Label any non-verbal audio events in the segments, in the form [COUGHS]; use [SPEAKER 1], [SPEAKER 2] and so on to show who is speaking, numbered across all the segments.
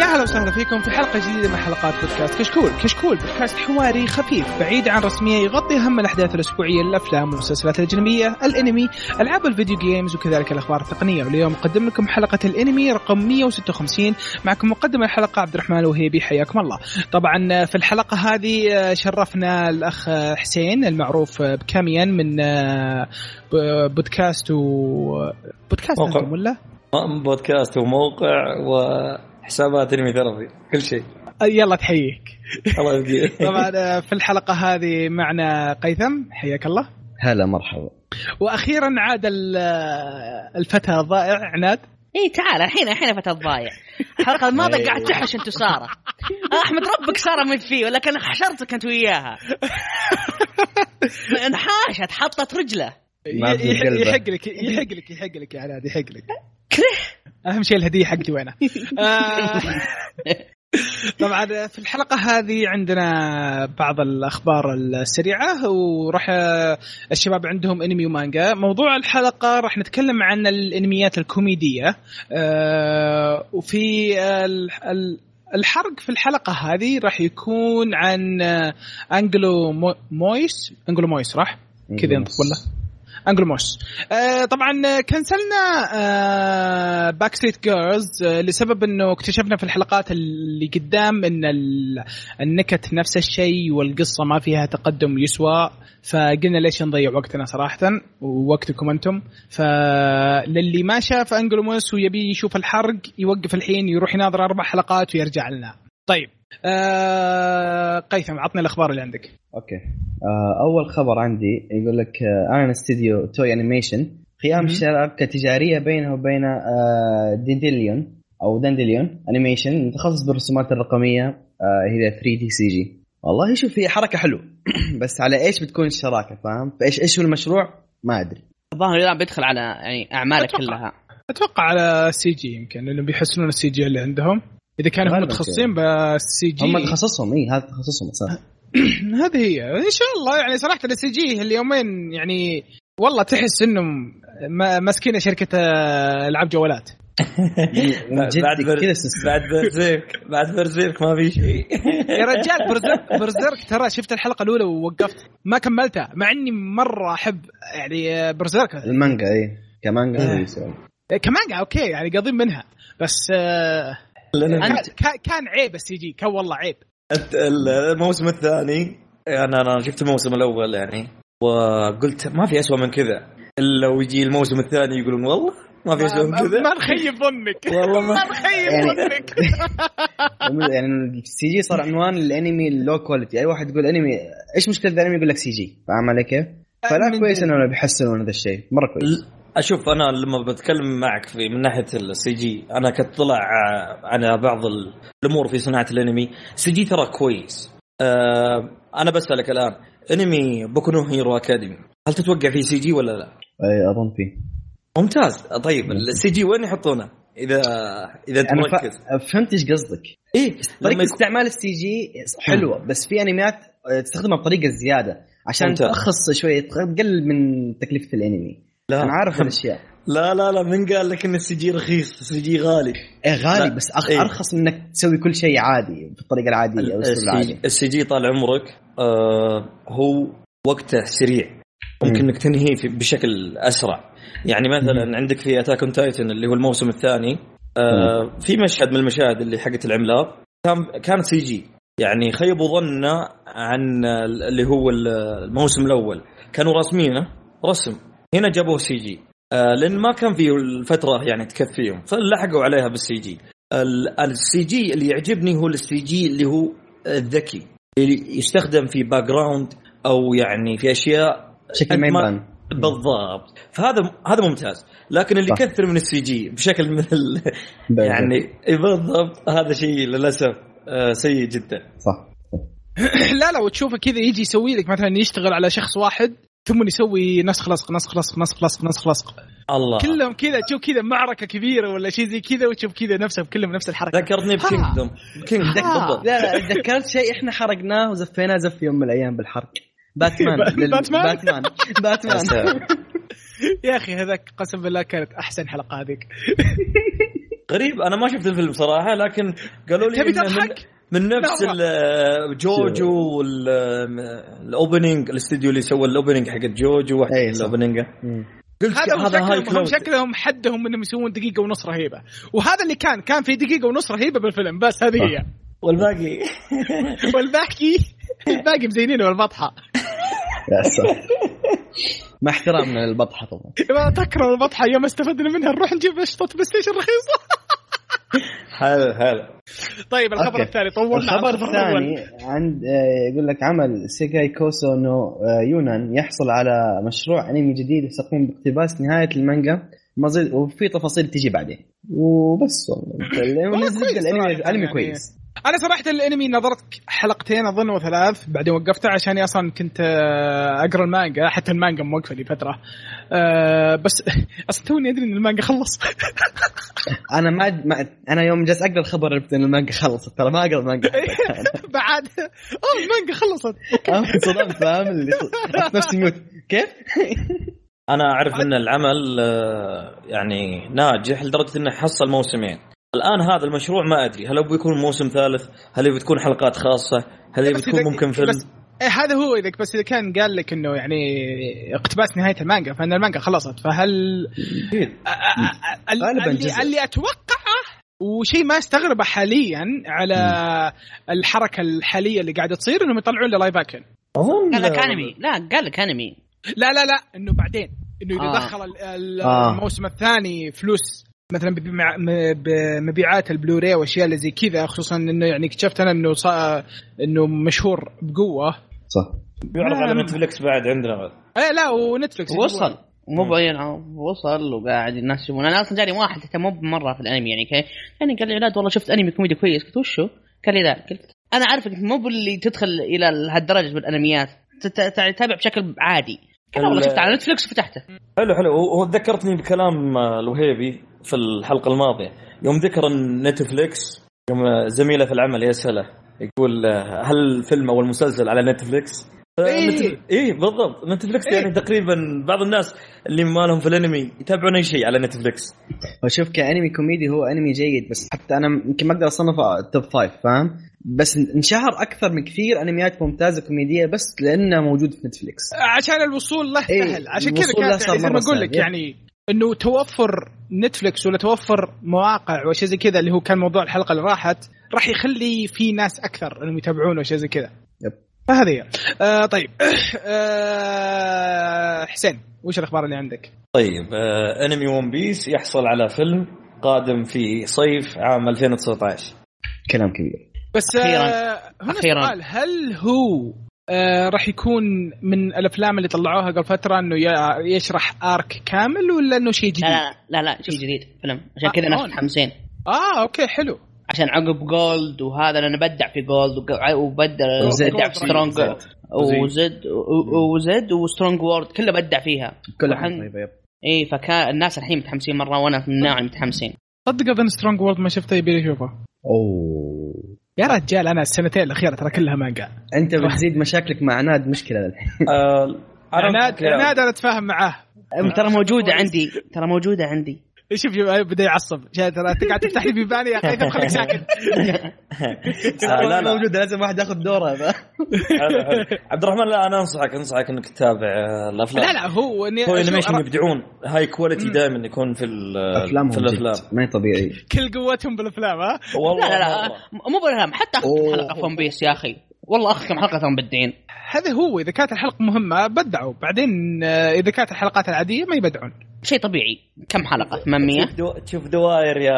[SPEAKER 1] اهلا وسهلا فيكم في حلقه جديده من حلقات بودكاست كشكول، كشكول بودكاست حواري خفيف بعيد عن رسميه يغطي اهم الاحداث الاسبوعيه للافلام والمسلسلات الاجنبيه، الانمي، العاب الفيديو جيمز وكذلك الاخبار التقنيه، واليوم نقدم لكم حلقه الانمي رقم 156 معكم مقدم الحلقه عبد الرحمن الوهيبي حياكم الله. طبعا في الحلقه هذه آه، شرفنا الاخ حسين المعروف آه، بكاميان من آه، بودكاست و بودكاست
[SPEAKER 2] موقع.
[SPEAKER 1] انتم ولا؟
[SPEAKER 2] بودكاست وموقع وحسابات انمي ثيرابي كل شيء
[SPEAKER 1] آه، يلا تحييك.
[SPEAKER 2] الله
[SPEAKER 1] [LAUGHS]
[SPEAKER 2] يبقيه
[SPEAKER 1] طبعا آه، في الحلقه هذه معنا قيثم حياك الله
[SPEAKER 3] هلا مرحبا
[SPEAKER 1] واخيرا عاد ال- آه، الفتى الضائع عناد
[SPEAKER 4] اي إيه، تعال الحين الحين فتى الضايع الحلقه
[SPEAKER 3] أيوة.
[SPEAKER 4] الماضيه قاعد تحش انت وساره احمد ربك ساره من فيه ولا كان حشرتك انت
[SPEAKER 3] [LAUGHS]
[SPEAKER 4] وياها انحاشت حطت رجله
[SPEAKER 3] ما في
[SPEAKER 1] يح-
[SPEAKER 3] قلبه.
[SPEAKER 1] يحق لك يحق لك يحق لك يا عناد يحق لك اهم شيء الهديه حقتي وينها آه، طبعا في الحلقه هذه عندنا بعض الاخبار السريعه وراح الشباب عندهم انمي ومانجا موضوع الحلقه راح نتكلم عن الانميات الكوميديه آه، وفي ال- ال- الحرق في الحلقه هذه راح يكون عن آه، انجلو مو- مويس انجلو مويس صح كذا ينطق ولا انجلو مويس آه، طبعا كنسلنا باك ستريت جيرلز آه، لسبب انه اكتشفنا في الحلقات اللي قدام ان ال- النكت نفس الشيء والقصه ما فيها تقدم يسوى فقلنا ليش نضيع وقتنا صراحه ووقتكم انتم فللي ما شاف انجلو مويس ويبي يشوف الحرق يوقف الحين يروح يناظر اربع حلقات ويرجع لنا طيب آه قيثم عطني الاخبار اللي عندك
[SPEAKER 3] اوكي آه اول خبر عندي يقول لك آه انا استديو توي انيميشن قيام
[SPEAKER 1] مهم.
[SPEAKER 3] شراكه تجاريه بينه وبين آه دينديليون او دندليون انيميشن متخصص بالرسومات الرقميه آه هي 3 دي سي جي والله شوف هي حركه حلوه [CLEARS THROAT] بس على ايش بتكون الشراكه فاهم؟ فايش ايش هو المشروع؟ ما ادري
[SPEAKER 4] الظاهر الان بيدخل على يعني اعمالك
[SPEAKER 1] أتوقع.
[SPEAKER 4] كلها
[SPEAKER 1] اتوقع على السي جي يمكن لانهم بيحسنون السي جي اللي عندهم اذا كانوا هم
[SPEAKER 3] غالباً
[SPEAKER 1] متخصصين بالسي جي
[SPEAKER 3] هم تخصصهم اي هذا تخصصهم اصلا
[SPEAKER 1] [CLEARS THROAT] هذه هي ان شاء الله يعني صراحه السي جي اليومين يعني والله تحس انهم ما- ماسكين شركه آه، العاب جوالات
[SPEAKER 3] من
[SPEAKER 2] بعد
[SPEAKER 3] جد
[SPEAKER 2] بر-
[SPEAKER 3] كذا سيستم.
[SPEAKER 2] بعد برزيرك بعد برزيرك ما في شيء
[SPEAKER 3] [LAUGHS]
[SPEAKER 1] يا رجال برزرك برزرك ترى شفت الحلقه الاولى ووقفت ما كملتها مع اني مره احب يعني آه، برزرك
[SPEAKER 3] المانجا اي كمانجا
[SPEAKER 2] إيه.
[SPEAKER 3] كويس والله.
[SPEAKER 1] كمان اوكي يعني قاضين منها بس آه،
[SPEAKER 2] لأن
[SPEAKER 1] كان- كان- كان عيب السي جي كان والله عيب
[SPEAKER 2] الت- ال- الموسم الثاني انا انا شفت الموسم الاول يعني وقلت ما في أسوأ من كذا الا ويجي الموسم الثاني يقولون والله ما في أسوأ من
[SPEAKER 1] ما
[SPEAKER 2] كذا
[SPEAKER 1] ما نخيب ظنك
[SPEAKER 2] والله ما
[SPEAKER 1] ما نخيب
[SPEAKER 3] يعني-
[SPEAKER 1] ظنك
[SPEAKER 3] يعني السي جي صار عنوان الانمي اللو كواليتي اي واحد يقول انمي ايش مشكله الانمي يقول لك سي جي فاهم علي كيف؟
[SPEAKER 1] من
[SPEAKER 3] فلا كويس
[SPEAKER 1] جد.
[SPEAKER 3] انهم بيحسنون هذا الشيء مره كويس
[SPEAKER 2] اشوف انا لما بتكلم معك في من ناحيه السي جي انا كنت طلع آه، على بعض ال- الامور في صناعه الانمي سي جي ترى كويس آه انا بسالك الان انمي بوكو نو هيرو اكاديمي هل تتوقع فيه سي جي ولا لا؟
[SPEAKER 3] اي اظن فيه
[SPEAKER 2] ممتاز طيب السي جي وين يحطونه؟ اذا اذا انت
[SPEAKER 3] انا
[SPEAKER 2] مركز
[SPEAKER 3] يعني ف... إيه، فهمت ايش قصدك
[SPEAKER 2] ايه
[SPEAKER 3] طريقه
[SPEAKER 2] لما يكون
[SPEAKER 3] استعمال السي جي حلوه بس في انميات آه، تستخدمها بطريقه زياده عشان
[SPEAKER 2] ممتاز.
[SPEAKER 3] ترخص شويه تقلل من تكلفه الانمي
[SPEAKER 2] لا.
[SPEAKER 3] انا عارف الاشياء
[SPEAKER 2] لا لا لا من قال لك ان السي جي رخيص السي جي غالي
[SPEAKER 3] إيه غالي
[SPEAKER 2] لا.
[SPEAKER 3] بس أخ...
[SPEAKER 2] إيه.
[SPEAKER 3] ارخص من انك تسوي كل شيء عادي بالطريقه العاديه او الاسلوب
[SPEAKER 2] إيه،
[SPEAKER 3] العادي
[SPEAKER 2] السي جي طال عمرك آه هو وقته سريع ممكن انك تنهيه في- بشكل اسرع يعني مثلا عندك في اتاك اون تايتن اللي هو الموسم الثاني آه في مشهد من المشاهد اللي حقت العملاق كان كان سي جي يعني خيبوا ظننا عن ال- اللي هو ال- الموسم الاول كانوا راسمينه رسم هنا جابوه سي جي آه لان ما كان في الفتره يعني تكفيهم فلحقوا عليها بالسي جي ال- السي جي اللي يعجبني هو السي جي اللي هو الذكي اللي يستخدم في باك جراوند او يعني في اشياء
[SPEAKER 3] بشكل
[SPEAKER 2] أنت
[SPEAKER 3] ما
[SPEAKER 2] ما-
[SPEAKER 3] يبان
[SPEAKER 2] بالضبط فهذا هذا ممتاز لكن اللي
[SPEAKER 3] صح.
[SPEAKER 2] يكثر من السي جي بشكل من ال... يعني إي بالضبط هذا شيء للاسف آه، سيء جدا
[SPEAKER 3] صح
[SPEAKER 1] [COUGHS] لا لا وتشوفه كذا يجي يسوي لك مثلا يشتغل على شخص واحد ثم يسوي نسخ لصق نسخ لصق نسخ لصق نسخ لصق
[SPEAKER 2] الله
[SPEAKER 1] كلهم كذا تشوف كذا معركه كبيره ولا شيء زي كذا وتشوف كذا نفسهم كلهم نفس الحركه
[SPEAKER 2] ذكرتني بكينجدوم كينجدوم
[SPEAKER 1] ها.
[SPEAKER 2] بالضبط
[SPEAKER 3] لا لا تذكرت شيء احنا حرقناه وزفيناه زف في يوم من الايام بالحرق باتمان
[SPEAKER 1] بات-
[SPEAKER 3] لل-
[SPEAKER 1] باتمان؟
[SPEAKER 3] باتمان باتمان
[SPEAKER 1] يا اخي هذاك قسم بالله كانت احسن حلقه هذيك
[SPEAKER 2] غريب انا ما شفت الفيلم صراحه لكن قالوا لي
[SPEAKER 1] تبي
[SPEAKER 2] إنه من- [LAUGHS]
[SPEAKER 1] تضحك؟
[SPEAKER 2] من نفس
[SPEAKER 1] لا،
[SPEAKER 2] ال- جوجو والاوبننج الاستديو اللي سوى الاوبننج حق جوجو واحد
[SPEAKER 3] إيه،
[SPEAKER 2] من
[SPEAKER 3] صح.
[SPEAKER 2] الاوبننج قلت
[SPEAKER 1] هذا هو
[SPEAKER 2] هذا هاي
[SPEAKER 1] شكلهم هم
[SPEAKER 2] كلاود
[SPEAKER 1] شكلهم حدهم انهم يسوون دقيقه ونص رهيبه وهذا اللي كان كان في دقيقه ونص رهيبه بالفيلم بس هذه
[SPEAKER 2] آه.
[SPEAKER 1] هي
[SPEAKER 2] والباقي
[SPEAKER 1] والباقي الباقي مزينين
[SPEAKER 2] [LAUGHS]
[SPEAKER 1] والبطحه
[SPEAKER 3] يا ساتر. مع احترامنا للبطحه طبعا
[SPEAKER 1] ما تكره البطحه يوم استفدنا منها نروح نجيب قشطه بلاي ستيشن رخيصه
[SPEAKER 2] حلو حلو
[SPEAKER 1] طيب الخبر
[SPEAKER 3] أوكي.
[SPEAKER 1] الثاني طولنا
[SPEAKER 3] الخبر
[SPEAKER 1] طولنا.
[SPEAKER 3] الثاني عند آه، يقول لك عمل سيجاي كوسو نو آه، يونان يحصل على مشروع انمي جديد يستقيم باقتباس نهايه المانجا مزيد وفي تفاصيل تجي بعدين وبس والله ونزلت
[SPEAKER 1] كويس
[SPEAKER 3] الانمي
[SPEAKER 1] صراحة
[SPEAKER 3] الانمي
[SPEAKER 1] يعني.
[SPEAKER 3] كويس
[SPEAKER 1] انا صراحه الانمي نظرت احلقتين اظن وثلاث بعدين وقفته عشان اصلا كنت آه، اقرا المانجا حتى المانجا موقفه لي فتره أه بس [LAUGHS] اصلا توني ادري ان المانجا خلص [LAUGHS]
[SPEAKER 3] انا ما, ما انا يوم جالس اقرا الخبر عرفت ان المانجا خلصت ترى ما اقرا المانجا
[SPEAKER 1] بعد اه المانجا خلصت
[SPEAKER 3] انصدمت فاهم اللي حط نفسي ميوت كيف؟
[SPEAKER 2] انا اعرف ان العمل آه، يعني ناجح لدرجه انه حصل موسمين الان هذا المشروع ما ادري هل هو بيكون موسم ثالث هل هي بتكون حلقات خاصه هل هي
[SPEAKER 1] بس
[SPEAKER 2] بتكون
[SPEAKER 1] إذا-
[SPEAKER 2] ممكن فيلم
[SPEAKER 1] بس إيه هذا هو اذا بس اذا كان قال لك انه يعني اقتباس نهايه المانجا فان المانجا خلصت فهل أ- أ- أ- ال-
[SPEAKER 3] غالباً
[SPEAKER 1] اللي,
[SPEAKER 3] جزء.
[SPEAKER 1] اللي اتوقعه وشيء ما استغربه حاليا على الحركه الحاليه اللي قاعده تصير انهم يطلعون له لايف اكشن
[SPEAKER 2] اظن
[SPEAKER 4] قال لك انمي لا قال لك انمي
[SPEAKER 1] لا لا لا انه بعدين انه اذا
[SPEAKER 4] آه.
[SPEAKER 1] دخل ال- ال-
[SPEAKER 3] آه.
[SPEAKER 1] الموسم الثاني فلوس مثلا بمع- م- بمبيعات البلوراي والاشياء اللي زي كذا خصوصا انه يعني اكتشفت انا انه صا- انه مشهور بقوه
[SPEAKER 3] صح
[SPEAKER 2] بيعرض على نتفلكس بعد عندنا بعد
[SPEAKER 1] ايه لا ونتفلكس
[SPEAKER 4] وصل مو بعين عام، وصل وقاعد الناس يشوفون انا اصلا جاني واحد حتى مو بمره في الانمي يعني كي... يعني قال لي علاج والله شفت انمي كوميدي كويس قلت وشو؟ قال لي ذا قلت انا عارف انك مو باللي تدخل الى هالدرجه بالانميات تت- تت- تتابع بشكل عادي قال والله
[SPEAKER 2] ال-
[SPEAKER 4] شفت على نتفلكس وفتحته
[SPEAKER 2] حلو حلو هو- هو ذكرتني بكلام آه، الوهيبي في الحلقه الماضيه يوم ذكر إن نتفليكس يوم آه، زميله في العمل يساله يقول آه، هل الفيلم او المسلسل على نتفلكس؟
[SPEAKER 1] إيه.
[SPEAKER 2] اي بالضبط نتفلكس
[SPEAKER 1] إيه.
[SPEAKER 2] يعني تقريبا بعض الناس اللي ما لهم في الانمي يتابعون اي شيء على نتفلكس
[SPEAKER 3] وشوف كانمي كوميدي هو انمي جيد بس حتى انا يمكن ما اقدر اصنفه توب فايف فاهم؟ بس انشهر اكثر من كثير انميات ممتازه كوميديه بس لانه موجود في نتفلكس
[SPEAKER 1] عشان الوصول له
[SPEAKER 3] إيه،
[SPEAKER 1] سهل عشان كذا
[SPEAKER 3] الوصول له
[SPEAKER 1] كانت
[SPEAKER 3] صار
[SPEAKER 1] يعني زي ما
[SPEAKER 3] مرة
[SPEAKER 1] اقول
[SPEAKER 3] سهل.
[SPEAKER 1] لك
[SPEAKER 3] إيه.
[SPEAKER 1] يعني انه توفر نتفلكس ولا توفر مواقع وشيء زي كذا اللي هو كان موضوع الحلقه اللي راحت راح يخلي في ناس اكثر انهم يتابعونه وشيء زي كذا
[SPEAKER 3] يب.
[SPEAKER 1] فهذه هي آه طيب [COUGHS] آه حسين وش الاخبار اللي عندك؟
[SPEAKER 2] طيب آه، انمي ون بيس يحصل على فيلم قادم في صيف
[SPEAKER 1] [LAUGHS]
[SPEAKER 2] عام 2019
[SPEAKER 3] كلام كبير
[SPEAKER 1] بس آه
[SPEAKER 4] أخيراً.
[SPEAKER 1] هنا
[SPEAKER 4] أخيراً.
[SPEAKER 1] سؤال هل هو آه راح يكون من الافلام اللي طلعوها قبل فتره انه يا- يشرح ارك كامل ولا انه شيء جديد؟
[SPEAKER 4] لا لا لا, لا شيء جديد فيلم عشان
[SPEAKER 1] آه،
[SPEAKER 4] كذا الناس
[SPEAKER 1] هون.
[SPEAKER 4] متحمسين
[SPEAKER 1] اه اوكي حلو
[SPEAKER 4] عشان عقب جولد وهذا لانه بدع في جولد وبدع
[SPEAKER 3] وزد.
[SPEAKER 4] وبدع في سترونج
[SPEAKER 3] وزد.
[SPEAKER 4] وزد وزد وسترونج وورد كله بدع فيها
[SPEAKER 3] كل
[SPEAKER 4] وحن-
[SPEAKER 3] حاجه طيبه يب
[SPEAKER 4] اي فكان الناس الحين متحمسين مره وانا من نوعي متحمسين
[SPEAKER 1] صدق اظن سترونج وورد ما شفته يبي يشوفه
[SPEAKER 3] اوه
[SPEAKER 1] يا رجال انا السنتين الاخيره ترى كلها مانجا
[SPEAKER 3] انت بتزيد مشاكلك مع عناد مشكله الحين
[SPEAKER 2] آه، أنا-
[SPEAKER 1] عناد عناد انا اتفاهم معاه
[SPEAKER 4] ترى موجوده عندي ترى موجوده عندي
[SPEAKER 1] شوف شوف، بدا يعصب شايف ترى انت قاعد تفتح لي بيباني يا اخي طب خليك
[SPEAKER 2] [LAUGHS]
[SPEAKER 1] ساكت
[SPEAKER 2] آه، لا
[SPEAKER 3] [LAUGHS]
[SPEAKER 1] [LAUGHS]
[SPEAKER 2] لا
[SPEAKER 3] موجود لازم واحد ياخذ دوره
[SPEAKER 2] حلو، حلو. عبد الرحمن لا انا انصحك انصحك انك تتابع آه، الافلام
[SPEAKER 1] لا لا هو اني
[SPEAKER 2] هو
[SPEAKER 1] أشوف
[SPEAKER 2] انيميشن
[SPEAKER 1] أرى-
[SPEAKER 2] يبدعون هاي كواليتي دائما يكون في ال- آه، في الافلام
[SPEAKER 3] ما هي طبيعي
[SPEAKER 1] كل قوتهم بالافلام ها
[SPEAKER 2] والله
[SPEAKER 4] لا لا لا
[SPEAKER 2] والله.
[SPEAKER 4] مو بالهم حتى اخر كم حلقه في ون بيس يا اخي والله اخر كم حلقه هم بدعين
[SPEAKER 1] هذا هو اذا كانت الحلقه مهمه بدعوا بعدين آه، اذا كانت الحلقات العاديه ما يبدعون
[SPEAKER 4] شيء طبيعي كم حلقه 800
[SPEAKER 2] تشوف دو- تشوف دوائر يا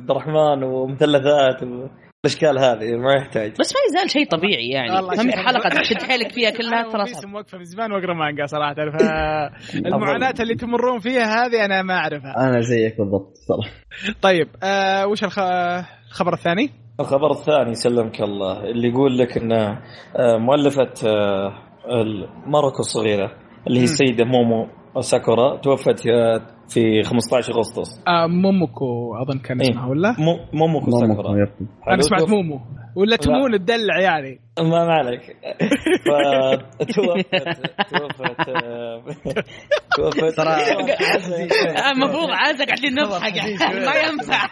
[SPEAKER 2] عبد الرحمن ومثلثات والاشكال هذه ما يحتاج
[SPEAKER 4] بس ما يزال شيء طبيعي يعني
[SPEAKER 1] والله
[SPEAKER 4] كم
[SPEAKER 1] شكراً.
[SPEAKER 4] حلقه تشد حيلك فيها كلها
[SPEAKER 1] انا
[SPEAKER 4] ترى
[SPEAKER 1] ونيس موقفه من زمان واقرا مانجا صراحه
[SPEAKER 2] [LAUGHS]
[SPEAKER 1] فالمعاناه اللي تمرون فيها هذه انا ما اعرفها
[SPEAKER 3] انا زيك بالضبط صراحه
[SPEAKER 1] طيب آه وش الخ- الخبر الثاني؟
[SPEAKER 2] الخبر الثاني سلمك الله اللي يقول لك ان آه، مؤلفه آه، ال- ماروكو الصغيره اللي هي
[SPEAKER 1] مم.
[SPEAKER 2] السيده مومو ساكورا توفت آه، في 15 اغسطس
[SPEAKER 1] آه موموكو اظن كان
[SPEAKER 2] إيه.
[SPEAKER 1] اسمها ولا؟
[SPEAKER 2] مو- موموكو ساكورا حلو،
[SPEAKER 1] انا سمعت
[SPEAKER 2] توفت-
[SPEAKER 1] مومو ولا تمون تدلع يعني
[SPEAKER 2] ما ما عليك فتوفت توفت آه، توفت
[SPEAKER 3] ترى-
[SPEAKER 4] المفروض عازق قاعدين نضحك [LAUGHS] ما ينفع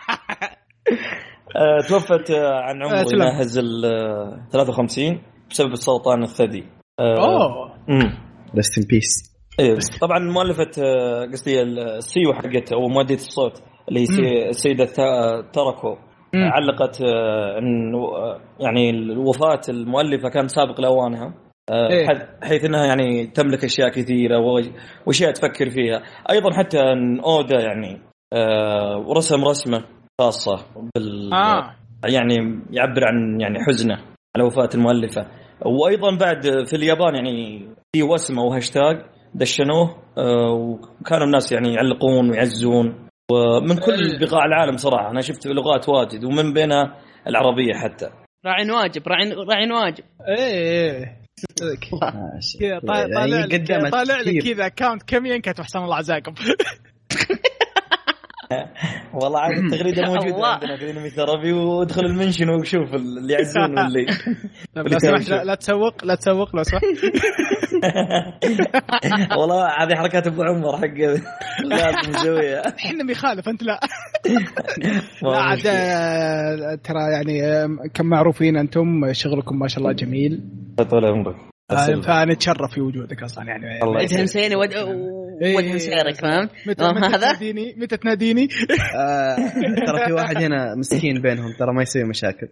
[SPEAKER 2] آه، توفت آه، عن عمر
[SPEAKER 1] آه، سلام.
[SPEAKER 2] يناهز ال آه، 53 بسبب السرطان الثدي آه،
[SPEAKER 1] اوه
[SPEAKER 2] امم
[SPEAKER 3] ريست ان بيس
[SPEAKER 2] ايه طبعا مؤلفه آه، قصدي السيو حقت او مؤديه الصوت اللي هي سي- السيده تا- تركو
[SPEAKER 1] مم.
[SPEAKER 2] علقت آه، ان آه، يعني وفاه المؤلفه كان سابق لاوانها آه،
[SPEAKER 1] إيه.
[SPEAKER 2] حيث- حيث انها يعني تملك اشياء كثيره و- واشياء تفكر فيها ايضا حتى ان اودا يعني آه، رسم رسمه خاصه بال
[SPEAKER 1] اه
[SPEAKER 2] يعني يعبر عن يعني حزنه على وفاه المؤلفه وايضا بعد في اليابان يعني في وسمه وهاشتاج دشنوه آه، وكانوا الناس يعني يعلقون ويعزون ومن كل بقاع العالم صراحه انا شفت لغات واجد ومن بينها العربيه حتى
[SPEAKER 4] راعي واجب راعي راعي واجب
[SPEAKER 1] ايه [LAUGHS] ايه صدق.
[SPEAKER 3] آه،
[SPEAKER 1] كذا طا-
[SPEAKER 3] يعني
[SPEAKER 1] طالع لك طالع لك كذا اكونت كمين كاتب حسام الله عزاكم
[SPEAKER 2] والله
[SPEAKER 1] [LAUGHS]
[SPEAKER 2] عاد التغريده موجوده
[SPEAKER 4] الله.
[SPEAKER 2] عندنا في انمي ثرابي وادخل المنشن
[SPEAKER 1] [LAUGHS]
[SPEAKER 2] وشوف اللي يعزون واللي
[SPEAKER 1] طيب لو سمحت لا, لا تسوق لا تسوق لو [LAUGHS] سمحت
[SPEAKER 2] والله هذه حركات ابو عمر حق
[SPEAKER 1] [LAUGHS]
[SPEAKER 2] لازم مسويها
[SPEAKER 1] احنا بيخالف انت لا لا عاد آه، ترى يعني آه، كم معروفين انتم شغلكم ما شاء الله جميل
[SPEAKER 2] طول طيب، عمرك
[SPEAKER 1] آه، فنتشرف في وجودك اصلا يعني
[SPEAKER 2] الله
[SPEAKER 4] ادهن
[SPEAKER 2] يسلمك.
[SPEAKER 4] سيني ود-
[SPEAKER 1] إيه.
[SPEAKER 4] ودهن سيرك فهمت؟
[SPEAKER 1] متى
[SPEAKER 4] آه،
[SPEAKER 1] متى
[SPEAKER 4] هذا؟
[SPEAKER 1] تناديني متى تناديني
[SPEAKER 3] آه، ترى في واحد هنا مسكين بينهم ترى ما يسوي مشاكل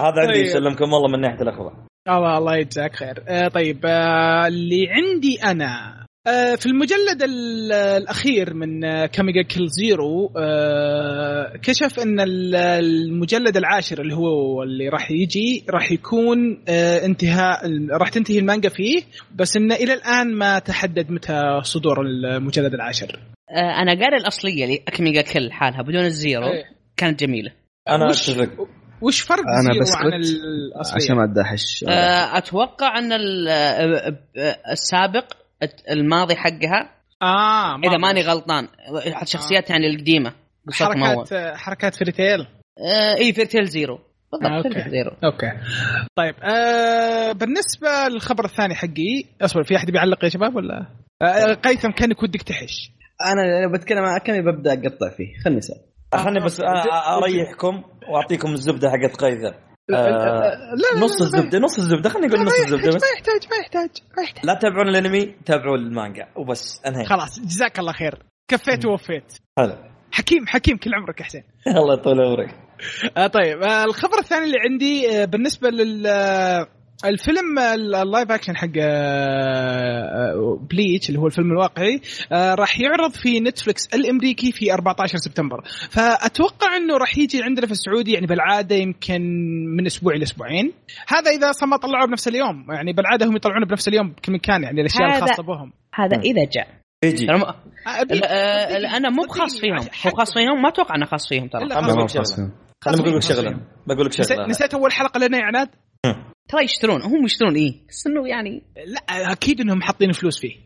[SPEAKER 2] هذا عندي
[SPEAKER 1] طيب.
[SPEAKER 2] يسلمكم والله من ناحيه الاخبار
[SPEAKER 1] الله الله يجزاك خير آه طيب آه اللي عندي انا آه في المجلد ال- الاخير من آه، كاميجا كيل زيرو آه كشف ان ال- المجلد العاشر اللي هو اللي راح يجي راح يكون آه انتهاء ال- راح تنتهي المانجا فيه بس انه الى الان ما تحدد متى صدور المجلد العاشر
[SPEAKER 4] آه، انا قاري الاصليه اللي اكميجا كل حالها بدون الزيرو
[SPEAKER 1] إيه.
[SPEAKER 4] كانت جميله
[SPEAKER 2] انا
[SPEAKER 1] وش-
[SPEAKER 2] اتفق
[SPEAKER 1] وش فرق
[SPEAKER 3] أنا
[SPEAKER 1] زيرو
[SPEAKER 3] بس
[SPEAKER 1] عن
[SPEAKER 3] قلت
[SPEAKER 1] الاصليه؟
[SPEAKER 3] عشان ما اتدحش
[SPEAKER 4] آه، اتوقع ان ال- آه، آه، السابق الت- الماضي حقها
[SPEAKER 1] اه ما
[SPEAKER 4] اذا ماني غلطان شخصيات يعني القديمه قصتهم اول
[SPEAKER 1] آه. حركات حركات فريتيل
[SPEAKER 4] آه، اي فيرتيل زيرو
[SPEAKER 1] آه،
[SPEAKER 4] بالضبط
[SPEAKER 1] أوكي.
[SPEAKER 4] فيرتيل زيرو
[SPEAKER 1] اوكي طيب آه بالنسبه للخبر الثاني حقي اصبر في احد بيعلق يا شباب ولا آه قيثم كانك ودك تحش
[SPEAKER 3] انا لو بتكلم عن اكمي ببدا اقطع فيه خلني اسال
[SPEAKER 2] خلني بس أ- أ- اريحكم واعطيكم الزبده حقت قيثر آه،
[SPEAKER 1] لا
[SPEAKER 2] نص الزبده نص الزبده خليني اقول نص الزبده بس
[SPEAKER 1] ما يحتاج ما يحتاج ما يحتاج
[SPEAKER 2] لا تتابعون الانمي تابعوا المانجا وبس انهينا
[SPEAKER 1] خلاص جزاك الله خير كفيت ووفيت
[SPEAKER 2] هلا [LAUGHS]
[SPEAKER 1] حكيم حكيم كل عمرك يا حسين
[SPEAKER 2] الله يطول عمرك
[SPEAKER 1] آه طيب آه الخبر الثاني اللي عندي آه بالنسبه لل آه، الفيلم آه، اللايف اكشن حق آه، آه، بليتش اللي هو الفيلم الواقعي آه، راح يعرض في نتفلكس الامريكي في 14 سبتمبر فاتوقع انه راح يجي عندنا في السعودي يعني بالعاده يمكن من اسبوع الى اسبوعين هذا اذا صار ما طلعوه بنفس اليوم يعني بالعاده هم يطلعونه بنفس اليوم بكل مكان يعني الاشياء
[SPEAKER 4] هذا-
[SPEAKER 1] الخاصه بهم
[SPEAKER 4] هذا اذا جاء
[SPEAKER 2] يجي
[SPEAKER 4] ترى ما-
[SPEAKER 1] آه،
[SPEAKER 4] لا، آه،
[SPEAKER 1] صدقني-
[SPEAKER 4] انا مو بخاص
[SPEAKER 1] صدقني،
[SPEAKER 4] فيهم
[SPEAKER 1] حتى-
[SPEAKER 4] هو خاص فيهم ما اتوقع انه خاص فيهم ترى
[SPEAKER 1] لا،
[SPEAKER 2] أنا بقول لك شغله انا بقول لك شغله بقول لك
[SPEAKER 1] نسيت-
[SPEAKER 2] شغله
[SPEAKER 1] نسيت اول حلقه لنا يا عناد
[SPEAKER 4] ترى يشترون هم يشترون اي بس انه يعني
[SPEAKER 1] لا اكيد انهم حاطين فلوس فيه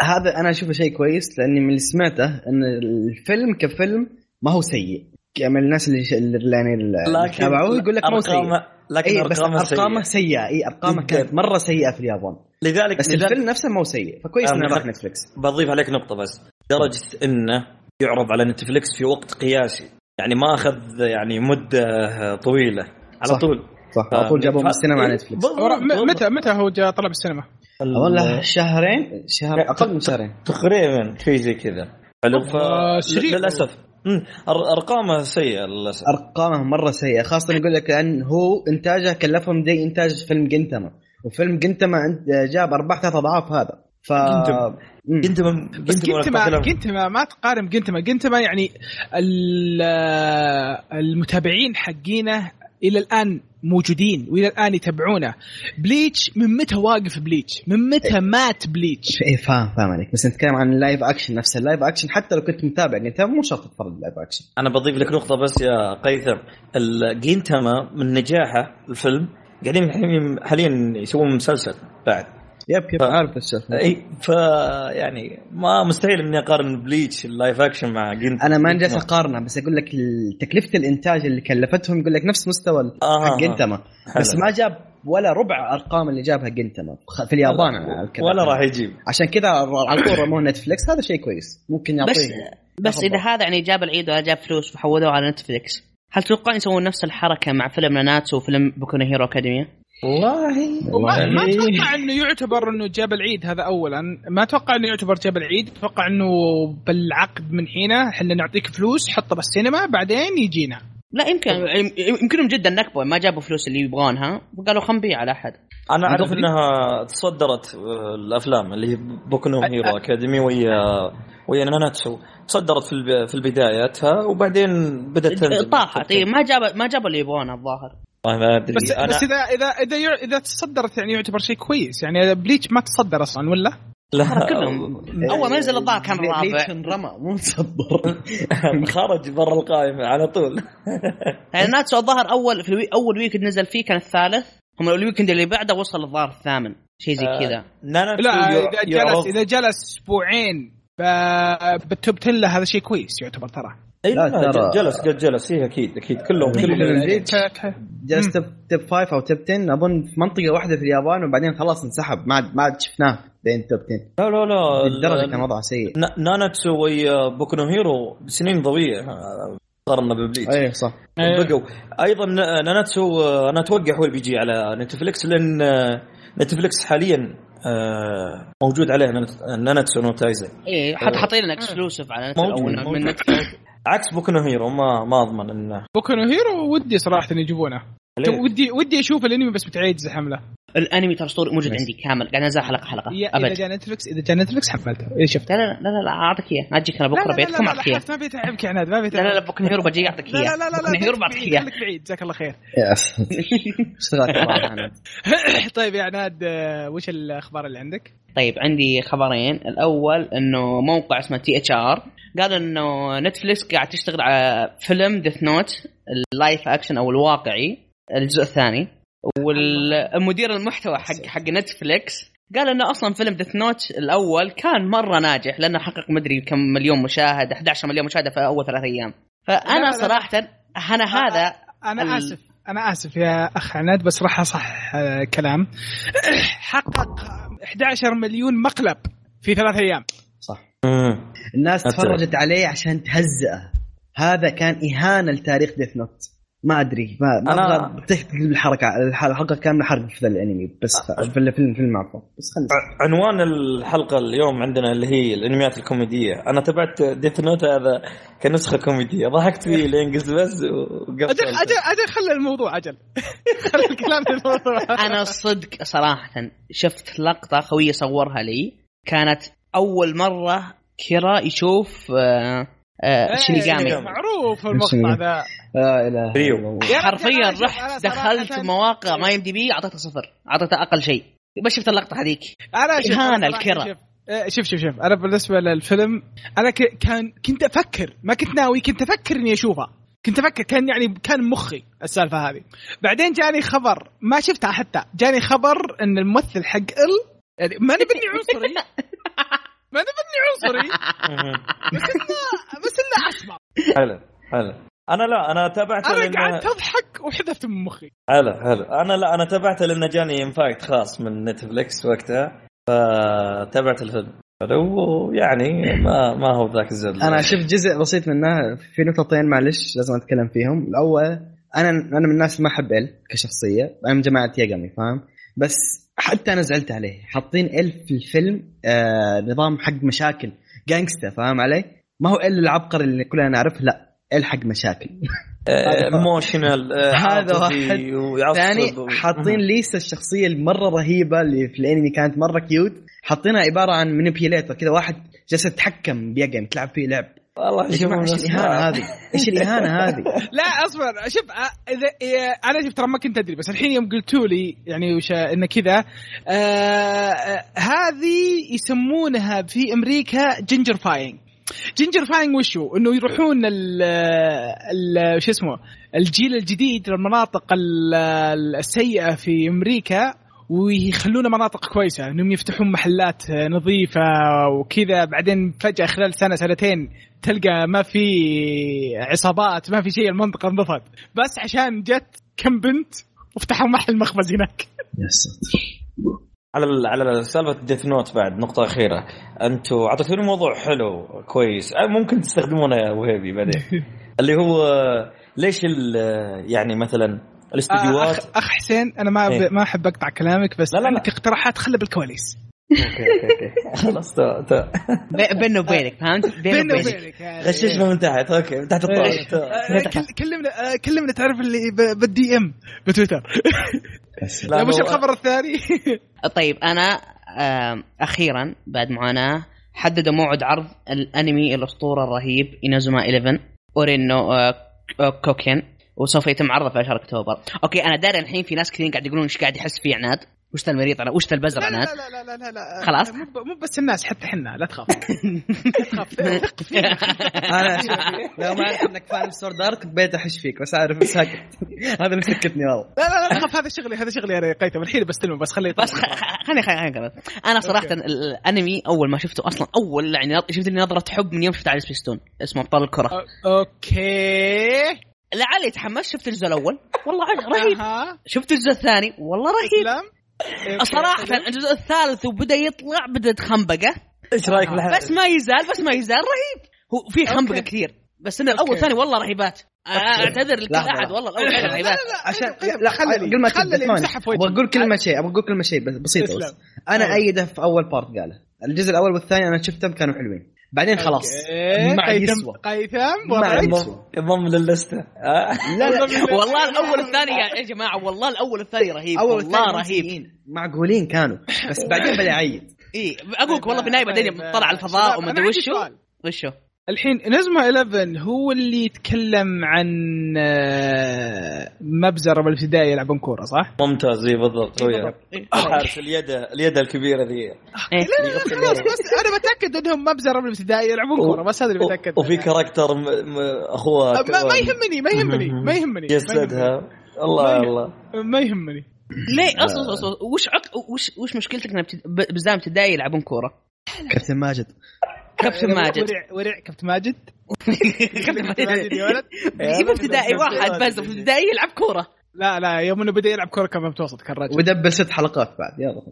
[SPEAKER 3] هذا انا اشوفه شيء كويس لاني من اللي سمعته ان الفيلم كفيلم ما هو سيء من الناس اللي ش- اللي يعني اللي
[SPEAKER 2] لكن
[SPEAKER 3] تابعوه يقول لك ما هو سيء
[SPEAKER 2] ارقامه لكن
[SPEAKER 3] اي بس
[SPEAKER 2] ارقامه
[SPEAKER 3] ارقامه
[SPEAKER 2] سيئة.
[SPEAKER 3] سيئه اي ارقامه
[SPEAKER 2] جداً.
[SPEAKER 3] كانت مره سيئه في اليابان
[SPEAKER 2] لذلك
[SPEAKER 3] بس
[SPEAKER 2] لذلك
[SPEAKER 3] الفيلم نفسه ما هو سيء فكويس
[SPEAKER 2] آه،
[SPEAKER 3] انه راح
[SPEAKER 2] بالضبط.
[SPEAKER 3] نتفلكس
[SPEAKER 2] بضيف عليك نقطة بس لدرجة انه يعرض على نتفلكس في وقت قياسي يعني ما اخذ يعني مدة طويلة على
[SPEAKER 3] صح.
[SPEAKER 2] طول
[SPEAKER 3] صح على طول جابوه من السينما على نتفلكس
[SPEAKER 1] ورا- م- متى متى هو جاء طلب السينما؟
[SPEAKER 3] والله شهرين شهر اقل من شهرين
[SPEAKER 2] تقريبا شيء زي كذا حلو ف
[SPEAKER 1] آه، سريع.
[SPEAKER 2] للاسف مم. أر- ارقامه سيئة للاسف
[SPEAKER 3] ارقامه مره سيئه خاصه يقول لك ان هو انتاجه كلفهم زي انتاج فيلم جنتما وفيلم جنتما عند- جاب ارباح ثلاث اضعاف هذا ف
[SPEAKER 2] جنتما.
[SPEAKER 3] مم.
[SPEAKER 2] انت من
[SPEAKER 1] بس جنتما جنتما ما تقارن جنتما جنتما يعني ال- المتابعين حقينه الى الان موجودين والى الان يتابعونه بليتش من متى واقف بليتش؟ من متى مات بليتش؟
[SPEAKER 3] ايه فاهم فاهم عليك بس نتكلم عن اللايف اكشن نفسه اللايف اكشن حتى لو كنت متابع جنتما مو شرط تتفرج اللايف اكشن
[SPEAKER 2] انا بضيف لك نقطة بس يا قيثم ال- جنتما من نجاحه الفيلم قاعدين حاليا- حاليا يسوون مسلسل بعد
[SPEAKER 3] يب يب عارف السالفه
[SPEAKER 2] اي ف يعني ما مستحيل اني اقارن بليتش اللايف اكشن مع جنت
[SPEAKER 3] انا ما جالس اقارنه بس اقول لك ال- تكلفه الانتاج اللي كلفتهم يقول لك نفس مستوى ال-
[SPEAKER 2] آه،
[SPEAKER 3] حق
[SPEAKER 2] آه.
[SPEAKER 3] جنتما
[SPEAKER 2] حلو.
[SPEAKER 3] بس ما جاب ولا ربع ارقام اللي جابها جنتما خ- في اليابان أنا أتكلم.
[SPEAKER 2] ولا راح يجيب
[SPEAKER 3] عشان كذا على طول رموه نتفلكس هذا شيء كويس ممكن يعطيه
[SPEAKER 4] بس بس اذا هذا يعني جاب العيد ولا جاب فلوس وحولوه على نتفلكس هل تتوقع يسوون نفس الحركه مع فيلم ناناتسو وفيلم بوكونا هيرو اكاديميا؟
[SPEAKER 2] والله يعني-
[SPEAKER 1] ما, ما
[SPEAKER 3] والله.
[SPEAKER 1] اتوقع انه يعتبر انه جاب العيد هذا اولا ما اتوقع انه يعتبر جاب العيد اتوقع انه بالعقد من هنا احنا نعطيك فلوس حطه بالسينما بعدين يجينا
[SPEAKER 4] لا يمكن يم- يمكنهم جدا نكبوا ما جابوا فلوس اللي يبغونها وقالوا خلينا نبيع على احد
[SPEAKER 2] انا اعرف
[SPEAKER 3] قصدي-
[SPEAKER 2] انها تصدرت آه، الافلام اللي هي بوكو نو
[SPEAKER 1] أ-
[SPEAKER 2] هيرو اكاديمي ويا ويا ناناتسو تصدرت في الب- في بداياتها وبعدين بدات تنزل
[SPEAKER 4] طاحت إيه، ما جاب ما جابوا اللي يبغونه الظاهر
[SPEAKER 2] والله ما ادري
[SPEAKER 1] بس
[SPEAKER 2] انا
[SPEAKER 1] بس اذا اذا اذا يع- اذا تصدرت يعني يعتبر شيء كويس يعني بليتش ما تصدر اصلا ولا؟
[SPEAKER 2] لا
[SPEAKER 4] كلهم
[SPEAKER 2] [LAUGHS]
[SPEAKER 4] اول ما نزل الظاهر كان
[SPEAKER 3] رابع
[SPEAKER 4] رابع
[SPEAKER 3] رمى مو [LAUGHS] تصبر
[SPEAKER 2] خرج برا القائمه على طول
[SPEAKER 4] يعني ناتسو الظاهر اول في الوي... اول ويكند نزل فيه كان الثالث هم الويكند اللي بعده وصل الظاهر الثامن شيء [LAUGHS] زي
[SPEAKER 2] آه. [LAUGHS]
[SPEAKER 4] كذا
[SPEAKER 2] ناناتسو
[SPEAKER 1] لا
[SPEAKER 2] يع-
[SPEAKER 1] اذا
[SPEAKER 2] يعرض-
[SPEAKER 1] جلس اذا جلس اسبوعين ب- بالتوب 10 هذا شيء كويس يعتبر ترى
[SPEAKER 2] اي
[SPEAKER 3] لا،
[SPEAKER 2] لا
[SPEAKER 3] ترى-
[SPEAKER 2] جلس قد جلس اي اكيد اكيد كلهم
[SPEAKER 3] إيه.
[SPEAKER 2] كلهم
[SPEAKER 3] بليتش.
[SPEAKER 1] ك-
[SPEAKER 3] جلس تب تب 5 او تب 10 اظن في منطقه واحده في اليابان وبعدين خلاص انسحب ما عاد ما عاد شفناه بين توب 10
[SPEAKER 2] لا لا لا
[SPEAKER 3] للدرجه كان
[SPEAKER 2] ال-
[SPEAKER 3] وضعه سيء
[SPEAKER 2] نا- ناناتسو ويا بوكو نو هيرو سنين ضوئيه آه، مقارنه ببليتش
[SPEAKER 3] اي صح
[SPEAKER 1] ك-
[SPEAKER 2] بقوا ايضا ناناتسو آه، انا اتوقع هو اللي بيجي على نتفلكس لان آه، نتفلكس حاليا آه، موجود عليه نانت- ناناتسو نو تايزن
[SPEAKER 4] ايه حط حاطين لنا اكسكلوسيف على نتفلكس
[SPEAKER 2] آه. موجود،
[SPEAKER 4] أو
[SPEAKER 2] موجود.
[SPEAKER 4] من نتفلكس
[SPEAKER 2] عكس بوكو نو هيرو ما ما اضمن انه
[SPEAKER 1] بوكو نو هيرو ودي صراحه يجيبونه
[SPEAKER 2] ليه؟
[SPEAKER 1] ودي ودي اشوف الانمي بس بتعيد حمله
[SPEAKER 4] آه، الانمي ترى اسطوري موجود
[SPEAKER 3] بس.
[SPEAKER 4] عندي كامل قاعد انزل حلقه حلقه
[SPEAKER 1] اذا
[SPEAKER 4] ابد
[SPEAKER 1] جاء نتفلكس اذا جاء نتفلكس حملته إيه شفت
[SPEAKER 4] لا لا لا لا, لا اعطيك اياه اجيك انا بكره بيتكم اعطيك اياه
[SPEAKER 1] حفظ، ما بيتعبك يا عناد ما
[SPEAKER 4] لا
[SPEAKER 1] بيتعبك
[SPEAKER 4] لا لا بكون هيرو بجي اعطيك
[SPEAKER 1] لا
[SPEAKER 4] اياه
[SPEAKER 1] لا لا
[SPEAKER 4] بكون
[SPEAKER 1] لا
[SPEAKER 4] هيرو
[SPEAKER 1] خليك
[SPEAKER 4] بعطيك
[SPEAKER 1] بعيد،
[SPEAKER 4] اياه
[SPEAKER 1] خليك بعيد جزاك الله خير [LAUGHS]
[SPEAKER 3] يا أسد. اشتغلت والله أنا.
[SPEAKER 1] طيب يا عناد آه، وش الاخبار اللي عندك؟
[SPEAKER 4] [LAUGHS] طيب عندي خبرين الاول انه موقع اسمه تي اتش ار قال انه نتفليكس قاعد تشتغل على فيلم ديث نوت اللايف اكشن او الواقعي الجزء الثاني والمدير المحتوى حق حق نتفليكس قال انه اصلا فيلم ديث نوت الاول كان مره ناجح لانه حقق مدري كم مليون مشاهد 11 مليون مشاهده في اول ثلاث ايام
[SPEAKER 1] لا، لا،
[SPEAKER 4] فانا
[SPEAKER 1] لا.
[SPEAKER 4] صراحه انا هذا
[SPEAKER 1] انا
[SPEAKER 4] ال-
[SPEAKER 1] اسف انا اسف يا اخ عناد بس راح اصح آه، كلام [CLEARS THROAT] حقق 11 مليون مقلب في ثلاث ايام
[SPEAKER 3] [LAUGHS] صح
[SPEAKER 2] مم.
[SPEAKER 3] الناس
[SPEAKER 2] أتفق.
[SPEAKER 3] تفرجت عليه عشان تهزئه هذا كان اهانه لتاريخ ديث نوت ما ادري ما ما
[SPEAKER 2] أنا-
[SPEAKER 3] أبغى تكتب الحركه الحلقه كامله حرق في ذا الانمي بس في الفيلم فيلم عفوا بس خلنا
[SPEAKER 2] ع- عنوان الحلقه اليوم عندنا اللي هي الانميات الكوميديه انا تبعت ديث نوت هذا كنسخه كوميديه ضحكت فيه لين قلت بس وقفلت
[SPEAKER 1] اجل اجل اجل خلي الموضوع اجل [LAUGHS] خلي الكلام في الموضوع
[SPEAKER 4] انا صدق صراحه شفت لقطه خويي صورها لي كانت اول مره كيرا يشوف آه، آه،
[SPEAKER 1] إيه،
[SPEAKER 4] شينيغامي
[SPEAKER 1] معروف المقطع ذا
[SPEAKER 3] لا اله
[SPEAKER 2] ريو.
[SPEAKER 3] الا الله
[SPEAKER 1] يا رجل،
[SPEAKER 4] حرفيا
[SPEAKER 1] أنا شوف، أنا
[SPEAKER 4] رحت
[SPEAKER 1] صراحة
[SPEAKER 4] دخلت مواقع ما ام دي بي اعطيته صفر اعطيته اقل شيء بس شفت اللقطه هذيك
[SPEAKER 1] انا شوف
[SPEAKER 4] إهانة
[SPEAKER 1] أنا صراحة
[SPEAKER 4] الكرة.
[SPEAKER 1] شوف- آه، شوف شوف شوف انا بالنسبه للفيلم انا ك- كان كنت افكر ما كنت ناوي كنت افكر اني اشوفه كنت افكر كان يعني كان مخي السالفه هذه بعدين جاني خبر ما شفتها حتى جاني خبر ان الممثل حق ال يعني ما نبني
[SPEAKER 4] [LAUGHS]
[SPEAKER 1] عنصري ما نبني عنصري بس انه بس انه اسمع
[SPEAKER 2] حلو حلو انا لا انا تابعته لأن-
[SPEAKER 1] انا قعدت اضحك وحذفت من مخي
[SPEAKER 2] هلا هلا انا لا انا تابعته لانه جاني انفايت خاص من نتفلكس وقتها فتابعت الفيلم حلو ويعني ما ما هو ذاك آه، الزبد
[SPEAKER 3] انا شفت جزء بسيط منه في نقطتين معلش لازم اتكلم فيهم الاول انا انا من الناس اللي ما احب ال كشخصيه انا من جماعه ياجامي فاهم بس حتى انا زعلت عليه حاطين ال في الفيلم آه نظام حق مشاكل جانجستا فاهم علي ما هو ال العبقري اللي كلنا نعرفه لا ال حق مشاكل
[SPEAKER 2] ايموشنال
[SPEAKER 3] هذا واحد. ثاني حاطين ليسا الشخصيه المره رهيبه اللي في الانمي كانت مره كيوت حاطينها عباره عن مانيبيوليتر كذا واحد جالس يتحكم بيجن تلعب فيه لعب
[SPEAKER 2] والله
[SPEAKER 3] يا جماعه ايش الاهانه هذه؟ ايش الاهانه هذه؟
[SPEAKER 1] [LAUGHS] لا اصبر شوف أ- اذا إيه، انا شوف ترى ما كنت ادري بس الحين يوم قلتوا لي يعني وش انه كذا آه، آه، هذه يسمونها في امريكا جنجر فاينج جنجر فاينج وشو؟ انه يروحون ال ال- شو اسمه الجيل الجديد للمناطق ال- ال- السيئه في امريكا ويخلونه مناطق كويسه انهم يفتحون محلات آه، نظيفه وكذا بعدين فجاه خلال سنه سنتين تلقى ما في عصابات
[SPEAKER 2] [LAUGHS]
[SPEAKER 1] ما في شيء المنطقه انضفت بس عشان جت كم بنت وفتحوا محل مخبز هناك
[SPEAKER 3] يا ساتر
[SPEAKER 2] على ال- على سالفه ديث نوت بعد نقطه اخيره انتوا اعطيتوني موضوع حلو كويس آه، ممكن تستخدمونه يا وهيبي
[SPEAKER 1] [LAUGHS]
[SPEAKER 2] بعدين اللي هو آه، ليش ال- آه، يعني مثلا
[SPEAKER 1] آه،
[SPEAKER 2] الاستديوهات
[SPEAKER 1] اخ اخ حسين انا ما
[SPEAKER 2] إيه.
[SPEAKER 1] أب... ما احب اقطع كلامك بس
[SPEAKER 2] لا، لا، لا.
[SPEAKER 1] عندك اقتراحات خلي بالكواليس
[SPEAKER 2] اوكي اوكي اوكي
[SPEAKER 1] [LAUGHS]
[SPEAKER 2] خلاص تو- تو.
[SPEAKER 4] بي- بينه وبينك فهمت؟
[SPEAKER 1] بيني
[SPEAKER 4] بينه وبينك
[SPEAKER 1] وبينك يعني.
[SPEAKER 2] غششنا من تحت اوكي من تحت الطاوله
[SPEAKER 1] إيه.
[SPEAKER 2] تو.
[SPEAKER 1] آه، كل- كلمنا آه، كلمنا تعرف اللي ب- بالدي ام بتويتر
[SPEAKER 2] لا،
[SPEAKER 1] لا مش
[SPEAKER 2] هو-
[SPEAKER 1] الخبر الثاني [LAUGHS]
[SPEAKER 4] طيب انا آم، اخيرا بعد معاناه حددوا موعد عرض الانمي الاسطوره الرهيب انازوما 11 اورينو آه، آه، كوكين وسوف يتم عرضه في 10 اكتوبر اوكي انا داري الحين في ناس كثيرين قاعد يقولون ايش قاعد يحس فيه عناد وش ذا المريض عناد وش ذا البزر
[SPEAKER 1] لا
[SPEAKER 4] عناد
[SPEAKER 1] لا لا لا لا لا
[SPEAKER 4] خلاص.
[SPEAKER 1] مو ب- مو بس الناس حتى حنا لا
[SPEAKER 4] [LAUGHS]
[SPEAKER 1] تخاف لا تخاف ثق فينا.
[SPEAKER 3] انا شوف، لو ما اعرف انك فاهم سور دارك بيت احش فيك بس اعرف ساكت [LAUGHS] هذا اللي مسكتني والله
[SPEAKER 1] لا لا لا تخاف هذا شغلي هذا شغلي انا يا قيثم الحين بستلمه بس خليه
[SPEAKER 4] بس خ- خ- خليني خليني خليني أكمل. انا صراحه
[SPEAKER 1] أوكي.
[SPEAKER 4] الانمي اول ما شفته اصلا اول يعني نظ- شفت لي نظره حب من يوم شفت على سبيستون اسمه ابطال الكره
[SPEAKER 1] أو- اوكي
[SPEAKER 4] لعلي تحمس شفت الجزء الاول
[SPEAKER 1] [LAUGHS]
[SPEAKER 4] والله عج- رهيب
[SPEAKER 1] اها
[SPEAKER 4] شفت الجزء الثاني والله رهيب
[SPEAKER 1] اسلام
[SPEAKER 4] صراحة الجزء الثالث وبدا يطلع بدت خنبقة
[SPEAKER 2] ايش رايك
[SPEAKER 1] آه،
[SPEAKER 2] بالحلقة؟
[SPEAKER 4] بس ما يزال بس ما يزال رهيب هو في خنبقة
[SPEAKER 1] أوكي.
[SPEAKER 4] كثير بس انه الاول
[SPEAKER 1] أوكي.
[SPEAKER 4] ثاني والله رهيبات آه، اعتذر لكل
[SPEAKER 3] لحظة،
[SPEAKER 4] احد
[SPEAKER 3] لحظة.
[SPEAKER 4] والله الاول
[SPEAKER 1] لا،
[SPEAKER 4] حاجة
[SPEAKER 1] لا،
[SPEAKER 4] رهيبات
[SPEAKER 1] لا،
[SPEAKER 3] عشان
[SPEAKER 1] قيثم،
[SPEAKER 3] لا خلي
[SPEAKER 1] قل ما تبي،
[SPEAKER 3] خلي
[SPEAKER 1] ثواني.
[SPEAKER 3] امسحها في وجهي بقول كلمه شيء ابغى اقول كلمه شيء بس بسيطه بس
[SPEAKER 1] اسلام.
[SPEAKER 3] انا
[SPEAKER 1] أيوة.
[SPEAKER 3] ايده في اول بارت قاله الجزء الاول والثاني انا شفتهم كانوا حلوين بعدين خلاص
[SPEAKER 1] أوكي.
[SPEAKER 3] ما عاد
[SPEAKER 1] قيثم
[SPEAKER 3] يسوى
[SPEAKER 1] قيثم
[SPEAKER 3] ما
[SPEAKER 2] آه،
[SPEAKER 3] عاد
[SPEAKER 1] وضعك.
[SPEAKER 3] يسوى
[SPEAKER 2] انضم للستة آه.
[SPEAKER 3] لا لا
[SPEAKER 4] والله الاول والثاني يا يا جماعة والله الاول والثاني رهيب
[SPEAKER 3] اول
[SPEAKER 4] والله
[SPEAKER 3] والثاني
[SPEAKER 4] رهيب
[SPEAKER 3] ممتازين، معقولين كانوا بس بعدين بدا يعيد
[SPEAKER 4] اي اقول لك والله في النهاية بعدين
[SPEAKER 1] طيب،
[SPEAKER 4] طلع على الفضاء
[SPEAKER 1] شباب، أنا
[SPEAKER 4] وما ادري
[SPEAKER 1] عندي
[SPEAKER 4] وشو
[SPEAKER 1] سؤال.
[SPEAKER 4] وشو
[SPEAKER 1] الحين نزمة 11 هو اللي يتكلم عن آه، مبزرة بالبداية يلعبون كورة صح؟
[SPEAKER 2] ممتاز اي بالضبط هو يا
[SPEAKER 4] إيه.
[SPEAKER 2] حارس اليد اليد الكبيره ذي
[SPEAKER 4] إيه.
[SPEAKER 1] لا لا لا خلاص بس انا بتاكد انهم مبزرة بالبداية يلعبون كورة بس هذا اللي بتاكد
[SPEAKER 2] وفي
[SPEAKER 1] منه.
[SPEAKER 2] كاركتر م... م... اخوها
[SPEAKER 1] آه، ما ما يهمني ما يهمني ما يهمني
[SPEAKER 2] جسدها الله
[SPEAKER 1] ما يهم-
[SPEAKER 2] الله
[SPEAKER 1] ما يهمني
[SPEAKER 4] ليه اصلا أصلاً- اصلا وش عق... وش وش مشكلتك انك بزام ابتدائي يلعبون كورة
[SPEAKER 3] كابتن ماجد
[SPEAKER 4] كابتن ماجد
[SPEAKER 1] ورع ورع كابتن ماجد [LAUGHS]
[SPEAKER 4] كابتن
[SPEAKER 1] كابتن ماجد يا ولد
[SPEAKER 4] يجيب ابتدائي إيه، واحد بس في ابتدائي يلعب كورة
[SPEAKER 1] لا لا يوم انه بدا يلعب كورة كان متوسط كان رجل
[SPEAKER 3] ودبل ست حلقات بعد يلا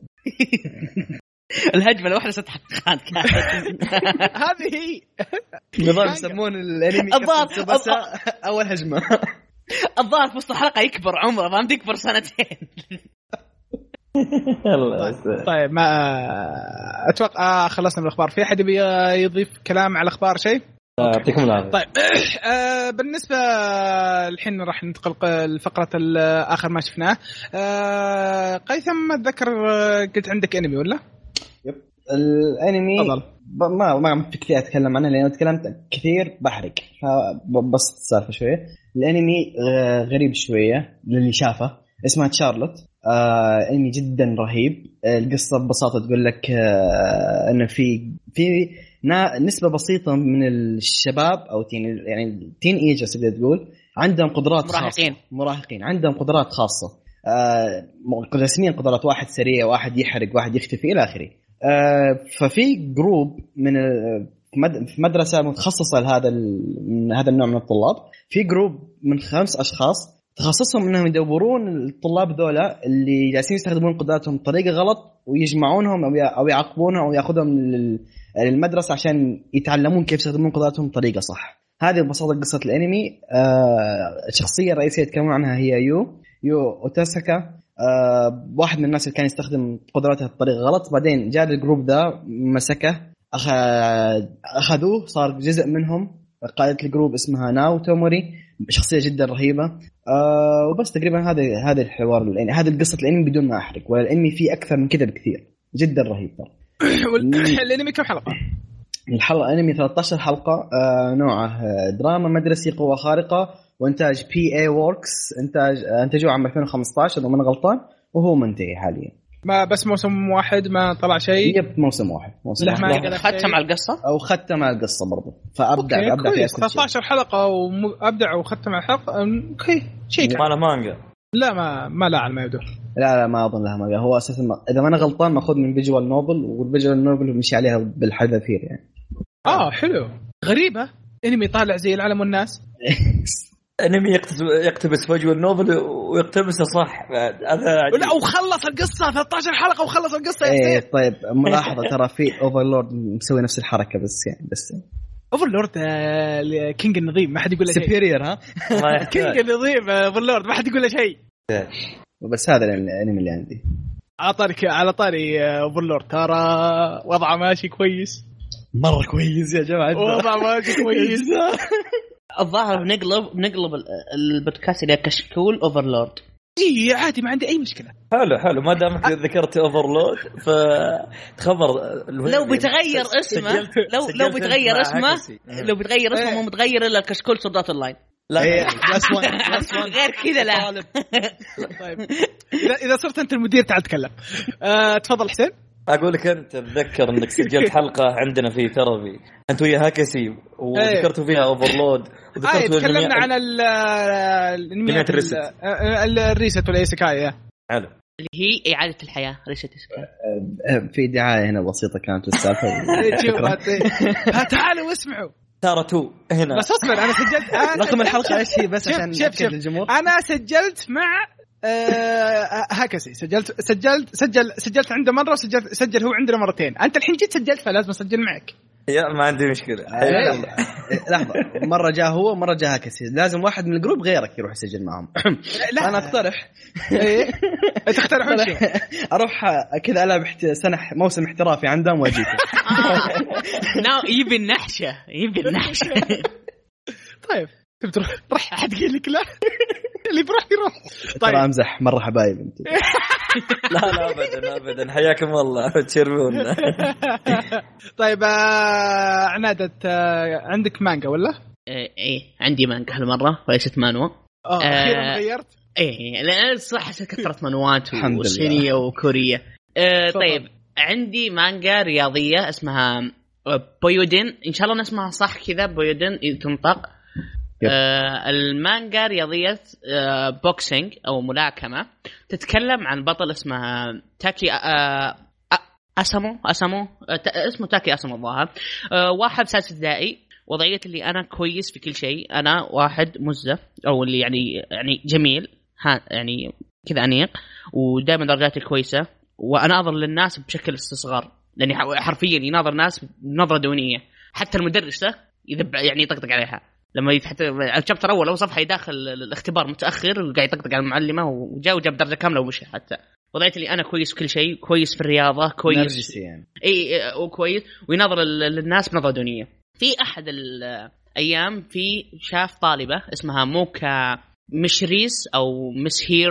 [SPEAKER 4] الهجمه الواحده ست حلقات كانت
[SPEAKER 1] [LAUGHS] هذه هي
[SPEAKER 3] نظام يسمون
[SPEAKER 1] [LAUGHS]
[SPEAKER 3] الانمي كابتن
[SPEAKER 4] الظاهر-
[SPEAKER 3] سباسا اول هجمه
[SPEAKER 4] الظاهر في وسط الحلقه يكبر عمره فهمت يكبر سنتين
[SPEAKER 1] طيب ما اتوقع آه خلصنا من الاخبار في احد يبي آه، يضيف كلام على الاخبار شيء؟
[SPEAKER 2] يعطيكم العافيه
[SPEAKER 1] طيب [COUGHS] آه بالنسبه الحين راح ننتقل ق- لفقره ال- اخر ما شفناه آه قيثم اتذكر آه، قلت عندك انمي ولا؟ [COUGHS]
[SPEAKER 3] الانمي
[SPEAKER 1] تفضل
[SPEAKER 3] ب- ما ما في كثير اتكلم عنه لانه تكلمت كثير بحرق فبسط السالفه شويه الانمي آه، غريب شويه للي شافه اسمها تشارلوت آه انمي جدا رهيب آه، القصه ببساطه تقول لك آه انه في في نا- نسبه بسيطه من الشباب او تين يعني التين ايجرز تقدر تقول عندهم قدرات خاصه
[SPEAKER 4] مراهقين
[SPEAKER 3] مراهقين عندهم قدرات خاصه آه، مقسمين قدرات واحد سريع واحد يحرق واحد يختفي الى اخره آه، ففي جروب من ال- في مد- في مدرسه متخصصه لهذا ال- من هذا النوع من الطلاب في جروب من خمس اشخاص تخصصهم انهم يدورون الطلاب ذولا اللي جالسين يستخدمون قدراتهم بطريقه غلط ويجمعونهم او يع- او يعاقبونهم او ياخذهم لل- للمدرسه عشان يتعلمون كيف يستخدمون قدراتهم بطريقه صح. هذه ببساطه قصه الانمي آه، الشخصيه الرئيسيه يتكلمون عنها هي يو يو اوتاساكا آه، واحد من الناس اللي كان يستخدم قدراته بطريقه غلط بعدين جاء الجروب ده مسكه أخ- اخذوه صار جزء منهم قائده الجروب اسمها ناو توموري شخصيه جدا رهيبه آه وبس تقريبا هذا هذا الحوار الانمي هذه قصه الانمي بدون ما احرق والانمي فيه اكثر من كذا بكثير جدا رهيب ترى
[SPEAKER 1] [COUGHS] وال- الانمي كم حلقه؟
[SPEAKER 3] الحلقه انمي 13 حلقه آه نوعه آه، دراما مدرسي قوه خارقه وانتاج بي اي ووركس انتاج آه، انتجوه عام 2015 اذا ماني غلطان وهو منتهي حاليا
[SPEAKER 1] ما بس موسم واحد ما طلع شيء
[SPEAKER 3] يب موسم واحد موسم
[SPEAKER 1] إيه. لا،
[SPEAKER 3] واحد
[SPEAKER 1] ما-
[SPEAKER 4] ختم على القصه
[SPEAKER 3] او ختم على القصه برضه فابدع
[SPEAKER 1] أوكي،
[SPEAKER 3] ابدع فيها
[SPEAKER 1] كويس
[SPEAKER 3] كل
[SPEAKER 1] 13
[SPEAKER 3] شيء
[SPEAKER 1] حلقه وابدع وختم الحلقه أم، اوكي شيء كان.
[SPEAKER 2] ماله مانجا
[SPEAKER 1] لا ما ما لا على ما يبدو
[SPEAKER 3] لا لا ما اظن لها مانجا هو اساسا ما- اذا ما انا غلطان ماخذ من فيجوال نوبل والفيجوال نوبل مشي عليها بالحذافير يعني
[SPEAKER 1] آه. اه حلو غريبه انمي طالع زي العالم والناس
[SPEAKER 2] انمي يقتبس, يقتبس فجوه النوبل ويقتبسه صح بعد. هذا عجيب.
[SPEAKER 1] لا وخلص القصه 13 حلقه وخلص القصه يا
[SPEAKER 3] ايه
[SPEAKER 1] حسين
[SPEAKER 3] طيب ملاحظه ترى في اوفرلورد مسوي نفس الحركه بس يعني بس
[SPEAKER 1] اوفرلورد آه، كينج النظيم ما حد يقول له شيء
[SPEAKER 3] سبيرير ها
[SPEAKER 2] ما
[SPEAKER 1] كينج
[SPEAKER 2] يحتاج.
[SPEAKER 1] النظيم آه، اوفرلورد ما حد يقول له شيء
[SPEAKER 3] بس هذا الانمي اللي عندي
[SPEAKER 1] على طاري على طاري آه، اوفرلورد ترى وضعه ماشي كويس
[SPEAKER 3] مره كويس يا جماعه
[SPEAKER 1] [LAUGHS] وضعه ماشي [LAUGHS] كويس
[SPEAKER 4] [LAUGHS] الظاهر بنقلب بنقلب ال- البودكاست الى كشكول اوفرلورد
[SPEAKER 1] اي عادي ما عندي اي [LAUGHS] مشكله
[SPEAKER 2] حلو حلو ما دامك ذكرت اوفرلود فتخبر
[SPEAKER 4] لو بيتغير اسمه
[SPEAKER 2] سجلت-
[SPEAKER 4] لو لو
[SPEAKER 2] سجلت مع
[SPEAKER 4] بيتغير اسمه
[SPEAKER 2] عكسي.
[SPEAKER 4] لو بيتغير اسمه مو متغير الا كشكول صدات اللاين
[SPEAKER 2] لا
[SPEAKER 1] إيه،
[SPEAKER 3] ايه بلس
[SPEAKER 1] [LAUGHS]
[SPEAKER 3] 1 بلس 1
[SPEAKER 4] غير كذا لا
[SPEAKER 1] طيب اذا إذا صرت انت المدير تعال تكلم آه، تفضل حسين
[SPEAKER 2] اقول لك انت اتذكر انك سجلت حلقه عندنا في ثربي انت ويا هاكسي وذكرتوا فيها اوفرلود
[SPEAKER 1] إيه. آه
[SPEAKER 2] وذكرتوا
[SPEAKER 1] تكلمنا
[SPEAKER 2] الأنمياء-
[SPEAKER 1] عن ال الانميات
[SPEAKER 2] أنميات الريست.
[SPEAKER 1] ال- آه، ال- الريست والايسكاي [LAUGHS] آه.
[SPEAKER 2] حلو
[SPEAKER 4] اللي هي اعاده الحياه ليست إسكان. [LAUGHS]
[SPEAKER 3] في دعايه هنا بسيطه كانت للسالفه
[SPEAKER 1] [LAUGHS] إيه، شوف، هات- ها، تعالوا واسمعوا
[SPEAKER 2] تارا 2 هنا
[SPEAKER 1] بس اصبر انا سجلت أنا
[SPEAKER 3] رقم الحلقه
[SPEAKER 1] سجلت-
[SPEAKER 3] ايش هي بس
[SPEAKER 1] آه. شوف-
[SPEAKER 3] عشان
[SPEAKER 1] شوف-
[SPEAKER 3] نأكد
[SPEAKER 1] شوف.
[SPEAKER 3] للجمهور
[SPEAKER 1] انا سجلت مع آه، هكسي سجلت سجلت سجل سجلت عنده مره وسجلت سجل هو عندنا مرتين انت الحين جيت سجلت فلازم اسجل معك
[SPEAKER 2] يا ما عندي مشكله
[SPEAKER 1] آه،
[SPEAKER 3] إيه. لحظه مره جاء هو مره جاء هكسي لازم واحد من الجروب غيرك يروح يسجل معهم
[SPEAKER 1] لا
[SPEAKER 3] انا اقترح
[SPEAKER 1] إيه. تقترحون شيء
[SPEAKER 3] اروح كذا العب احت- سنه موسم احترافي عندهم واجيك
[SPEAKER 4] ناو يبي النحشه [LAUGHS] يبي النحشه
[SPEAKER 1] طيب تبي تروح راح احد يقول لك لا [LAUGHS] اللي بروح يروح
[SPEAKER 3] ترى
[SPEAKER 1] [LAUGHS] طيب
[SPEAKER 3] امزح مره حبايب انت
[SPEAKER 2] لا لا ابدا ابدا حياكم الله تشرفونا
[SPEAKER 1] [LAUGHS] طيب آه، عنادة آه، عندك مانجا ولا؟
[SPEAKER 4] إيه، ايه عندي مانجا هالمره وليست مانوا
[SPEAKER 1] اه
[SPEAKER 4] آه.
[SPEAKER 1] اخيرا غيرت
[SPEAKER 4] ايه لان صح كثرت مانوات
[SPEAKER 3] الحمد لله.
[SPEAKER 4] وصينيه وكوريه آه
[SPEAKER 1] تفضل.
[SPEAKER 4] طيب عندي مانجا رياضيه اسمها آه، بويودين ان شاء الله نسمها صح كذا بويودين تنطق
[SPEAKER 3] يب.
[SPEAKER 4] آه المانجا رياضيه آه بوكسينج او ملاكمه تتكلم عن بطل اسمه تاكي آه أ- اسامو اسامو آه، تا- اسمه تاكي اسامو الظاهر آه واحد سادس ابتدائي وضعية اللي انا كويس في كل شيء انا واحد مزه او اللي يعني يعني جميل ها يعني كذا انيق ودائما درجاتي كويسه وانا اظهر للناس بشكل استصغار لاني ح- حرفيا يناظر الناس بنظره دونيه حتى المدرسه يذب يعني يطقطق عليها لما يت- حتى الشابتر اول اول صفحه يداخل ال- الاختبار متاخر وقاعد يطقطق على المعلمه وجا وجاب درجه كامله ومشي حتى وضعيت اللي انا كويس في كل شيء كويس في الرياضه كويس
[SPEAKER 3] نرجسي يعني
[SPEAKER 4] اي إي، وكويس وينظر ال- للناس بنظره دونيه في احد الايام في شاف طالبه اسمها موكا مشريس او مس هير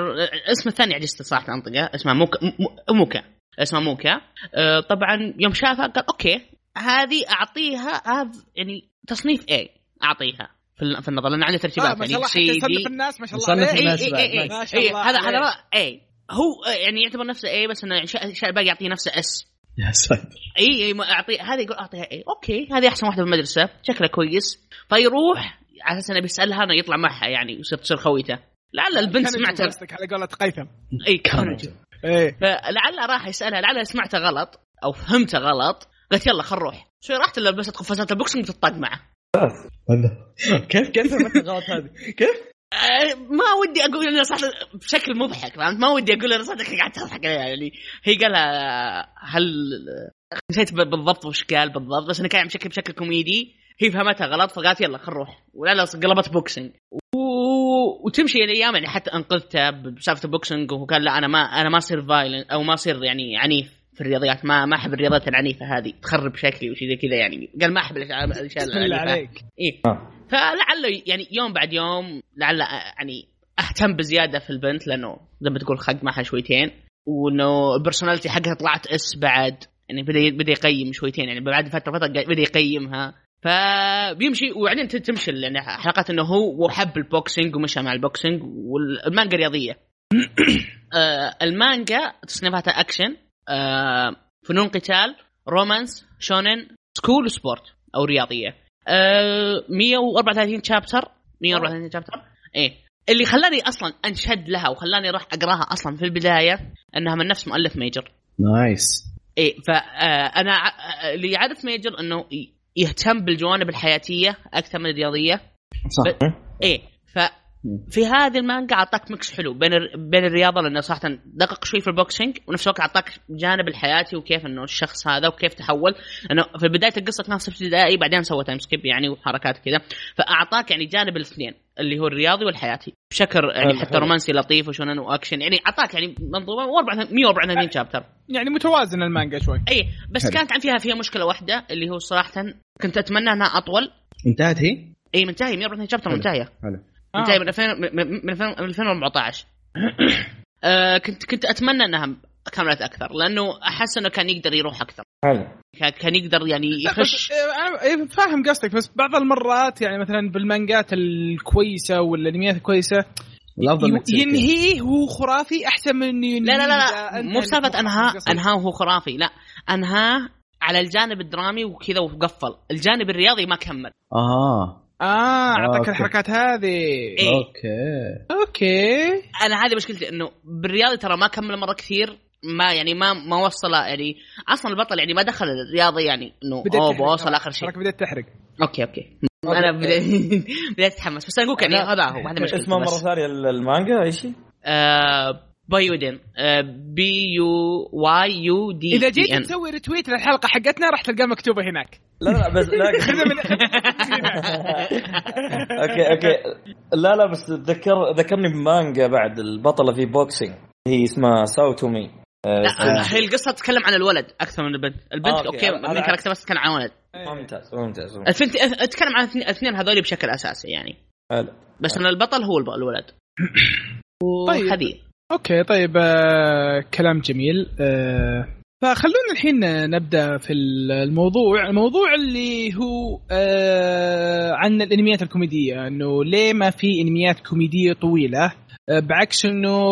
[SPEAKER 4] اسم الثاني عجزت صراحه انطقه اسمها موكا م- م- موكا اسمها موكا أه، طبعا يوم شافها قال اوكي هذه اعطيها هذا يعني تصنيف اي اعطيها في ال- في النظر لان عندها ترتيبات
[SPEAKER 1] آه ما شاء الله حتى
[SPEAKER 4] يعني
[SPEAKER 1] يصنف
[SPEAKER 4] سيدي
[SPEAKER 1] الناس ما شاء الله إيه،
[SPEAKER 3] يصنف
[SPEAKER 1] عليه.
[SPEAKER 3] الناس
[SPEAKER 4] إي- إي-
[SPEAKER 3] بعد.
[SPEAKER 4] إي- إي.
[SPEAKER 1] ما شاء
[SPEAKER 4] إي،
[SPEAKER 1] الله
[SPEAKER 4] هذا هذا
[SPEAKER 1] عليه.
[SPEAKER 4] رأ- اي هو آه، يعني يعتبر نفسه اي بس انه شا- شا- باقي يعطيه نفسه اس
[SPEAKER 3] يا ساتر
[SPEAKER 4] اي اي ما اعطي هذه يقول اعطيها اي اوكي هذه احسن واحده في المدرسه شكلها كويس فيروح على اساس انه بيسالها انه يطلع معها يعني ويصير تصير خويته لعل البنت
[SPEAKER 1] كان
[SPEAKER 4] سمعتها
[SPEAKER 1] يجوز قصدك على قولة قيثم
[SPEAKER 4] اي كانت
[SPEAKER 1] ايه
[SPEAKER 4] فلعل راح يسالها لعل سمعته غلط او فهمته غلط قلت يلا خل نروح شوي راحت اللي لبست قفازات البوكسنج وتطاق معه
[SPEAKER 3] كيف كيف فهمت الغلط هذه؟ كيف؟
[SPEAKER 4] أه، ما ودي اقول انها صح بشكل مضحك فهمت ما ودي اقول انا صدق قاعد تضحك عليها يعني هي قالها هل نسيت ب- بالضبط وش قال بالضبط بس انه كان بشكل بشكل كوميدي هي فهمتها غلط فقالت يلا خل نروح ولا لا قلبت بوكسنج و... وتمشي الايام يعني حتى انقذته بسالفه البوكسنج وهو قال لا انا ما انا ما اصير فايلنت او ما اصير يعني عنيف في الرياضيات ما ما احب الرياضات العنيفه هذه تخرب شكلي وشي زي كذا يعني قال ما احب الاشياء الأشياء
[SPEAKER 1] بسم الله
[SPEAKER 4] العنيفه
[SPEAKER 1] عليك
[SPEAKER 4] ايه فلعله يعني يوم بعد يوم لعله آه، يعني اهتم بزياده في البنت لانه زي ما تقول خق معها شويتين وانه البرسوناليتي حقها طلعت اس بعد يعني بدا بدا يقيم شويتين يعني بعد فتره فتره قاعد- بدا يقيمها فبيمشي وبعدين ت- تمشي يعني حلقات انه هو وحب البوكسينج ومشى مع البوكسينج والمانجا رياضيه [COUGHS] آه، المانجا تصنيفاتها اكشن آه، فنون قتال رومانس شونن سكول سبورت او رياضيه آه، 134 شابتر 134 شابتر ايه اللي خلاني اصلا انشد لها وخلاني راح اقراها اصلا في البدايه انها من نفس مؤلف ميجر
[SPEAKER 3] نايس
[SPEAKER 4] ايه فانا اللي عرف ميجر انه ي- يهتم بالجوانب الحياتيه اكثر من الرياضيه
[SPEAKER 3] صح
[SPEAKER 4] ايه ف في هذه المانجا اعطاك ميكس حلو بين ال... بين الرياضه لانه صراحه دقق شوي في البوكسينج ونفس الوقت اعطاك جانب الحياتي وكيف انه الشخص هذا وكيف تحول لانه في بدايه القصه كان صفر ابتدائي بعدين سوى تايم سكيب يعني وحركات كذا فاعطاك يعني جانب الاثنين اللي هو الرياضي والحياتي بشكل يعني
[SPEAKER 2] حلو،
[SPEAKER 4] حتى
[SPEAKER 2] حلو.
[SPEAKER 4] رومانسي لطيف وشونن واكشن يعني اعطاك يعني منظومه و 184 شابتر
[SPEAKER 1] يعني متوازن المانجا شوي
[SPEAKER 4] اي إيه، بس
[SPEAKER 3] حلو.
[SPEAKER 4] كانت عن فيها فيها مشكله واحده اللي هو صراحه كنت اتمنى انها اطول
[SPEAKER 3] انتهت هي؟
[SPEAKER 4] اي منتهيه 184 شابتر
[SPEAKER 3] حلو.
[SPEAKER 4] منتهيه
[SPEAKER 3] حلو
[SPEAKER 1] آه.
[SPEAKER 4] انتهي من 2000 من- من- من 2000 من 2014 [COUGHS] آه، كنت كنت اتمنى انها كملت اكثر لانه احس انه كان يقدر يروح اكثر
[SPEAKER 2] [LAUGHS] حلو
[SPEAKER 4] كان- كان يقدر يعني
[SPEAKER 1] لا، بس-
[SPEAKER 4] يخش
[SPEAKER 1] آه، انا إيه، فاهم قصدك بس بعض المرات يعني مثلا بالمانجات الكويسه والانميات الكويسه
[SPEAKER 3] الافضل
[SPEAKER 1] يو-
[SPEAKER 3] إنك تسوي كذا.
[SPEAKER 1] ينهيه هو خرافي احسن من إنه
[SPEAKER 4] لا لا لا,
[SPEAKER 1] إذا
[SPEAKER 4] لا
[SPEAKER 1] أنت
[SPEAKER 4] مو بسالفه
[SPEAKER 1] يعني
[SPEAKER 4] انهاء
[SPEAKER 1] قصدك.
[SPEAKER 4] انهاء وهو خرافي لا انهاء على الجانب الدرامي وكذا وقفل الجانب الرياضي ما كمل
[SPEAKER 3] اه
[SPEAKER 1] اه اعطاك
[SPEAKER 3] أوكي.
[SPEAKER 1] الحركات هذه
[SPEAKER 4] إيه.
[SPEAKER 3] اوكي
[SPEAKER 1] اوكي
[SPEAKER 4] انا هذه مشكلتي انه بالرياضي ترى ما كمل مره كثير ما يعني ما ما وصل يعني اصلا البطل يعني ما دخل الرياضي يعني انه
[SPEAKER 1] بدأت
[SPEAKER 4] اوه
[SPEAKER 1] تحرق.
[SPEAKER 4] بوصل اخر شيء
[SPEAKER 1] حركة بدأت تحرق
[SPEAKER 4] اوكي اوكي انا بدي- [LAUGHS] بديت اتحمس بس انا اقول يعني هذا هو هذا
[SPEAKER 2] [LAUGHS]
[SPEAKER 4] مشكلتي
[SPEAKER 2] اسمه مره
[SPEAKER 4] بس.
[SPEAKER 2] ثانيه المانجا ايش هي؟
[SPEAKER 4] آه بايودين آه بي يو واي يو دي
[SPEAKER 1] اذا جيت
[SPEAKER 4] دي إن. آه،
[SPEAKER 1] تسوي ريتويت للحلقه حقتنا راح تلقاه مكتوبه هناك
[SPEAKER 2] لا لا بس
[SPEAKER 4] [LAUGHS]
[SPEAKER 2] لا
[SPEAKER 1] خذها
[SPEAKER 2] [LAUGHS]
[SPEAKER 1] من
[SPEAKER 2] اوكي اوكي لا لا بس تذكر ذكرني بمانجا بعد البطله في بوكسينج هي اسمها ساوتومي آه،
[SPEAKER 4] لا هي القصه تتكلم عن الولد اكثر من البنت البنت
[SPEAKER 2] آه،
[SPEAKER 4] آه،
[SPEAKER 2] أوكي.
[SPEAKER 4] اوكي
[SPEAKER 2] أنا-
[SPEAKER 4] من
[SPEAKER 2] أنا-
[SPEAKER 4] كاركتر بس كان عن ولد
[SPEAKER 2] ممتاز ممتاز ممتاز.
[SPEAKER 4] البنت اتكلم عن الاثنين- الاثنين هذول بشكل اساسي يعني
[SPEAKER 2] حلو.
[SPEAKER 4] بس ان البطل هو الب- الولد
[SPEAKER 1] طيب.
[SPEAKER 4] وخذي
[SPEAKER 1] اوكي طيب آه، كلام جميل آه، فخلونا الحين نبدا في الموضوع الموضوع اللي هو آه، عن الانميات الكوميديه انه ليه ما في انميات كوميديه طويله آه، بعكس انه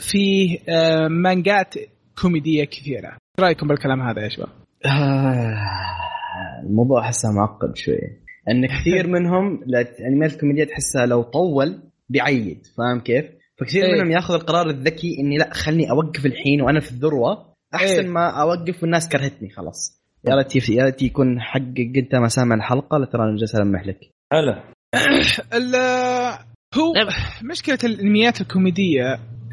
[SPEAKER 1] في آه، مانجات كوميديه كثيره ايش رايكم بالكلام هذا يا شباب
[SPEAKER 3] آه، الموضوع احسه معقد شوي ان
[SPEAKER 1] [LAUGHS]
[SPEAKER 3] كثير منهم لا- الانميات الكوميديه تحسها لو طول بيعيد فاهم كيف؟ فكثير
[SPEAKER 1] إيه.
[SPEAKER 3] منهم ياخذ القرار الذكي اني لا خلني اوقف الحين وانا في الذروه احسن
[SPEAKER 1] إيه.
[SPEAKER 3] ما اوقف والناس كرهتني خلاص يا ريت يا ريت يكون حقك انت ما سامع الحلقه لا ترى انا جالس المح لك
[SPEAKER 2] حلو
[SPEAKER 1] ال- هو
[SPEAKER 4] نعم.
[SPEAKER 1] مشكله الانميات الكوميديه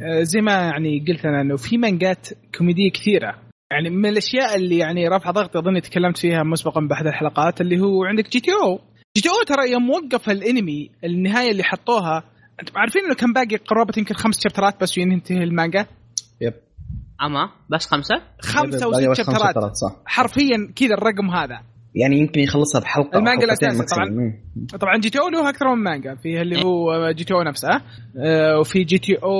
[SPEAKER 1] آه، زي ما يعني قلت انا انه في مانجات كوميديه كثيره يعني من الاشياء اللي يعني رفع ضغطي اظن تكلمت فيها مسبقا باحد الحلقات اللي هو عندك جي تي او جي تي او ترى يوم وقف الانمي النهايه اللي حطوها انتم عارفين انه كان باقي قرابه يمكن خمس شابترات بس وينتهي المانجا
[SPEAKER 4] اما بس خمسه
[SPEAKER 1] خمسه
[SPEAKER 3] باقي
[SPEAKER 1] وست
[SPEAKER 3] بس خمسة
[SPEAKER 1] شابترات
[SPEAKER 3] شابترات، صح
[SPEAKER 1] حرفيا كذا الرقم هذا
[SPEAKER 3] يعني يمكن يخلصها بحلقه أو
[SPEAKER 1] المانجا
[SPEAKER 3] حلقتين
[SPEAKER 1] الأساسي
[SPEAKER 3] maximum.
[SPEAKER 1] طبعاً.
[SPEAKER 3] مم.
[SPEAKER 1] طبعا جي تي او له اكثر من مانجا فيها اللي هو جي تي او نفسه آه، وفي جي تي او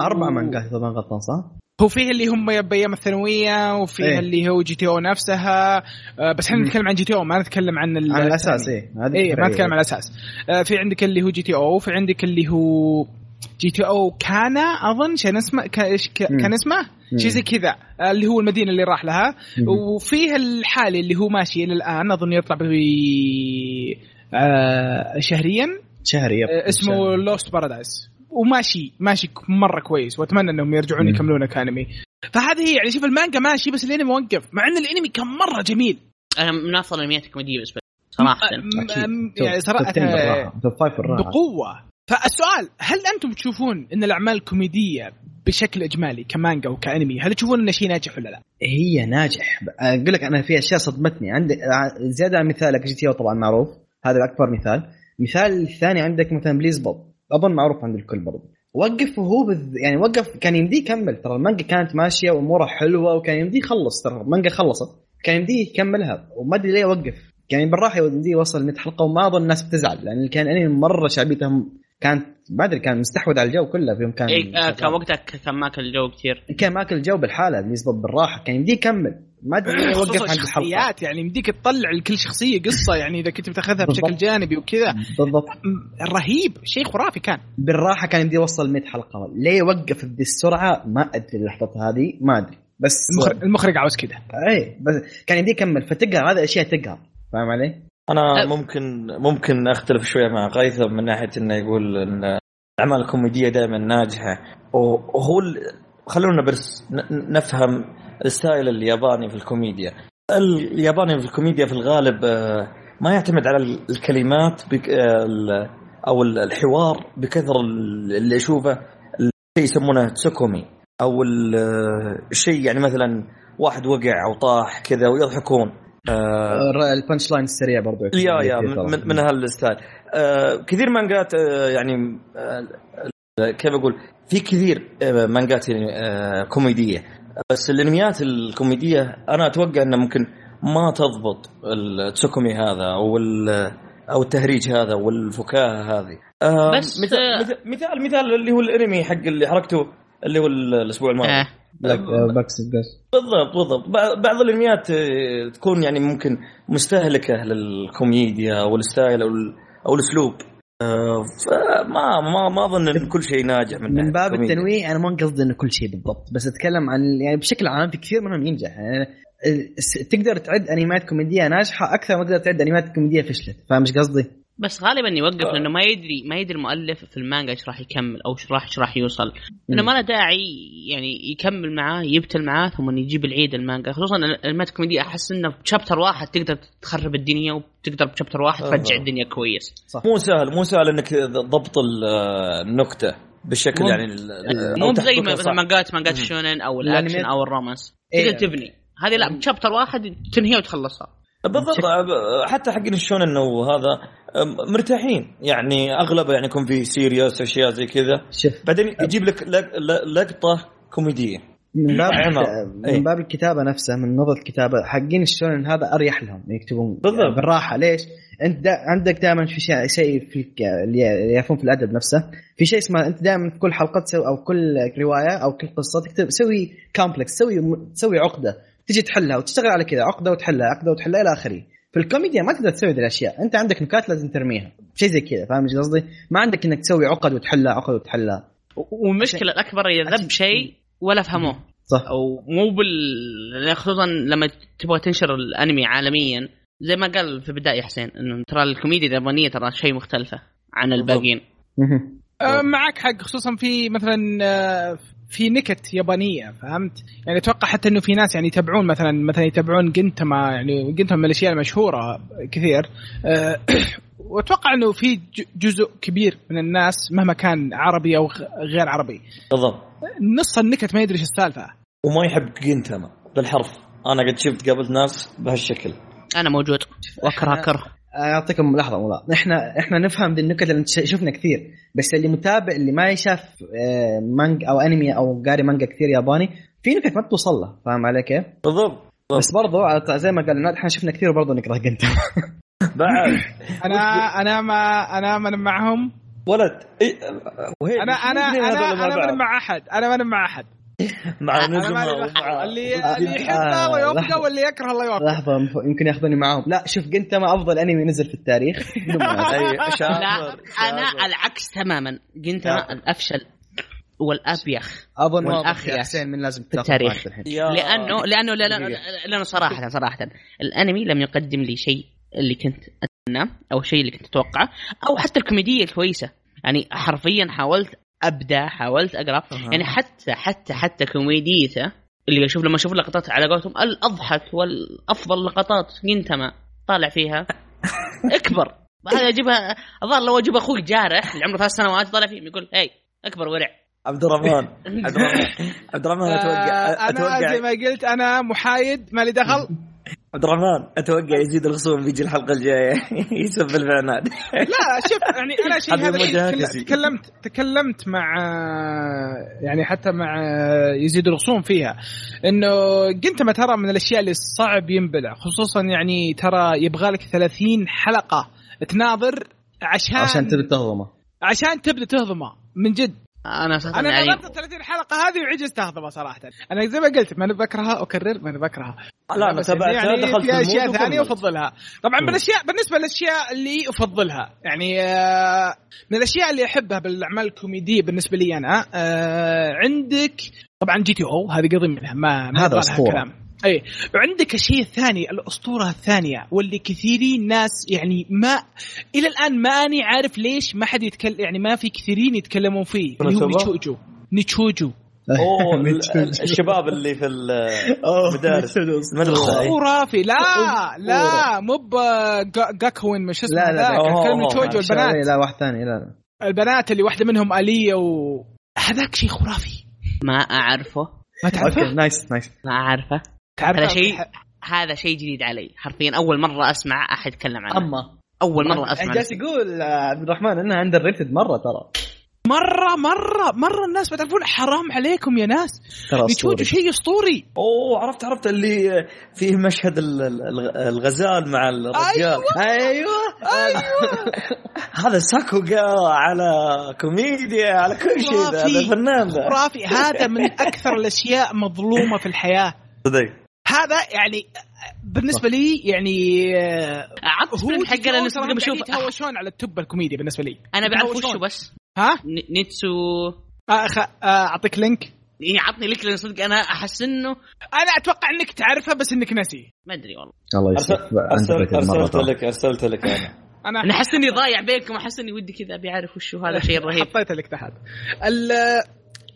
[SPEAKER 3] اربع مانجات اذا ما غلطان صح؟
[SPEAKER 1] هو فيه اللي هم بايام الثانويه وفيه
[SPEAKER 3] إيه.
[SPEAKER 1] اللي هو جي تي او نفسها آه، بس احنا
[SPEAKER 3] مم.
[SPEAKER 1] نتكلم عن جي تي او ما نتكلم عن ال-
[SPEAKER 3] على الاساس
[SPEAKER 1] الثانية.
[SPEAKER 3] ايه هذه
[SPEAKER 1] ايه
[SPEAKER 3] الفكرة،
[SPEAKER 1] ما نتكلم عن الاساس آه، في عندك اللي هو جي تي او وفي عندك اللي هو جي تي او كان اظن شان اسمه كا- إيش كا-
[SPEAKER 3] مم.
[SPEAKER 1] كان اسمه شيء زي كذا آه، اللي هو المدينه اللي راح لها
[SPEAKER 3] مم.
[SPEAKER 1] وفيه الحالي اللي هو ماشي الى الان اظن يطلع ب آه، شهريا
[SPEAKER 3] شهري يب
[SPEAKER 1] آه، اسمه لوست بارادايس وماشي ماشي ك- مره كويس واتمنى انهم يرجعون
[SPEAKER 3] مم.
[SPEAKER 1] يكملونه كانمي فهذه هي يعني شوف المانجا ماشي بس الانمي موقف مع ان الانمي كان مره جميل
[SPEAKER 4] انا من افضل الانميات الكوميديه بالنسبه لي صراحه
[SPEAKER 1] آه، م-
[SPEAKER 3] أكيد.
[SPEAKER 1] م-
[SPEAKER 3] توب-
[SPEAKER 1] يعني
[SPEAKER 3] توب 10
[SPEAKER 1] صراحه
[SPEAKER 3] بالراحة، توب 5 بالراحه
[SPEAKER 1] بقوه فالسؤال هل انتم تشوفون ان الاعمال الكوميديه بشكل اجمالي كمانجا وكانمي هل تشوفون انه شيء ناجح [CLEARS THROAT] ولا لا؟
[SPEAKER 3] هي ناجح اقول لك انا في اشياء صدمتني عندك ع- زياده عن مثالك جي تي طبعا معروف هذا اكبر مثال مثال الثاني عندك مثلا بليز بوب اظن معروف عند الكل برضه وقف وهو بذ... يعني وقف كان يمديه يكمل ترى المانجا كانت ماشيه وامورها حلوه وكان يمديه يخلص ترى المانجا خلصت كان يمديه يكملها وما ادري ليه وقف يعني بالراحه يمديه يوصل 100 حلقه وما اظن الناس بتزعل لان كان انمي مره شعبيته م- كانت ما ادري كان مستحوذ على الجو كله في يوم كان
[SPEAKER 2] يعني
[SPEAKER 4] إيه، آه،
[SPEAKER 3] شغال.
[SPEAKER 4] كان وقتها كان ماكل الجو كثير
[SPEAKER 3] كان ماكل الجو بالحاله بالنسبه بالراحه كان يمديه يكمل ما ادري
[SPEAKER 2] [CLEARS THROAT]
[SPEAKER 3] ليه وقف
[SPEAKER 1] خصوصا
[SPEAKER 3] عند الحلقه
[SPEAKER 1] الشخصيات يعني يمديك تطلع لكل شخصيه قصه يعني اذا كنت بتاخذها بشكل
[SPEAKER 3] بالضبط.
[SPEAKER 1] جانبي وكذا
[SPEAKER 3] بالضبط
[SPEAKER 1] م- رهيب شيء خرافي كان
[SPEAKER 3] بالراحه كان يمديه يوصل 100 حلقه ليه وقف بذي السرعه ما ادري اللحظه هذه ما ادري بس
[SPEAKER 1] المخرج, المخرج عاوز كذا
[SPEAKER 3] اي بس كان يمديه يكمل فتقهر هذا اشياء تقهر فاهم علي؟
[SPEAKER 2] انا
[SPEAKER 4] أه.
[SPEAKER 2] ممكن ممكن اختلف شويه مع قيثم من ناحيه انه يقول ان الاعمال الكوميديه دائما ناجحه وهو ال- خلونا بس ن- ن- نفهم الستايل الياباني في الكوميديا الياباني في الكوميديا في الغالب آه، ما يعتمد على ال- الكلمات بك- آه، ال- او الحوار بكثر اللي اشوفه الشيء يسمونه تسكومي او ال- الشيء يعني مثلا واحد وقع او طاح كذا ويضحكون آه،
[SPEAKER 3] الر- البانش لاين السريع برضو
[SPEAKER 2] يا يا من, من هالستايل آه كثير مانجات آه يعني آه آه، كيف اقول في كثير آه مانجات آه كوميديه بس الانميات الكوميديه انا اتوقع انه ممكن ما تضبط التسوكومي هذا او ال- او التهريج هذا والفكاهه هذه آه
[SPEAKER 4] بس-
[SPEAKER 2] مثال, مثال- مثال مثال اللي هو الانمي حق اللي حركته اللي هو ال- الاسبوع الماضي
[SPEAKER 4] آه.
[SPEAKER 3] باكس جاس
[SPEAKER 2] بالضبط بالضبط بع- بعض الانميات آه، تكون يعني ممكن مستهلكه للكوميديا او الستايل او ال- او الاسلوب آه، فما ما ما اظن ان كل شيء ناجح من,
[SPEAKER 3] من باب
[SPEAKER 2] الكوميديا.
[SPEAKER 3] التنويع انا ما قصدي انه كل شيء بالضبط بس اتكلم عن يعني بشكل عام في كثير منهم ينجح يعني الس- تقدر تعد انميات كوميديه ناجحه اكثر ما تقدر تعد انميات كوميديه فشلت فاهم ايش قصدي؟
[SPEAKER 4] بس غالبا يوقف
[SPEAKER 2] آه.
[SPEAKER 4] لانه ما يدري ما يدري المؤلف في المانجا ايش راح يكمل او ايش راح ايش راح يوصل انه ما له داعي يعني يكمل معاه يبتل معاه ثم يجيب العيد المانجا خصوصا المات كوميديا احس انه بشابتر واحد تقدر تخرب الدنيا وتقدر بشابتر واحد
[SPEAKER 2] آه.
[SPEAKER 4] ترجع الدنيا كويس
[SPEAKER 2] مو سهل مو سهل انك ضبط ال- النكته بالشكل
[SPEAKER 3] مو-
[SPEAKER 2] يعني ال- ال-
[SPEAKER 4] مو
[SPEAKER 2] أو
[SPEAKER 4] زي
[SPEAKER 2] تحبكها
[SPEAKER 4] ما- مثلا
[SPEAKER 2] صح.
[SPEAKER 4] مانجات مانجات
[SPEAKER 2] مم.
[SPEAKER 4] الشونن او
[SPEAKER 3] الأنميات-
[SPEAKER 4] الاكشن او الرومانس
[SPEAKER 3] إيه.
[SPEAKER 4] تقدر تبني هذه لا بشابتر واحد تنهيها وتخلصها
[SPEAKER 2] بالضبط آه، حتى حقين الشونن وهذا آه، مرتاحين يعني اغلبها يعني يكون في سيريوس اشياء زي كذا
[SPEAKER 3] شوف
[SPEAKER 2] بعدين يجيب لك لق- لق- لقطه كوميديه
[SPEAKER 3] من باب
[SPEAKER 2] عمر. إيه.
[SPEAKER 3] من باب الكتابه نفسها من نظره الكتابه حقين الشونن هذا اريح لهم يكتبون
[SPEAKER 2] بالضبط.
[SPEAKER 3] بالراحه ليش؟ انت دا عندك دائما في شيء شيء في الك- اللي اللي يعرفون في الادب نفسه في شيء اسمه انت دائما في كل حلقه تسوي او كل روايه او كل قصه تكتب سوي كومبلكس سوي سوي عقده تجي تحلها وتشتغل على كذا عقده وتحلها عقده وتحلها الى اخره في الكوميديا ما تقدر تسوي ذي الاشياء انت عندك نكات لازم ترميها شيء زي كذا فاهم ايش قصدي؟ ما عندك انك تسوي عقد وتحلها عقد وتحلها
[SPEAKER 4] و- والمشكله الاكبر هي ذب شيء ولا فهموه
[SPEAKER 3] صح
[SPEAKER 4] او مو بال خصوصا لما تبغى تنشر الانمي عالميا زي ما قال في البدايه حسين انه ترى الكوميديا اليابانيه ترى شيء مختلفه عن الباقيين
[SPEAKER 3] مهم.
[SPEAKER 1] آه، معك حق خصوصا في مثلا آه، في نكت يابانيه فهمت؟ يعني اتوقع حتى انه في ناس يعني يتابعون مثلا مثلا يتابعون جنتما يعني جنتما من الاشياء المشهوره كثير [COUGHS] آه، واتوقع انه في ج- جزء كبير من الناس مهما كان عربي او غ- غير عربي
[SPEAKER 2] بالضبط
[SPEAKER 1] نص النكت ما يدري ايش السالفه
[SPEAKER 2] وما يحب جنتما بالحرف انا قد شفت قابلت ناس بهالشكل
[SPEAKER 4] انا موجود واكره كره
[SPEAKER 3] آه، اعطيكم لحظه ولا احنا احنا نفهم دي النكت لان ش- شفنا كثير بس اللي متابع اللي ما شاف آه، مانجا او انمي او قاري مانجا كثير ياباني في نكت ما بتوصل له فاهم علي كيف؟
[SPEAKER 2] بالضبط
[SPEAKER 3] بس برضو على- زي ما قال ناد، احنا شفنا كثير برضو نكره قنت
[SPEAKER 2] [LAUGHS] بعد
[SPEAKER 1] [COUGHS] انا انا ما انا ما أنا معهم
[SPEAKER 2] ولد إيه، وهي
[SPEAKER 1] انا انا
[SPEAKER 2] الاثنين
[SPEAKER 1] انا
[SPEAKER 2] هذول
[SPEAKER 1] انا ما أنا
[SPEAKER 2] بعض.
[SPEAKER 1] مع احد انا ما أنا مع احد
[SPEAKER 2] مع
[SPEAKER 1] انا ما أنا
[SPEAKER 2] نزمة
[SPEAKER 1] مع
[SPEAKER 2] ومع-
[SPEAKER 1] احد اللي
[SPEAKER 3] آه،
[SPEAKER 1] اللي يحبه
[SPEAKER 3] آه،
[SPEAKER 1] الله يوفقه
[SPEAKER 3] لحظة.
[SPEAKER 1] واللي يكره الله يوفقه
[SPEAKER 3] لحظه مف- يمكن ياخذوني معاهم لا شوف قنت ما افضل انمي نزل في
[SPEAKER 2] [LAUGHS]
[SPEAKER 3] التاريخ بدون منازع.
[SPEAKER 2] أي، شاطر،
[SPEAKER 4] لا
[SPEAKER 2] شاطر.
[SPEAKER 4] انا العكس تماما قنت أنا الافشل والابيخ
[SPEAKER 3] اظن
[SPEAKER 4] والأخ
[SPEAKER 3] واضح
[SPEAKER 4] يا
[SPEAKER 3] يا حسين من لازم
[SPEAKER 4] في
[SPEAKER 3] تتفق
[SPEAKER 4] التاريخ.
[SPEAKER 3] معك الحين.
[SPEAKER 2] يا-
[SPEAKER 4] لانه لانه لا- لا-
[SPEAKER 2] آه، دقيقة.
[SPEAKER 4] لانه صراحه صراحه الانمي لم يقدم لي شيء اللي كنت اتمناه او شيء اللي كنت اتوقعه او حتى الكوميديه الكويسه يعني حرفيا حاولت ابدا حاولت اقرا
[SPEAKER 2] أها.
[SPEAKER 4] يعني حتى حتى حتى كوميديته اللي اشوف لما اشوف لقطات على قولتهم الاضحك والافضل لقطات جنتما طالع فيها اكبر هذا اجيبها الظاهر لو اجيب اخوي جارح اللي عمره ثلاث سنوات طالع فيه يقول هي اكبر ورع
[SPEAKER 2] عبد الرحمن عبد
[SPEAKER 4] [LAUGHS]
[SPEAKER 2] الرحمن عبد الرحمن
[SPEAKER 1] [LAUGHS]
[SPEAKER 2] اتوقع
[SPEAKER 1] آه، انا زي
[SPEAKER 2] اتوقع
[SPEAKER 1] ما قلت انا محايد ما لي دخل
[SPEAKER 2] عبد الرحمن اتوقع يزيد الخصوم بيجي الحلقه الجايه [LAUGHS] يسب العناد
[SPEAKER 1] لا شوف يعني انا شيء
[SPEAKER 2] هذا
[SPEAKER 1] هذا الحين
[SPEAKER 2] المجاهد
[SPEAKER 1] تكل- تكلمت تكلمت مع آه، يعني حتى مع آه، يزيد الرسوم فيها انه جنتما ترى من الاشياء اللي صعب ينبلع خصوصا يعني ترى يبغى لك 30 حلقه تناظر عشان
[SPEAKER 3] [LAUGHS] عشان تبي تهضمه
[SPEAKER 1] عشان تبدا تهضمه من جد
[SPEAKER 4] انا صراحه
[SPEAKER 1] انا
[SPEAKER 4] يعني
[SPEAKER 1] نظرت 30 حلقه هذه وعجزت اهضمها صراحه انا زي ما قلت ما انا بكرهها اكرر ما انا بكرهها
[SPEAKER 2] آه، لا انا
[SPEAKER 1] بس
[SPEAKER 2] تابعتها
[SPEAKER 1] يعني
[SPEAKER 2] دخلت
[SPEAKER 1] في
[SPEAKER 2] في
[SPEAKER 1] اشياء
[SPEAKER 2] المود
[SPEAKER 1] ثانيه
[SPEAKER 2] وكملت.
[SPEAKER 1] افضلها طبعا
[SPEAKER 2] مم.
[SPEAKER 1] بالاشياء بالنسبه للاشياء اللي افضلها يعني آه، من الاشياء اللي احبها بالاعمال الكوميديه بالنسبه لي انا آه، عندك طبعا جي تي او هذه قضيه منها ما ما
[SPEAKER 3] هذا
[SPEAKER 1] يبغى لها
[SPEAKER 3] أسطورة.
[SPEAKER 1] كلام اي وعندك الشيء الثاني الاسطوره الثانيه واللي كثيرين ناس يعني ما الى الان ما اني عارف ليش ما حد يتكلم يعني ما في كثيرين يتكلمون فيه اللي هو
[SPEAKER 2] كونوسوبا؟
[SPEAKER 1] نيتشوجو نيتشوجو
[SPEAKER 3] [LAUGHS]
[SPEAKER 2] اوه ال- الشباب اللي في ال-
[SPEAKER 3] [LAUGHS]
[SPEAKER 2] مدارس. المدرسه أي.
[SPEAKER 1] خرافي لا لا مو ب جا- جاكوين مش اسمه
[SPEAKER 3] لا، لا،
[SPEAKER 1] ذاك.
[SPEAKER 2] لا.
[SPEAKER 1] الكلام من توجو
[SPEAKER 3] شعري،
[SPEAKER 1] البنات
[SPEAKER 3] لا واحد ثاني لا
[SPEAKER 2] [LAUGHS]
[SPEAKER 3] لا
[SPEAKER 1] البنات اللي واحده منهم اليه و هذاك شيء خرافي
[SPEAKER 4] ما اعرفه
[SPEAKER 1] ما تعرفه
[SPEAKER 3] اوكي نايس نايس
[SPEAKER 4] ما اعرفه
[SPEAKER 1] تعرف
[SPEAKER 4] هذا شيء هذا شيء جديد علي حرفيا اول مره اسمع احد يتكلم عنه
[SPEAKER 3] اما
[SPEAKER 4] اول مره اسمع
[SPEAKER 3] جالس يقول آه، عبد الرحمن انها اندر ريتد مره ترى
[SPEAKER 1] مره مره مره الناس ما تعرفون حرام عليكم يا ناس
[SPEAKER 3] ترى
[SPEAKER 1] بتوجه شيء اسطوري
[SPEAKER 2] اوه عرفت عرفت اللي فيه مشهد ال- ال- الغزال مع الرجال
[SPEAKER 3] ايوه
[SPEAKER 2] هذا ساكوغا على كوميديا على كل شيء ذا، هذا
[SPEAKER 1] خرافي.
[SPEAKER 2] فنان ذا.
[SPEAKER 1] [LAUGHS] خرافي هذا من اكثر الاشياء مظلومه في الحياه
[SPEAKER 2] صدق
[SPEAKER 1] هذا يعني بالنسبه لي يعني
[SPEAKER 4] عطس حقه لانه صدق بشوف
[SPEAKER 1] يتهاوشون على التوب الكوميديا بالنسبه لي
[SPEAKER 4] انا بعرف
[SPEAKER 1] يتهاوشون.
[SPEAKER 4] وشه بس
[SPEAKER 1] ها
[SPEAKER 4] ن- نيتسو
[SPEAKER 1] آه، خ- آه، اعطيك لينك
[SPEAKER 4] يعني عطني لك لان صدق انا احس انه
[SPEAKER 1] انا اتوقع انك تعرفها بس انك ناسي
[SPEAKER 4] ما ادري والله
[SPEAKER 3] الله
[SPEAKER 2] أرسل-
[SPEAKER 3] يستر
[SPEAKER 2] أرسل- ارسلت لك ارسلت لك انا
[SPEAKER 1] انا
[SPEAKER 4] انا احس اني ضايع بينكم احس اني ودي كذا ابي اعرف وش هو
[SPEAKER 3] [LAUGHS]
[SPEAKER 4] هذا الشيء الرهيب
[SPEAKER 1] حطيتها لك تحت ال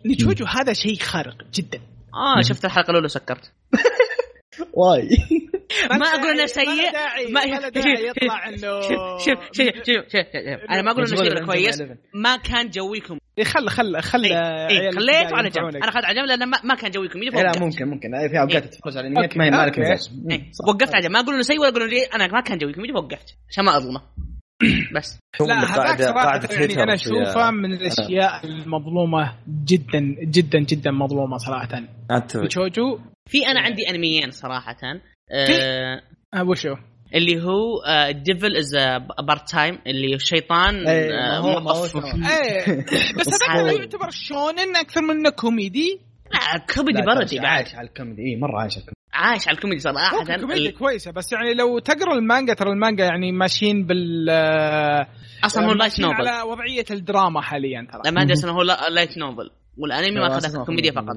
[SPEAKER 1] نيتوجو هذا شيء خارق جدا
[SPEAKER 4] اه شفت الحلقه الاولى سكرت
[SPEAKER 3] واي
[SPEAKER 4] ما اقول انه
[SPEAKER 1] ما
[SPEAKER 4] سيء
[SPEAKER 1] داعي
[SPEAKER 4] ما-
[SPEAKER 1] ما له
[SPEAKER 4] [LAUGHS]
[SPEAKER 1] داعي يطلع انه
[SPEAKER 4] شوف شوف شوف شوف- شوف شوف انا ما اقول انه شيء كويس ما كان جويكم
[SPEAKER 1] خل خل خل
[SPEAKER 4] إيه خليته على جنب انا اخذت على جنب لان ما, ما كان جوي كوميدي
[SPEAKER 3] لا ممكن ممكن آه، في اوقات
[SPEAKER 4] إيه.
[SPEAKER 3] تتفرج على انميات
[SPEAKER 1] أوكي،
[SPEAKER 3] ما هي مالك
[SPEAKER 1] أوكي.
[SPEAKER 3] مزاج مم،
[SPEAKER 4] إيه.
[SPEAKER 3] صح.
[SPEAKER 4] وقفت على جنب ما اقول انه سيء ولا اقول انه جيد. انا ما كان جوي كوميدي وقفت عشان ما
[SPEAKER 3] [COUGHS]
[SPEAKER 4] اظلمه بس
[SPEAKER 1] لا هذاك صراحه يعني انا
[SPEAKER 2] هيترز يا-
[SPEAKER 1] اشوفه من الاشياء المظلومه جدا جدا جدا مظلومه صراحه
[SPEAKER 2] أتفق.
[SPEAKER 1] تشوجو
[SPEAKER 4] في
[SPEAKER 3] إيه.
[SPEAKER 4] انا عندي انميين صراحه آه
[SPEAKER 1] آه، وشو
[SPEAKER 4] اللي هو آه، ديفل از بارت تايم اللي شيطان
[SPEAKER 3] إيه، ما
[SPEAKER 4] آه،
[SPEAKER 3] هو- ما هو
[SPEAKER 4] موظف.
[SPEAKER 3] اسمه.
[SPEAKER 1] ايه بس هذاك ما يعتبر شونن اكثر من انه كوميدي
[SPEAKER 4] لا
[SPEAKER 3] لا،
[SPEAKER 4] كوميدي
[SPEAKER 3] ترى
[SPEAKER 4] بردي بعد
[SPEAKER 3] عايش على الكوميدي اي مره عايش على الكوميدي
[SPEAKER 4] عايش على الكوميدي صراحه
[SPEAKER 1] ممكن كوميديا
[SPEAKER 4] ال-
[SPEAKER 1] كويسه بس يعني لو تقرا المانجا ترى المانجا يعني ماشيين بال آه،
[SPEAKER 4] اصلا هو لايت
[SPEAKER 1] ماشيين
[SPEAKER 4] نوبل
[SPEAKER 1] على وضعيه الدراما حاليا ترى
[SPEAKER 4] لما ادري اصلا هو لا- لايت نوبل والانمي ما اخذها كوميديا فقط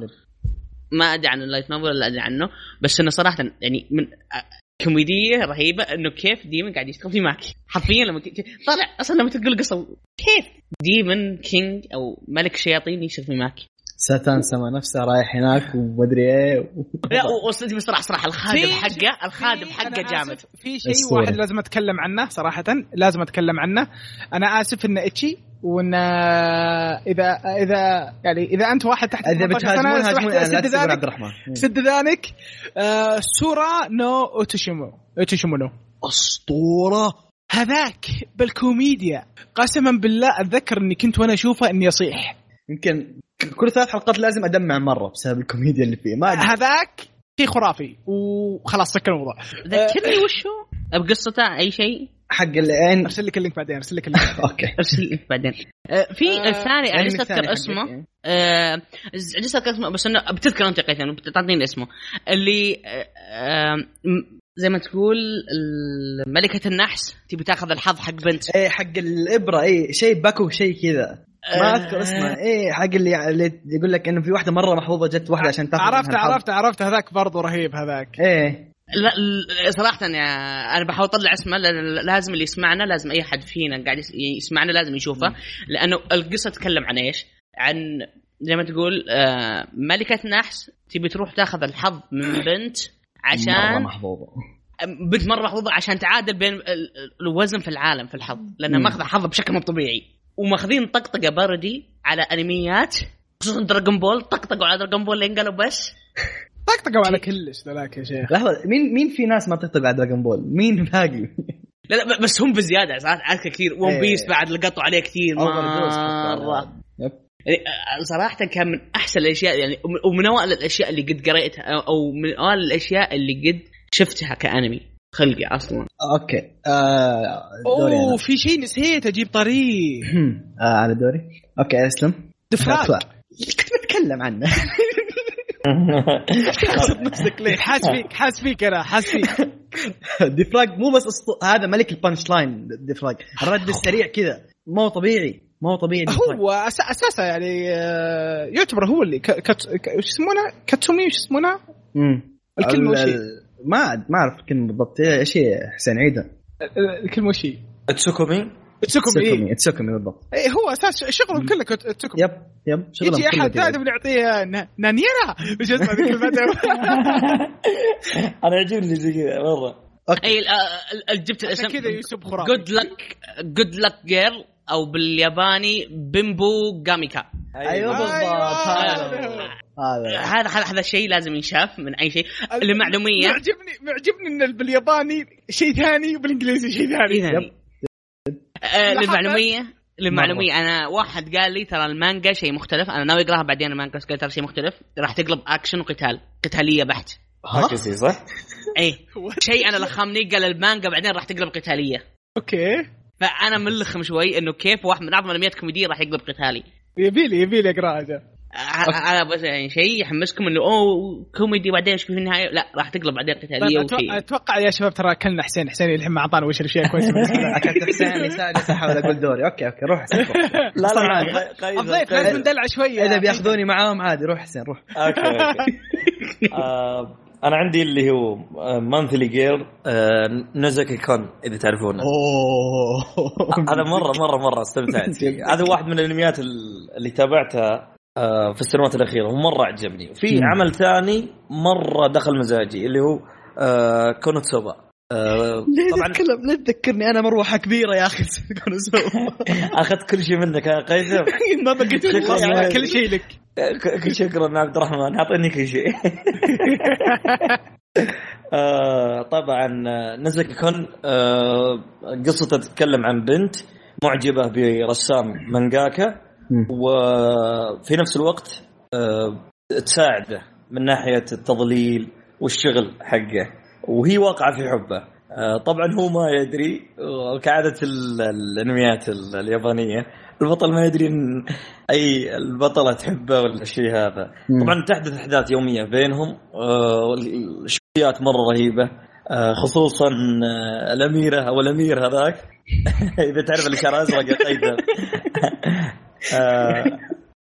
[SPEAKER 4] ما ادري عن اللايت نوبل ولا ادري عنه بس انه صراحه يعني من أ- كوميديه رهيبه انه كيف ديمن قاعد يشتغل في ماكي حرفيا لما ك- ك- طالع اصلا لما تقول قصه كيف ديمن كينج او ملك شياطين يشتغل في ماكي
[SPEAKER 3] ساتان سما نفسه رايح هناك ومدري ايه [LAUGHS]
[SPEAKER 4] لا و- وصدق بصراحه صراحه الخادم
[SPEAKER 1] في-
[SPEAKER 4] حقه الخادم
[SPEAKER 1] في-
[SPEAKER 4] حقه
[SPEAKER 1] أنا آسف،
[SPEAKER 4] جامد
[SPEAKER 1] في شيء
[SPEAKER 3] الصورة.
[SPEAKER 1] واحد لازم اتكلم عنه صراحه لازم اتكلم عنه انا اسف ان اتشي وان اذا اذا آه، يعني اذا انت واحد تحت
[SPEAKER 3] اذا
[SPEAKER 1] 18 سنة،
[SPEAKER 3] بتهاجمون
[SPEAKER 1] أنا
[SPEAKER 3] هاجمون
[SPEAKER 1] سمحت
[SPEAKER 3] انا لا
[SPEAKER 1] أسد
[SPEAKER 3] تسبون
[SPEAKER 1] ذلك.
[SPEAKER 3] عبد الرحمن
[SPEAKER 1] سد ذلك آه، سورا نو اوتوشيمو اوتوشيمو نو
[SPEAKER 3] إيه.
[SPEAKER 1] اسطوره هذاك بالكوميديا قسما بالله اتذكر اني كنت وانا اشوفه اني اصيح
[SPEAKER 3] يمكن ك- كل ثلاث حلقات لازم ادمع مره بسبب الكوميديا اللي فيه ما أدري.
[SPEAKER 1] هذاك شيء خرافي وخلاص سكر الموضوع
[SPEAKER 4] ذكرني وش هو بقصته اي شيء
[SPEAKER 3] حق [LAUGHS] العين
[SPEAKER 1] ارسل لك اللينك بعدين ارسل لك اللينك
[SPEAKER 3] اوكي
[SPEAKER 4] ارسل لي بعدين آه، في
[SPEAKER 1] آه،
[SPEAKER 4] الثاني انا
[SPEAKER 3] العلم
[SPEAKER 4] لسه
[SPEAKER 3] الثاني
[SPEAKER 4] اذكر
[SPEAKER 3] حق- إيه،
[SPEAKER 4] اسمه آه، عجزت اذكر اسمه بس انه بتذكر انت قيثم بتعطيني اسمه اللي آه، آه، م- زي ما تقول ال- ملكة النحس تبي تاخذ الحظ حق بنت
[SPEAKER 3] ايه حق الابره ايه شيء باكو شيء كذا
[SPEAKER 4] آه،
[SPEAKER 3] ما اذكر اسمه ايه حق اللي, اللي يقول لك انه في واحده مره محظوظه جت واحده عشان تاخذ
[SPEAKER 1] [LAUGHS]
[SPEAKER 3] منها
[SPEAKER 1] عرفت
[SPEAKER 3] الحظ.
[SPEAKER 1] عرفت عرفت هذاك برضو رهيب هذاك
[SPEAKER 3] ايه
[SPEAKER 4] لا ال- صراحة يا انا بحاول اطلع اسمه لان لازم اللي يسمعنا لازم اي حد فينا قاعد يس- يسمعنا لازم يشوفه لانه القصة تتكلم عن ايش؟ عن زي ما تقول آه، ملكة نحس تبي تروح تاخذ الحظ من بنت
[SPEAKER 3] مره
[SPEAKER 4] عشان
[SPEAKER 3] محظوظه
[SPEAKER 4] بنت مره محظوظه عشان تعادل بين ال- ال- الوزن في العالم في الحظ لانها
[SPEAKER 3] مم.
[SPEAKER 4] ماخذه حظها بشكل مو طبيعي وماخذين طقطقه بردي على انميات خصوصا دراجون بول طقطقوا على دراجون بول لين قالوا بس
[SPEAKER 1] طقطقوا على كلش ذاك يا شيخ
[SPEAKER 3] لحظه مين مين في ناس ما تقتل على دراجون بول؟ مين
[SPEAKER 4] [LAUGHS]
[SPEAKER 3] باقي؟
[SPEAKER 4] لا لا ب- بس هم بزياده صراحه عارفه كثير ون
[SPEAKER 3] إيه.
[SPEAKER 4] بيس بعد لقطوا عليه كثير
[SPEAKER 3] Overdose حتى.
[SPEAKER 4] مره
[SPEAKER 3] يب.
[SPEAKER 4] يعني آه، صراحة كان من أحسن الأشياء يعني ومن- ومن أوائل الأشياء اللي قد قريتها أو- أو من أوائل الأشياء اللي قد شفتها كأنمي خلقي أصلا
[SPEAKER 3] اوكي آه دوري
[SPEAKER 1] اوه
[SPEAKER 3] أنا.
[SPEAKER 1] في شيء نسيت اجيب طريق
[SPEAKER 3] آه على دوري اوكي اسلم
[SPEAKER 1] [LAUGHS] دفاع
[SPEAKER 3] كنت بتكلم عنه [LAUGHS] نفسك ليه
[SPEAKER 1] حاس فيك حاس فيك انا حاس فيك
[SPEAKER 3] ديفراج مو بس أسطو... هذا ملك البانش لاين ديفراج الرد السريع كذا ما هو طبيعي ما هو طبيعي ديفراج.
[SPEAKER 1] هو أس- اساسا يعني آه، يعتبر هو اللي ك- كت- ك- وش يسمونه كاتسومي وش يسمونه
[SPEAKER 3] مم.
[SPEAKER 1] الكلمه
[SPEAKER 3] ال-
[SPEAKER 1] وش هي؟
[SPEAKER 3] ال- ما ما اعرف الكلمه بالضبط ايش هي حسين عيدها
[SPEAKER 1] آه، الكلمه وش هي؟
[SPEAKER 2] [LAUGHS] تسوكومي
[SPEAKER 1] تسكمي
[SPEAKER 3] تسكمي تسكمي بالضبط
[SPEAKER 1] اي إيه، هو اساس شغلهم كله كت- تسكمي
[SPEAKER 3] يب يب شغلهم
[SPEAKER 1] يجي
[SPEAKER 3] كله
[SPEAKER 1] احد
[SPEAKER 3] كذا.
[SPEAKER 1] ثاني بنعطيه ن- نانيرا مش اسمه ذيك الفتره
[SPEAKER 2] [LAUGHS] انا يعجبني زي كذا مره
[SPEAKER 4] اي ال- ال- ال- جبت الاسم
[SPEAKER 1] عشان كذا يوسف خرافي
[SPEAKER 4] جود لك جود لك جيرل او بالياباني بيمبو جاميكا
[SPEAKER 3] ايوه بالضبط
[SPEAKER 1] أيوة.
[SPEAKER 3] هذا [LAUGHS] هذا
[SPEAKER 4] هذا هذا هذا شيء لازم ينشاف من اي شيء للمعلوميه
[SPEAKER 1] معجبني معجبني ان بالياباني شيء ثاني وبالانجليزي شيء ثاني
[SPEAKER 4] إذن. آه،
[SPEAKER 1] لاحظت؟
[SPEAKER 4] للمعلوميه للمعلوميه انا واحد قال لي ترى المانجا شيء مختلف انا ناوي اقراها بعدين المانجا بس قال ترى شيء مختلف راح تقلب اكشن وقتال قتاليه بحت
[SPEAKER 2] هاكسي صح؟
[SPEAKER 4] اي شيء انا لخمني قال المانجا بعدين راح تقلب قتاليه
[SPEAKER 1] اوكي
[SPEAKER 4] فانا ملخم شوي انه كيف واحد من اعظم الانميات الكوميديه راح يقلب قتالي
[SPEAKER 1] يبي لي يبي لي اقراها ذا.
[SPEAKER 4] آه، انا بس يعني شيء يحمسكم انه اوه كوميدي بعدين ايش في النهايه لا راح تقلب بعدين قتاليه
[SPEAKER 1] طيب
[SPEAKER 4] وشيء
[SPEAKER 1] أتوقع, اتوقع يا شباب ترى اكلنا حسين حسين الحين ما اعطانا وش الاشياء الكويسه
[SPEAKER 3] [LAUGHS]
[SPEAKER 1] بالنسبة له.
[SPEAKER 3] اكلت
[SPEAKER 1] [LAUGHS]
[SPEAKER 3] حسين اللي ساعد بس احاول اقول دوري اوكي اوكي روح حسين روح.
[SPEAKER 2] لا
[SPEAKER 3] طبعاً.
[SPEAKER 2] لا قي- قيد-
[SPEAKER 1] الضيف
[SPEAKER 2] قيد.
[SPEAKER 1] لازم ندلع شويه
[SPEAKER 3] اذا بياخذوني معاهم عادي روح حسين
[SPEAKER 1] [LAUGHS]
[SPEAKER 3] روح
[SPEAKER 2] اوكي اوكي آه، انا عندي اللي هو آه، مانثلي جير آه، نوزاكي كون اذا
[SPEAKER 3] [LAUGHS]
[SPEAKER 1] [LAUGHS]
[SPEAKER 2] تعرفونه
[SPEAKER 3] اوه
[SPEAKER 2] انا مره مره مره استمتعت فيه هذا واحد من الانميات ال- اللي تابعتها آه، في السنوات الاخيره ومره عجبني وفي
[SPEAKER 3] مم.
[SPEAKER 2] عمل ثاني مره دخل مزاجي اللي هو آه، كونوتسوبا آه،
[SPEAKER 3] ليه
[SPEAKER 2] طبعا
[SPEAKER 3] تتكلم ليه تذكرني انا مروحه كبيره يا [LAUGHS] اخي
[SPEAKER 2] اخذت كل شيء منك يا قيثم
[SPEAKER 1] إيه،
[SPEAKER 3] ما بقيت
[SPEAKER 1] خلاص
[SPEAKER 2] والله.
[SPEAKER 1] كل شيء لك
[SPEAKER 2] ك- شكرا عبد الرحمن اعطيني كل شيء آه، طبعا نزك كون آه، قصته تتكلم عن بنت معجبه برسام مانجاكا
[SPEAKER 3] مم.
[SPEAKER 2] وفي نفس الوقت آه، تساعده من ناحيه التضليل والشغل حقه وهي واقعه في حبه آه، طبعا هو ما يدري وكعاده ال- الانميات ال- اليابانيه البطل ما يدري ان اي البطله تحبه ولا الشيء هذا طبعا تحدث احداث يوميه بينهم آه، الشخصيات مره رهيبه آه، خصوصا آه، الاميره او الامير هذاك [LAUGHS] اذا تعرف اللي شعره ازرق يا قيثم. آه،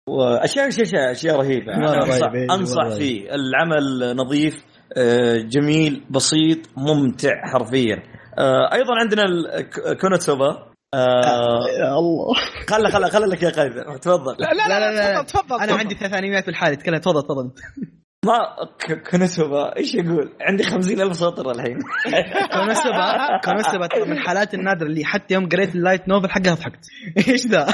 [SPEAKER 2] واشياء اشياء اشياء, أشياء رهيبه
[SPEAKER 3] مرة
[SPEAKER 2] أنا انصح,
[SPEAKER 3] رهيبة، مرة
[SPEAKER 2] أنصح فيه العمل نظيف آه، جميل بسيط ممتع حرفيا آه، ايضا عندنا ال- ك- كونوتسوبا آه،
[SPEAKER 3] يا الله
[SPEAKER 2] خلا خلا خلا لك يا قيثم تفضل
[SPEAKER 1] لا لا لا, لا, تفضل تفضل
[SPEAKER 3] انا
[SPEAKER 1] تفضل.
[SPEAKER 3] عندي ثلاث انميات بالحالة تكلم تفضل تفضل
[SPEAKER 2] ما ك- كونوسوبا ايش يقول؟ عندي خمسين ألف سطر الحين
[SPEAKER 3] كونوسبا كونوسبا ترى من الحالات النادرة اللي حتى يوم قريت اللايت نوفل حقها ضحكت [LAUGHS] ايش ذا؟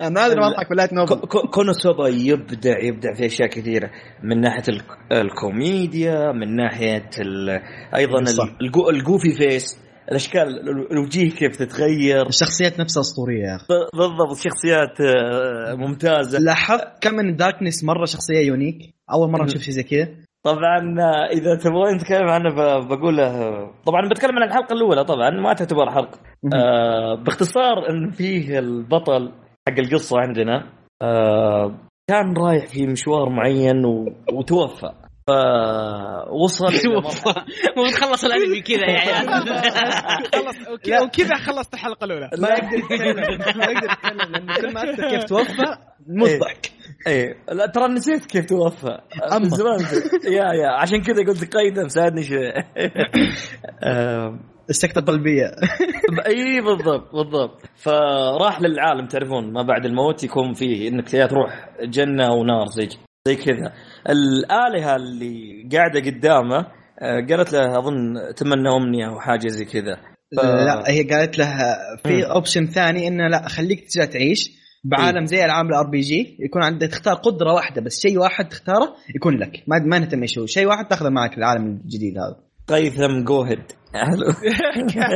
[SPEAKER 3] انا نادر ما اضحك في اللايت نوفل
[SPEAKER 2] كو- كو- كونوسوبا يبدع يبدع في اشياء كثيره من ناحيه ال- الكوميديا من ناحيه ال- ايضا
[SPEAKER 3] صح.
[SPEAKER 2] ال- الجو- الجوفي فيس الاشكال ال- الوجيه كيف تتغير
[SPEAKER 3] الشخصيات نفسها اسطورية يا اخي
[SPEAKER 2] ب- بالضبط شخصيات آه، ممتازه
[SPEAKER 3] لاحظت كم من داركنس مرة شخصية يونيك اول مرة اشوف شيء زي كذا
[SPEAKER 2] طبعا آه، اذا تبغون نتكلم عنه ب- بقوله آه، طبعا بتكلم عن الحلقه الاولى طبعا ما تعتبر حلقه آه باختصار ان فيه البطل حق القصه عندنا آه كان رايح في مشوار معين و... وتوفى فوصل
[SPEAKER 4] [LAUGHS] توفى مو تخلص الانمي كذا
[SPEAKER 3] [LAUGHS]
[SPEAKER 4] يعني
[SPEAKER 1] خلص وكذا- وكذا خلصت الحلقه [LAUGHS] الاولى
[SPEAKER 3] ما يقدر يتكلم ما يقدر يتكلم لان كل ما اذكر كيف توفى موت
[SPEAKER 2] إيه.
[SPEAKER 3] ضحك
[SPEAKER 2] اي لا ترى نسيت كيف توفى
[SPEAKER 3] أما.
[SPEAKER 2] من زمان يا يا عشان كذا قلت قيدم ساعدني شوي آه،
[SPEAKER 3] السكتة قلبية
[SPEAKER 2] اي بالضبط بالضبط فراح للعالم تعرفون ما بعد الموت يكون فيه انك يا تروح جنه او نار زي زي كذا الالهه اللي قاعده قدامه آه، قالت له اظن تمنى امنيه او حاجه زي كذا ف-
[SPEAKER 3] لا هي قالت له في
[SPEAKER 2] مم.
[SPEAKER 3] اوبشن ثاني انه لا خليك ترجع تعيش بعالم زي العاب الار بي جي يكون عندك تختار قدره واحده بس شيء واحد تختاره يكون لك ما ما نهتم ايش هو شيء واحد تاخذه معك العالم الجديد هذا
[SPEAKER 2] قيثم جوهد حلو
[SPEAKER 3] [LAUGHS]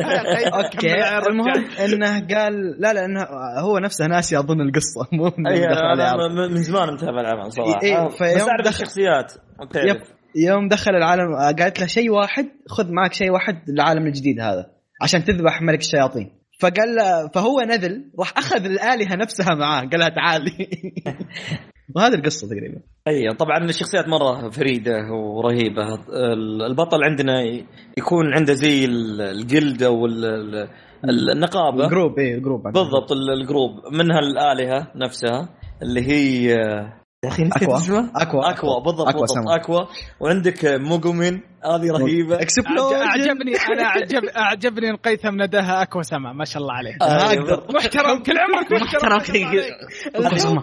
[SPEAKER 3] اوكي المهم انه قال لا لانه هو نفسه ناسي اظن القصه [LAUGHS] مو من
[SPEAKER 2] أي،
[SPEAKER 3] دخل
[SPEAKER 2] أنا
[SPEAKER 3] العالم.
[SPEAKER 2] من من زمان متابع العمل صراحه
[SPEAKER 3] إي،
[SPEAKER 2] آه،
[SPEAKER 3] فيوم
[SPEAKER 2] بس اعرف
[SPEAKER 3] دخل-
[SPEAKER 2] الشخصيات
[SPEAKER 3] يب
[SPEAKER 2] تعرف
[SPEAKER 3] يوم دخل العالم قالت له شيء واحد خذ معك شيء واحد للعالم الجديد هذا عشان تذبح ملك الشياطين فقال له فهو نذل راح اخذ الالهه نفسها معاه قال لها تعالي وهذه القصه تقريبا
[SPEAKER 2] اي طبعا الشخصيات مره فريده ورهيبه ال- البطل عندنا ي- يكون عنده زي ال- الجلده والنقابه
[SPEAKER 3] جروب ايه جروب
[SPEAKER 2] بالضبط ال- الجروب منها الالهه نفسها اللي هي آه، يا اخي نسيت
[SPEAKER 3] أكوا.
[SPEAKER 2] اسمه
[SPEAKER 3] اكوا
[SPEAKER 2] اكوا بالضبط
[SPEAKER 3] أكوا
[SPEAKER 2] بالضبط
[SPEAKER 3] سما.
[SPEAKER 2] اكوا وعندك آه، موجومين هذه رهيبه
[SPEAKER 1] أعج-
[SPEAKER 3] اكسبلوجن
[SPEAKER 1] اعجبني انا اعجب اعجبني ان قيثم نداها اكوا سما ما شاء الله عليه
[SPEAKER 2] آه،
[SPEAKER 3] ما
[SPEAKER 1] [LAUGHS]
[SPEAKER 3] أقدر.
[SPEAKER 1] محترم كل عمرك محترم ما شاء الله عليك.
[SPEAKER 4] أكوا سما.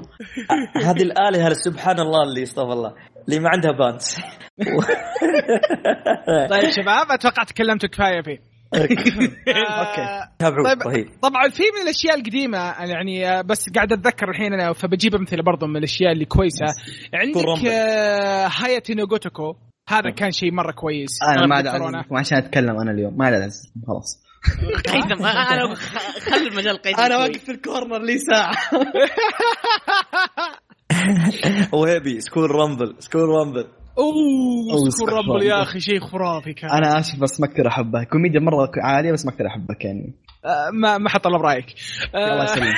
[SPEAKER 2] آه، هذه الآلهة اللي سبحان الله اللي استغفر الله اللي ما عندها بانس
[SPEAKER 1] طيب شباب اتوقع تكلمت كفايه
[SPEAKER 3] [LAUGHS]
[SPEAKER 1] فيه
[SPEAKER 2] اوكي تابعوه
[SPEAKER 1] طيب.
[SPEAKER 2] رهيب
[SPEAKER 1] طبعا في من الاشياء القديمه يعني آه، بس قاعد اتذكر الحين انا فبجيب امثله برضو من الاشياء اللي كويسه عندك
[SPEAKER 2] طرمبة.
[SPEAKER 1] آه، هاياتي نوغوتوكو هذا كان شيء مره كويس
[SPEAKER 3] انا ما
[SPEAKER 1] أتذكر أنا.
[SPEAKER 3] ادعو عشان اتكلم انا اليوم ما لازم خلاص
[SPEAKER 4] قيثم أنا- انا خ- خلي المجال قيثم
[SPEAKER 3] انا
[SPEAKER 4] شوي.
[SPEAKER 3] واقف في الكورنر لي [LAUGHS] ساعه
[SPEAKER 2] وهيبي سكول رامبل سكول رامبل
[SPEAKER 1] اوه
[SPEAKER 3] أوه،
[SPEAKER 1] سكور
[SPEAKER 3] استغفر
[SPEAKER 1] رامبل يا
[SPEAKER 3] الله.
[SPEAKER 1] اخي شيء خرافي كان
[SPEAKER 3] انا اسف بس ما كثير احبها كوميديا مره عاليه بس ما كثير احبها يعني
[SPEAKER 1] آه، ما ما حط آه، الا برايك آه،
[SPEAKER 3] الله يسلمك [LAUGHS]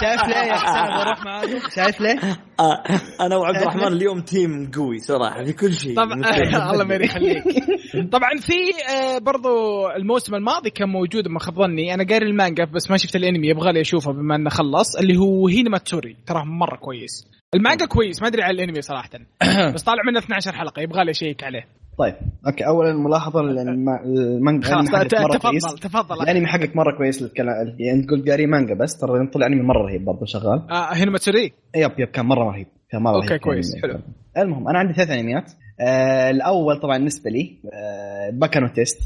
[SPEAKER 3] شايف ليه يا حسام بروح معاك شايف ليه؟
[SPEAKER 2] آه، انا وعبد الرحمن اليوم تيم قوي صراحة في كل شيء
[SPEAKER 1] طبعا [LAUGHS] الله ما يخليك طبعا في آه، برضو الموسم الماضي كان موجود ما خاب ظني انا قاري المانجا بس ما شفت الانمي يبغى لي اشوفه بما انه خلص اللي هو هينما توري تراه مره كويس المانجا كويس ما ادري عن الانمي
[SPEAKER 3] [COUGHS]
[SPEAKER 1] صراحه بس طالع منه 12 حلقه يبغى لي اشيك عليه
[SPEAKER 3] طيب اوكي اولا ملاحظه للم- المانجا
[SPEAKER 1] خلاص
[SPEAKER 3] الأنمي حقك مرة كويس.
[SPEAKER 1] تفضل تفضل
[SPEAKER 3] الانمي حقك مره كويس للكلام يعني انت قلت قاري مانجا بس ترى يوم طلع انمي مره رهيب برضه شغال
[SPEAKER 1] آه، هينما توري
[SPEAKER 3] يب يب كان مره رهيب كان مره
[SPEAKER 1] أوكي،
[SPEAKER 3] رهيب
[SPEAKER 1] كويس،
[SPEAKER 3] يعني. المهم انا عندي ثلاث انميات آه الاول طبعا بالنسبه لي آه باكانو تيست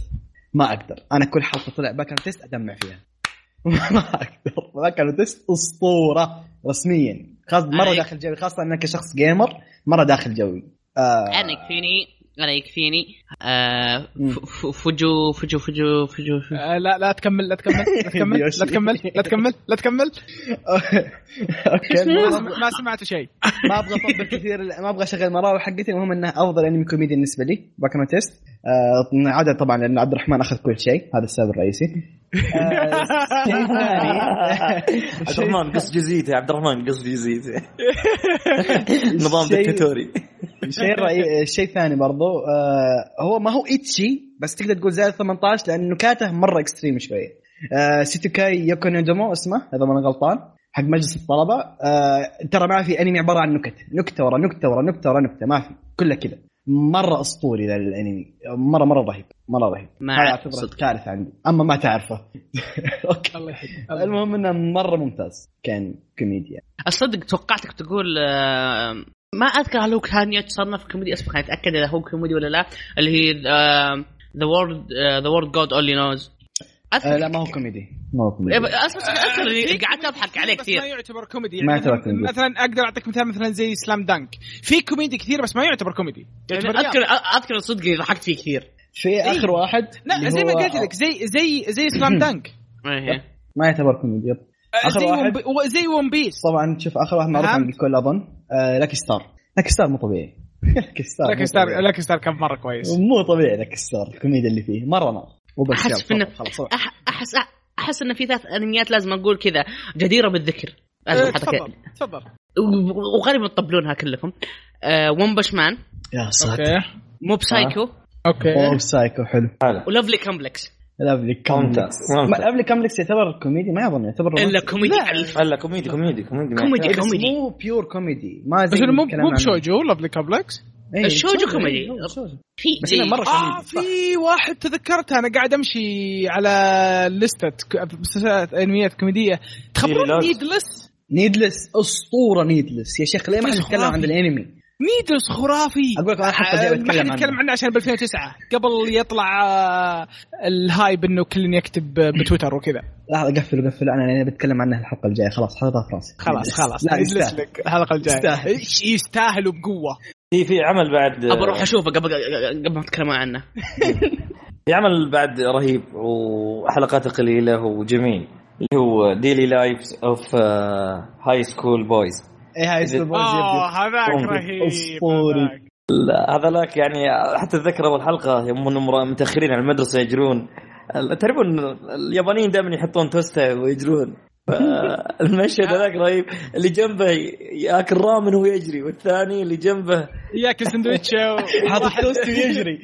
[SPEAKER 3] ما اقدر انا كل حلقه طلع باكانو تيست ادمع فيها [LAUGHS] ما اقدر باكانو تيست اسطوره رسميا خاص مره
[SPEAKER 4] أنا-
[SPEAKER 3] داخل جوي خاصه انك شخص جيمر مره داخل جوي آه
[SPEAKER 4] انا يكفيني انا يكفيني آه،
[SPEAKER 3] مم.
[SPEAKER 4] ف- ف- فجو فجو فجو فجو فجو.
[SPEAKER 1] آه، لا لا تكمل لا تكمل لا
[SPEAKER 3] [LAUGHS]
[SPEAKER 1] تكمل لا تكمل لا تكمل لا تكمل
[SPEAKER 3] اوكي
[SPEAKER 1] ما [LAUGHS]
[SPEAKER 3] المهم-
[SPEAKER 1] سم- ما سمعت شيء
[SPEAKER 3] ما ابغى اطبل كثير ما ابغى اشغل مراوح حقتي المهم انه افضل انمي كوميدي بالنسبه لي باكما تيست آه عاده طبعا لان عبد الرحمن اخذ كل شيء هذا السبب الرئيسي
[SPEAKER 2] [LAUGHS]
[SPEAKER 3] آه شيء ثاني
[SPEAKER 2] عبد الرحمن قص جزيته عبد الرحمن قص جزيته نظام
[SPEAKER 3] شيء-
[SPEAKER 2] دكتاتوري
[SPEAKER 3] الشيء
[SPEAKER 1] [LAUGHS]
[SPEAKER 3] الرئي- الشيء الثاني برضو آه هو ما هو اتشي بس تقدر تقول زائد 18 لان نكاته مره اكستريم شويه آه سيتوكاي يوكوني دومو اسمه اذا ما انا غلطان حق مجلس الطلبه آه ترى ما في انمي عباره عن نكت نكته ورا نكته ورا نكته ورا نكته ما في كله كذا مره اسطوري ذا الانمي مره مره رهيب مره رهيب
[SPEAKER 4] ما
[SPEAKER 3] هذا
[SPEAKER 4] أعرف
[SPEAKER 3] اعتبره
[SPEAKER 4] صدق.
[SPEAKER 3] كارثه عندي اما ما تعرفه [LAUGHS] اوكي
[SPEAKER 1] الله يحييك
[SPEAKER 3] المهم انه مره ممتاز كان كوميديا
[SPEAKER 4] الصدق توقعتك تقول آه، ما اذكر هل هو كان يتصنف كوميدي اسمه خليني اتاكد اذا هو كوميدي ولا لا اللي هي أه، ذا وورد ذا وورد جود اونلي نوز
[SPEAKER 3] آه لا ما هو كوميدي ما هو كوميدي
[SPEAKER 4] اصلا اصلا اللي قعدت اضحك عليه
[SPEAKER 1] بس
[SPEAKER 4] كثير
[SPEAKER 1] ما يعتبر كوميدي
[SPEAKER 3] ما
[SPEAKER 1] يعني
[SPEAKER 3] يعتبر
[SPEAKER 1] مثلا,
[SPEAKER 3] كوميدي.
[SPEAKER 1] مثلا اقدر اعطيك مثال مثلا زي سلام دانك في كوميدي كثير بس ما يعتبر كوميدي
[SPEAKER 4] يعني
[SPEAKER 1] يعتبر
[SPEAKER 4] اذكر
[SPEAKER 1] رياضة.
[SPEAKER 4] اذكر صدق إني ضحكت فيه كثير
[SPEAKER 3] في اخر إيه. واحد
[SPEAKER 1] إيه. لا
[SPEAKER 3] اللي
[SPEAKER 1] زي ما
[SPEAKER 3] هو-
[SPEAKER 1] قلت لك زي زي زي
[SPEAKER 3] [CLEARS THROAT]
[SPEAKER 1] سلام دانك
[SPEAKER 4] إيه.
[SPEAKER 3] ما يعتبر كوميدي يب.
[SPEAKER 1] آه،
[SPEAKER 3] آخر
[SPEAKER 1] زي
[SPEAKER 3] واحد.
[SPEAKER 1] ون بي- و- زي ون بيس
[SPEAKER 3] طبعا شوف اخر واحد معروف عند
[SPEAKER 1] فهمت.
[SPEAKER 3] الكل اظن آه لاكي ستار لاكي ستار مو طبيعي [LAUGHS] لاكي ستار
[SPEAKER 1] لكن
[SPEAKER 3] مو
[SPEAKER 1] ستار
[SPEAKER 3] طبيعي.
[SPEAKER 1] لكن ستار كان مره كويس
[SPEAKER 3] مو طبيعي لاكي ستار الكوميديا اللي فيه مره نار وبس
[SPEAKER 4] أحس
[SPEAKER 3] يلا،
[SPEAKER 4] إنه-
[SPEAKER 3] تفضل، خلاص روح.
[SPEAKER 4] أح- احس احس ان في ثلاث انميات لازم اقول كذا جديره بالذكر لازم
[SPEAKER 1] آه،
[SPEAKER 4] أحطها كذا.
[SPEAKER 1] تفضل تفضل
[SPEAKER 4] و- وغالبا تطبلونها كلكم آه، ون بش مان
[SPEAKER 3] يا ساتر
[SPEAKER 1] اوكي
[SPEAKER 4] موب سايكو
[SPEAKER 1] اوكي
[SPEAKER 3] اوه سايكو حلو
[SPEAKER 4] ولفلي كومبلكس
[SPEAKER 3] لافلي كاملكس
[SPEAKER 2] ممتاز، ممتاز.
[SPEAKER 3] لافلي كاملكس يعتبر كوميدي ما اظن يعتبر
[SPEAKER 4] الا كوميدي
[SPEAKER 3] لا.
[SPEAKER 4] ألف.
[SPEAKER 2] هلا كوميدي كوميدي كوميدي ما
[SPEAKER 4] كوميدي.
[SPEAKER 2] يحتاج.
[SPEAKER 3] إيه، بس
[SPEAKER 4] كوميدي.
[SPEAKER 3] مو بيور كوميدي ما زي
[SPEAKER 1] بس إنه مو
[SPEAKER 3] الكلام
[SPEAKER 1] مو
[SPEAKER 3] عنه.
[SPEAKER 1] بشوجو لافلي كومبلكس
[SPEAKER 3] إيه،
[SPEAKER 4] الشوجو
[SPEAKER 3] شوجو،
[SPEAKER 4] كوميدي.
[SPEAKER 3] إيه، هو شوجو.
[SPEAKER 4] في
[SPEAKER 3] بس إنه مرة
[SPEAKER 1] اه
[SPEAKER 3] كوميدي، صح.
[SPEAKER 1] في واحد تذكرته انا قاعد امشي على لستة ك- مسلسلات انميات كوميديه تخبرون
[SPEAKER 2] Needless.
[SPEAKER 1] نيدلس
[SPEAKER 3] نيدلس اسطوره نيدلس يا شيخ ليه ما
[SPEAKER 1] بس
[SPEAKER 3] احنا نتكلم
[SPEAKER 1] خرافي.
[SPEAKER 3] عن الانمي
[SPEAKER 1] نيدلس خرافي
[SPEAKER 3] اقول لك انا حلقه جايه
[SPEAKER 1] آه، ما
[SPEAKER 3] بتكلم
[SPEAKER 1] حد
[SPEAKER 3] عنه
[SPEAKER 1] يتكلم عنه عشان ب 2009 قبل يطلع آه، الهايب انه كل يكتب آه، بتويتر وكذا
[SPEAKER 3] لحظه قفلوا قفلوا انا انا بتكلم عنها الحلقه الجايه خلاص حطها في راسي
[SPEAKER 1] خلاص خلاص
[SPEAKER 3] لا
[SPEAKER 1] نجلس
[SPEAKER 3] يستاهل
[SPEAKER 1] لك الحلقه الجايه
[SPEAKER 3] يستاهل.
[SPEAKER 1] إيش يستاهلوا بقوه
[SPEAKER 2] في في عمل بعد
[SPEAKER 4] ابى اروح اشوفه قبل قبل ما تتكلمون عنه
[SPEAKER 2] في عمل بعد رهيب وحلقاته قليله وجميل اللي هو ديلي لايف اوف هاي سكول بويز
[SPEAKER 3] ايه هاي سكول بويز يبدو. [LAUGHS]
[SPEAKER 1] اه هذاك
[SPEAKER 2] أوه،
[SPEAKER 1] رهيب
[SPEAKER 3] أسطوري.
[SPEAKER 1] هذاك.
[SPEAKER 2] هذاك يعني حتى اتذكر اول حلقه يوم إنهم مر- متاخرين على المدرسه يجرون تعرفون اليابانيين دائما يحطون توستا ويجرون ف- المشهد هذاك رهيب اللي جنبه ياكل رامن وهو يجري والثاني اللي جنبه
[SPEAKER 1] ياكل
[SPEAKER 3] [LAUGHS]
[SPEAKER 1] سندويتش و-
[SPEAKER 3] حاط التوست ويجري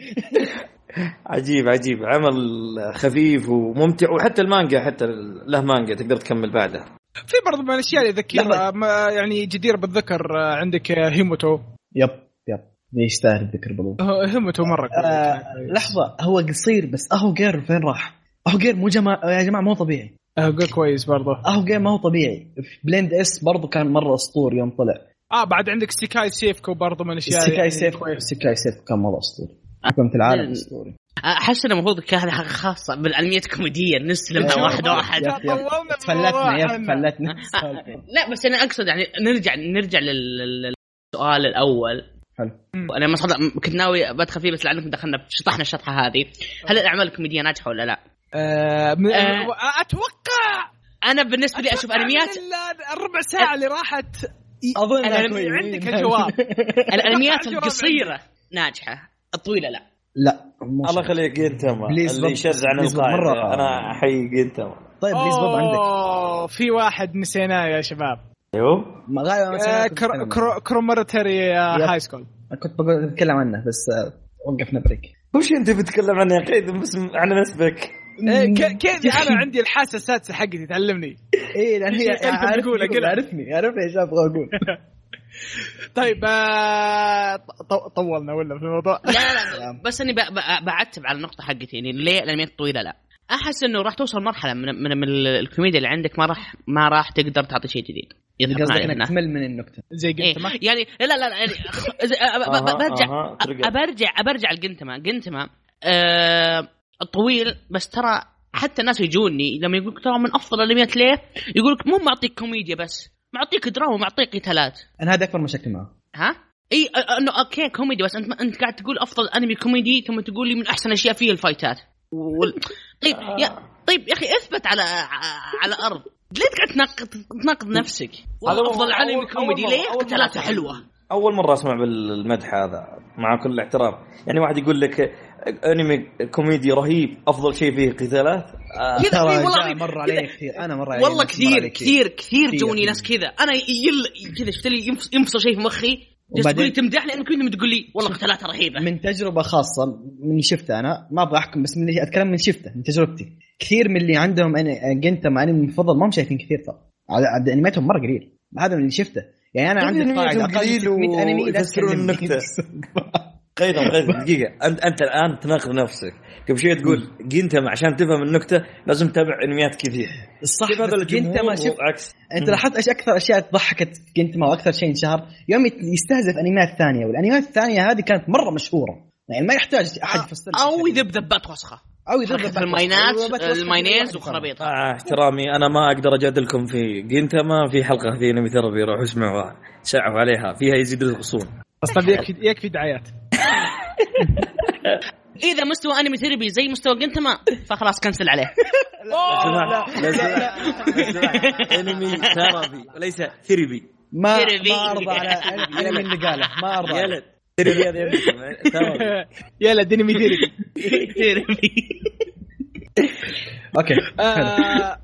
[SPEAKER 2] عجيب عجيب عمل خفيف وممتع وحتى المانجا حتى له مانجا تقدر تكمل بعدها
[SPEAKER 1] في برضه من الاشياء اللي
[SPEAKER 3] لحظة.
[SPEAKER 1] اذكرها ما- يعني جدير بالذكر آه، عندك آه، هيموتو
[SPEAKER 3] يب يب يستاهل الذكر بالضبط
[SPEAKER 1] آه، هيموتو مره كويس.
[SPEAKER 3] آه، لحظه هو قصير بس اهو جير فين راح؟ اهو جير مو جماعة يا جماعه مو طبيعي
[SPEAKER 1] آه، جول كويس برضه
[SPEAKER 3] اهو جير ما هو طبيعي في بليند اس برضه كان مره اسطوري يوم طلع
[SPEAKER 1] اه بعد عندك سيكاي سيفكو برضه من الاشياء
[SPEAKER 3] السكاي
[SPEAKER 1] يعني
[SPEAKER 3] سيف
[SPEAKER 1] كويس
[SPEAKER 3] السكاي سيف كان مره اسطوري حكمة العالم اسطوري
[SPEAKER 4] احس انه آه، المفروض كان حاجه خاصه بالانميات الكوميديه نستلمها واحده واحده
[SPEAKER 3] يب، يب.
[SPEAKER 1] طولنا
[SPEAKER 3] تفلتنا
[SPEAKER 1] بالموضوع
[SPEAKER 3] يا
[SPEAKER 1] عنه.
[SPEAKER 3] تفلتنا
[SPEAKER 4] لا بس انا اقصد يعني نرجع نرجع لل- لل- للسؤال الاول
[SPEAKER 3] حلو.
[SPEAKER 4] انا ما صدق كنت ناوي بدخل فيه بس لعلكم دخلنا شطحنا الشطحه هذه هل الاعمال الكوميديه ناجحه ولا لا؟
[SPEAKER 1] آه، من-
[SPEAKER 4] آه.
[SPEAKER 1] آه، اتوقع
[SPEAKER 4] انا بالنسبه لي اشوف
[SPEAKER 1] أتوقع
[SPEAKER 4] انميات
[SPEAKER 1] من ال- الربع ساعه اللي راحت
[SPEAKER 3] اظن
[SPEAKER 4] أنا
[SPEAKER 3] أكون-
[SPEAKER 1] عندك الجواب.
[SPEAKER 3] [LAUGHS]
[SPEAKER 4] الانميات
[SPEAKER 1] أتوقع الجواب
[SPEAKER 4] القصيره ناجحه الطويله لا
[SPEAKER 3] لا مو
[SPEAKER 2] الله
[SPEAKER 3] شرط.
[SPEAKER 2] يخليك جنتما
[SPEAKER 3] بليز
[SPEAKER 2] اللي
[SPEAKER 3] بوب.
[SPEAKER 2] يشجع عن
[SPEAKER 3] بليز بوب مرة.
[SPEAKER 2] القاعده انا احيي جنتما
[SPEAKER 3] طيب بليز بوب عندك
[SPEAKER 1] أوه، في واحد نسيناه يا شباب
[SPEAKER 2] ايوه
[SPEAKER 3] ما غاية ما
[SPEAKER 1] آه،
[SPEAKER 3] سمعت
[SPEAKER 1] كر-
[SPEAKER 3] أتكلم
[SPEAKER 1] كرو- كرومرتري آه،
[SPEAKER 3] يب.
[SPEAKER 1] هاي سكول
[SPEAKER 3] عنه. كنت بقول اتكلم عنه بس آه، وقفنا بريك
[SPEAKER 2] وش انت بتتكلم عنه يا اخي بس عن نسبك
[SPEAKER 1] آه، ك-
[SPEAKER 3] يا
[SPEAKER 1] كيف
[SPEAKER 3] أخي.
[SPEAKER 1] انا عندي الحاسه السادسه حقتي تعلمني
[SPEAKER 3] ايه لان هي
[SPEAKER 1] شيء قلبك يقول، أقول.
[SPEAKER 3] عارفني عارفني عارفني ايش ابغى اقول
[SPEAKER 1] طيب آه، ط- طولنا ولا في الموضوع
[SPEAKER 4] لا لا بس اني ب- ب- بعتب على النقطه حقتي يعني ليه الانميات الطويله لا؟ احس انه راح توصل مرحله من, من, من ال- الكوميديا اللي عندك ما راح ما راح تقدر تعطي شيء جديد يضحك
[SPEAKER 3] [LAUGHS] قصدك
[SPEAKER 4] معي
[SPEAKER 3] انك
[SPEAKER 4] منه.
[SPEAKER 3] تمل من النكته
[SPEAKER 1] [LAUGHS] زي
[SPEAKER 4] إيه،
[SPEAKER 1] قلت ما
[SPEAKER 4] يعني لا لا لا يعني خ- إذا- أ- أ-
[SPEAKER 2] أها،
[SPEAKER 4] ب- برجع
[SPEAKER 2] أها،
[SPEAKER 4] أ-
[SPEAKER 2] ترجع.
[SPEAKER 4] برجع برجع لجنتما جنتما آه، طويل بس ترى حتى الناس يجوني لما يقولك ترى من افضل الانميات ليه؟ يقولك مو معطيك كوميديا بس معطيك دراما معطيك قتالات
[SPEAKER 3] انا هذا اكبر مشكلة معه
[SPEAKER 4] ها؟ اي أ- انه اوكي كوميدي بس انت انت قاعد تقول افضل انمي كوميدي ثم تقول لي من احسن اشياء فيه الفايتات
[SPEAKER 2] [LAUGHS]
[SPEAKER 4] وال... طيب يا طيب يا اخي اثبت على على ارض ليه قاعد تناقض تناقض نفسك؟
[SPEAKER 2] هذا هو-
[SPEAKER 4] افضل انمي
[SPEAKER 2] أول-
[SPEAKER 4] كوميدي
[SPEAKER 2] أول-
[SPEAKER 4] ليه؟
[SPEAKER 2] أول-
[SPEAKER 4] قتالاته حلوه
[SPEAKER 2] اول مره اسمع بالمدح هذا مع كل الاحترام يعني واحد يقول لك انمي كوميدي رهيب افضل شيء فيه قتالات آه،
[SPEAKER 4] كذا
[SPEAKER 3] ترى
[SPEAKER 4] في والله
[SPEAKER 3] جاء
[SPEAKER 4] في-
[SPEAKER 3] مر
[SPEAKER 4] كذا-
[SPEAKER 3] علي كثير انا مر علي
[SPEAKER 4] والله
[SPEAKER 3] مر
[SPEAKER 4] كثير
[SPEAKER 3] علي
[SPEAKER 4] كثير كثير
[SPEAKER 3] كثير.
[SPEAKER 4] جوني ناس كذا انا يل كذا شفت لي ينفص- ينفصل شيء في مخي جالس تقول لي
[SPEAKER 3] وبعدين-
[SPEAKER 4] تمدحني انا كنت تقول لي والله قتالاته رهيبه
[SPEAKER 3] من تجربه خاصه من اللي شفته انا ما ابغى احكم بس من اللي اتكلم من شفته من تجربتي كثير من اللي عندهم انا جنتا مع انمي المفضل ما هم شايفين كثير ترى على على انمياتهم مره قليل هذا من اللي شفته يعني انا عندي
[SPEAKER 2] أنمياتهم
[SPEAKER 3] قاعده أقل
[SPEAKER 2] قليل
[SPEAKER 3] 600 انمي لا
[SPEAKER 2] ويفسرون
[SPEAKER 3] تكلمني.
[SPEAKER 2] النكتة.
[SPEAKER 3] [LAUGHS]
[SPEAKER 2] قيثم قيثم دقيقه انت انت الان تناقض نفسك قبل شوي تقول جنتما عشان تفهم النكته لازم تتابع انميات كثير
[SPEAKER 3] الصح
[SPEAKER 2] كيف هذا
[SPEAKER 3] بس جنتا
[SPEAKER 2] الجمهور
[SPEAKER 3] ما شفت
[SPEAKER 2] عكس
[SPEAKER 3] انت لاحظت ايش اكثر اشياء ضحكت جنتما واكثر شيء انشهر يوم يت- يستهزف انميات ثانيه والانميات الثانيه هذه كانت مره مشهوره يعني ما يحتاج احد يفسر لك
[SPEAKER 4] او
[SPEAKER 3] الشيء.
[SPEAKER 4] يذبذبات وسخه
[SPEAKER 3] او
[SPEAKER 4] حركه
[SPEAKER 3] يضرب
[SPEAKER 4] آه، الماينات الماينيز وخرابيط
[SPEAKER 2] مع آه، احترامي انا ما اقدر اجادلكم في جنتما في حلقه في انمي ثيرابي روحوا اسمعوها ساعوا عليها فيها يزيد الغصون
[SPEAKER 1] اصلا يكفي يكفي دعايات
[SPEAKER 4] اذا مستوى انمي ثيربي زي مستوى جنتما فخلاص كنسل عليه
[SPEAKER 2] لا لا لا انمي ثيرابي وليس ثيربي
[SPEAKER 3] ما
[SPEAKER 4] تيري
[SPEAKER 3] ما ارضى على على من اللي قاله ما
[SPEAKER 2] [LAUGHS]
[SPEAKER 3] ارضى
[SPEAKER 2] يا
[SPEAKER 3] عليه.
[SPEAKER 2] ولد ثيربي هذا يمكن، ثيرابي.
[SPEAKER 1] [LAUGHS] يلا اديني ميثيري
[SPEAKER 4] ثيربي
[SPEAKER 3] اوكي [LAUGHS]
[SPEAKER 1] آه،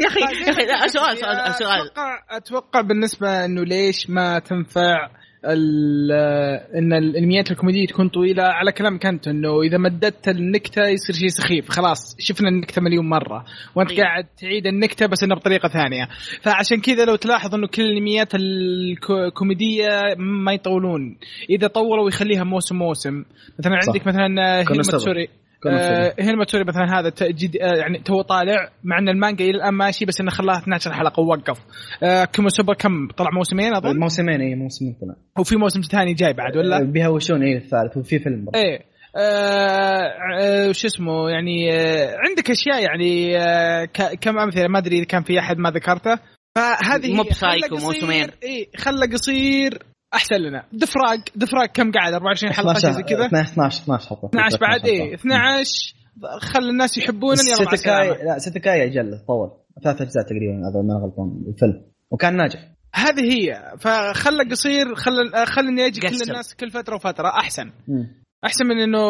[SPEAKER 4] يا اخي
[SPEAKER 1] طيب،
[SPEAKER 4] يا اخي لا، سؤال سؤال
[SPEAKER 1] يعني
[SPEAKER 4] سؤال
[SPEAKER 1] اتوقع اتوقع بالنسبه انه ليش ما تنفع ال- ان الانميات الكوميديه تكون طويله على كلامك انت انه اذا مددت النكته يصير شيء سخيف خلاص شفنا النكته مليون مره وانت
[SPEAKER 4] طيب.
[SPEAKER 1] قاعد تعيد النكته بس انها بطريقه ثانيه فعشان كذا لو تلاحظ انه كل الانميات الكو- الكوميديه ما يطولون اذا طولوا يخليها موسم موسم مثلا
[SPEAKER 3] صح.
[SPEAKER 1] عندك آه، مثلا
[SPEAKER 3] كنا سبب.
[SPEAKER 1] هيلماتسوري
[SPEAKER 3] كنا
[SPEAKER 1] آه، هيلما توري مثلا هذا تجد آه، يعني تو طالع مع ان المانجا الى الان ماشي بس انه خلاها 12 حلقه ووقف آه، كيمو سوبر كم طلع موسمين اظن
[SPEAKER 3] موسمين اي موسمين طلع
[SPEAKER 1] وفي موسم ثاني جاي بعد ولا؟
[SPEAKER 3] بيهوشون اي الثالث وفي فيلم برضه.
[SPEAKER 1] ايه آه، آه، وش اسمه يعني آه، عندك اشياء يعني آه، ك- كم امثله ما ادري اذا كان في احد ما ذكرته فهذه
[SPEAKER 4] موب سايكو
[SPEAKER 1] خلى قصير-
[SPEAKER 4] موسمين.
[SPEAKER 1] ايه خلى قصير احسن لنا دفراق دفراق كم قعد 24 حلقه شيء زي
[SPEAKER 3] 12
[SPEAKER 1] كذا
[SPEAKER 3] 12 12 12 حلقه
[SPEAKER 1] 12 بعد ايه
[SPEAKER 3] اي
[SPEAKER 1] 12 خلى الناس يحبونه يلا مع السلامه
[SPEAKER 3] ستكاي لا ستكاي اجل طول ثلاث اجزاء تقريبا اذا ما غلطان الفيلم وكان ناجح
[SPEAKER 1] هذه هي فخلى قصير خلى خلني اجي كل
[SPEAKER 4] قسم.
[SPEAKER 1] الناس كل فتره وفتره احسن
[SPEAKER 3] مم.
[SPEAKER 1] احسن من انه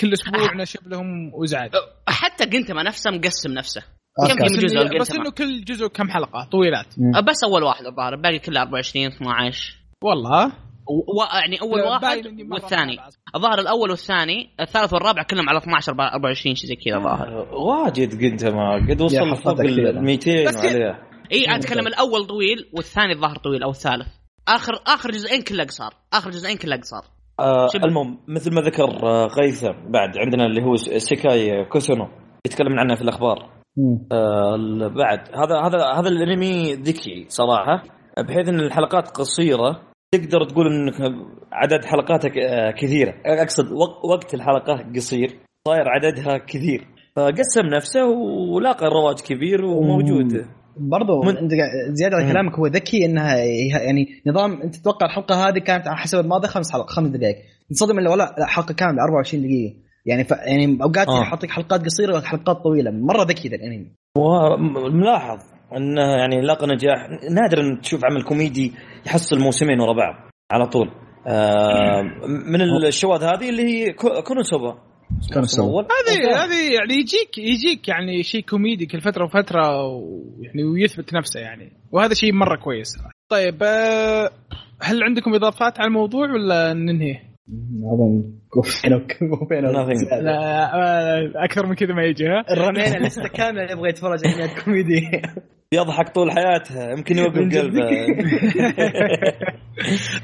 [SPEAKER 1] كل اسبوع نشب لهم وزعاد
[SPEAKER 4] حتى جنتما نفسه مقسم نفسه
[SPEAKER 3] أوكي.
[SPEAKER 4] كم جزء
[SPEAKER 1] بس إنه-
[SPEAKER 4] القيت
[SPEAKER 1] بس
[SPEAKER 4] معه.
[SPEAKER 1] انه كل جزء كم حلقه طويلات
[SPEAKER 3] مم.
[SPEAKER 4] بس اول واحد الظاهر الباقي كله 24 12
[SPEAKER 1] والله
[SPEAKER 4] و... و... يعني اول
[SPEAKER 1] لا،
[SPEAKER 4] واحد
[SPEAKER 1] باين إني مرة
[SPEAKER 4] والثاني
[SPEAKER 1] متابع.
[SPEAKER 4] الظاهر الاول والثاني الثالث والرابع كلهم على 12 أربعة-
[SPEAKER 2] آه،
[SPEAKER 4] 24 شيء زي كذا الظاهر
[SPEAKER 2] واجد قنتما قد وصل
[SPEAKER 3] حصلت
[SPEAKER 2] فوق
[SPEAKER 3] كثير.
[SPEAKER 2] ال 200
[SPEAKER 1] بس-
[SPEAKER 2] وعليه
[SPEAKER 4] اي اتكلم الاول طويل والثاني الظهر طويل او الثالث اخر اخر جزئين كله قصار اخر جزئين كله قصار
[SPEAKER 2] آه
[SPEAKER 4] شبه.
[SPEAKER 2] المهم مثل ما ذكر آه، غيثم بعد عندنا اللي هو س- سيكاي كوسونو يتكلمنا عنه في الاخبار آه ال- بعد هذا هذا هذا الانمي ذكي صراحه بحيث ان الحلقات قصيره تقدر تقول انك عدد حلقاتك آه، كثيره اقصد وق- وقت الحلقات قصير صاير عددها كثير فقسم نفسه ولاقى رواج كبير وموجود
[SPEAKER 3] برضو
[SPEAKER 2] من-
[SPEAKER 3] انت قاعد- زياده على
[SPEAKER 2] مم.
[SPEAKER 3] كلامك هو ذكي انها يعني نظام انت تتوقع الحلقه هذه كانت على حسب الماضي خمس حلقات خمس دقائق تنصدم الا ولا لا حلقه كامله 24 دقيقه يعني ف... يعني اوقات
[SPEAKER 2] آه.
[SPEAKER 3] يحطك حلقات قصيره وحلقات طويله مره ذكي ذا الانمي
[SPEAKER 2] وملاحظ انه يعني لاقى نجاح نادر ان تشوف عمل كوميدي يحصل موسمين ورا بعض على طول آه من الشواذ هذه اللي هي كو- كونوسوبا
[SPEAKER 1] هذه هذه يعني يجيك يجيك يعني شيء كوميدي كل فتره وفتره ويعني ويثبت نفسه يعني وهذا شيء مره كويس صراحة. طيب آه، هل عندكم اضافات على الموضوع ولا ننهي؟
[SPEAKER 3] عظم وفينك [LAUGHS]
[SPEAKER 2] Nothing.
[SPEAKER 1] لا
[SPEAKER 3] وفينك
[SPEAKER 1] آه، اكثر من كذا ما يجي ها؟
[SPEAKER 3] رمينا لسته كامله اللي يبغى يتفرج على [LAUGHS] انميات كوميدي
[SPEAKER 2] يضحك طول حياته يمكن
[SPEAKER 3] من
[SPEAKER 2] يوقف
[SPEAKER 3] جد.
[SPEAKER 2] قلبه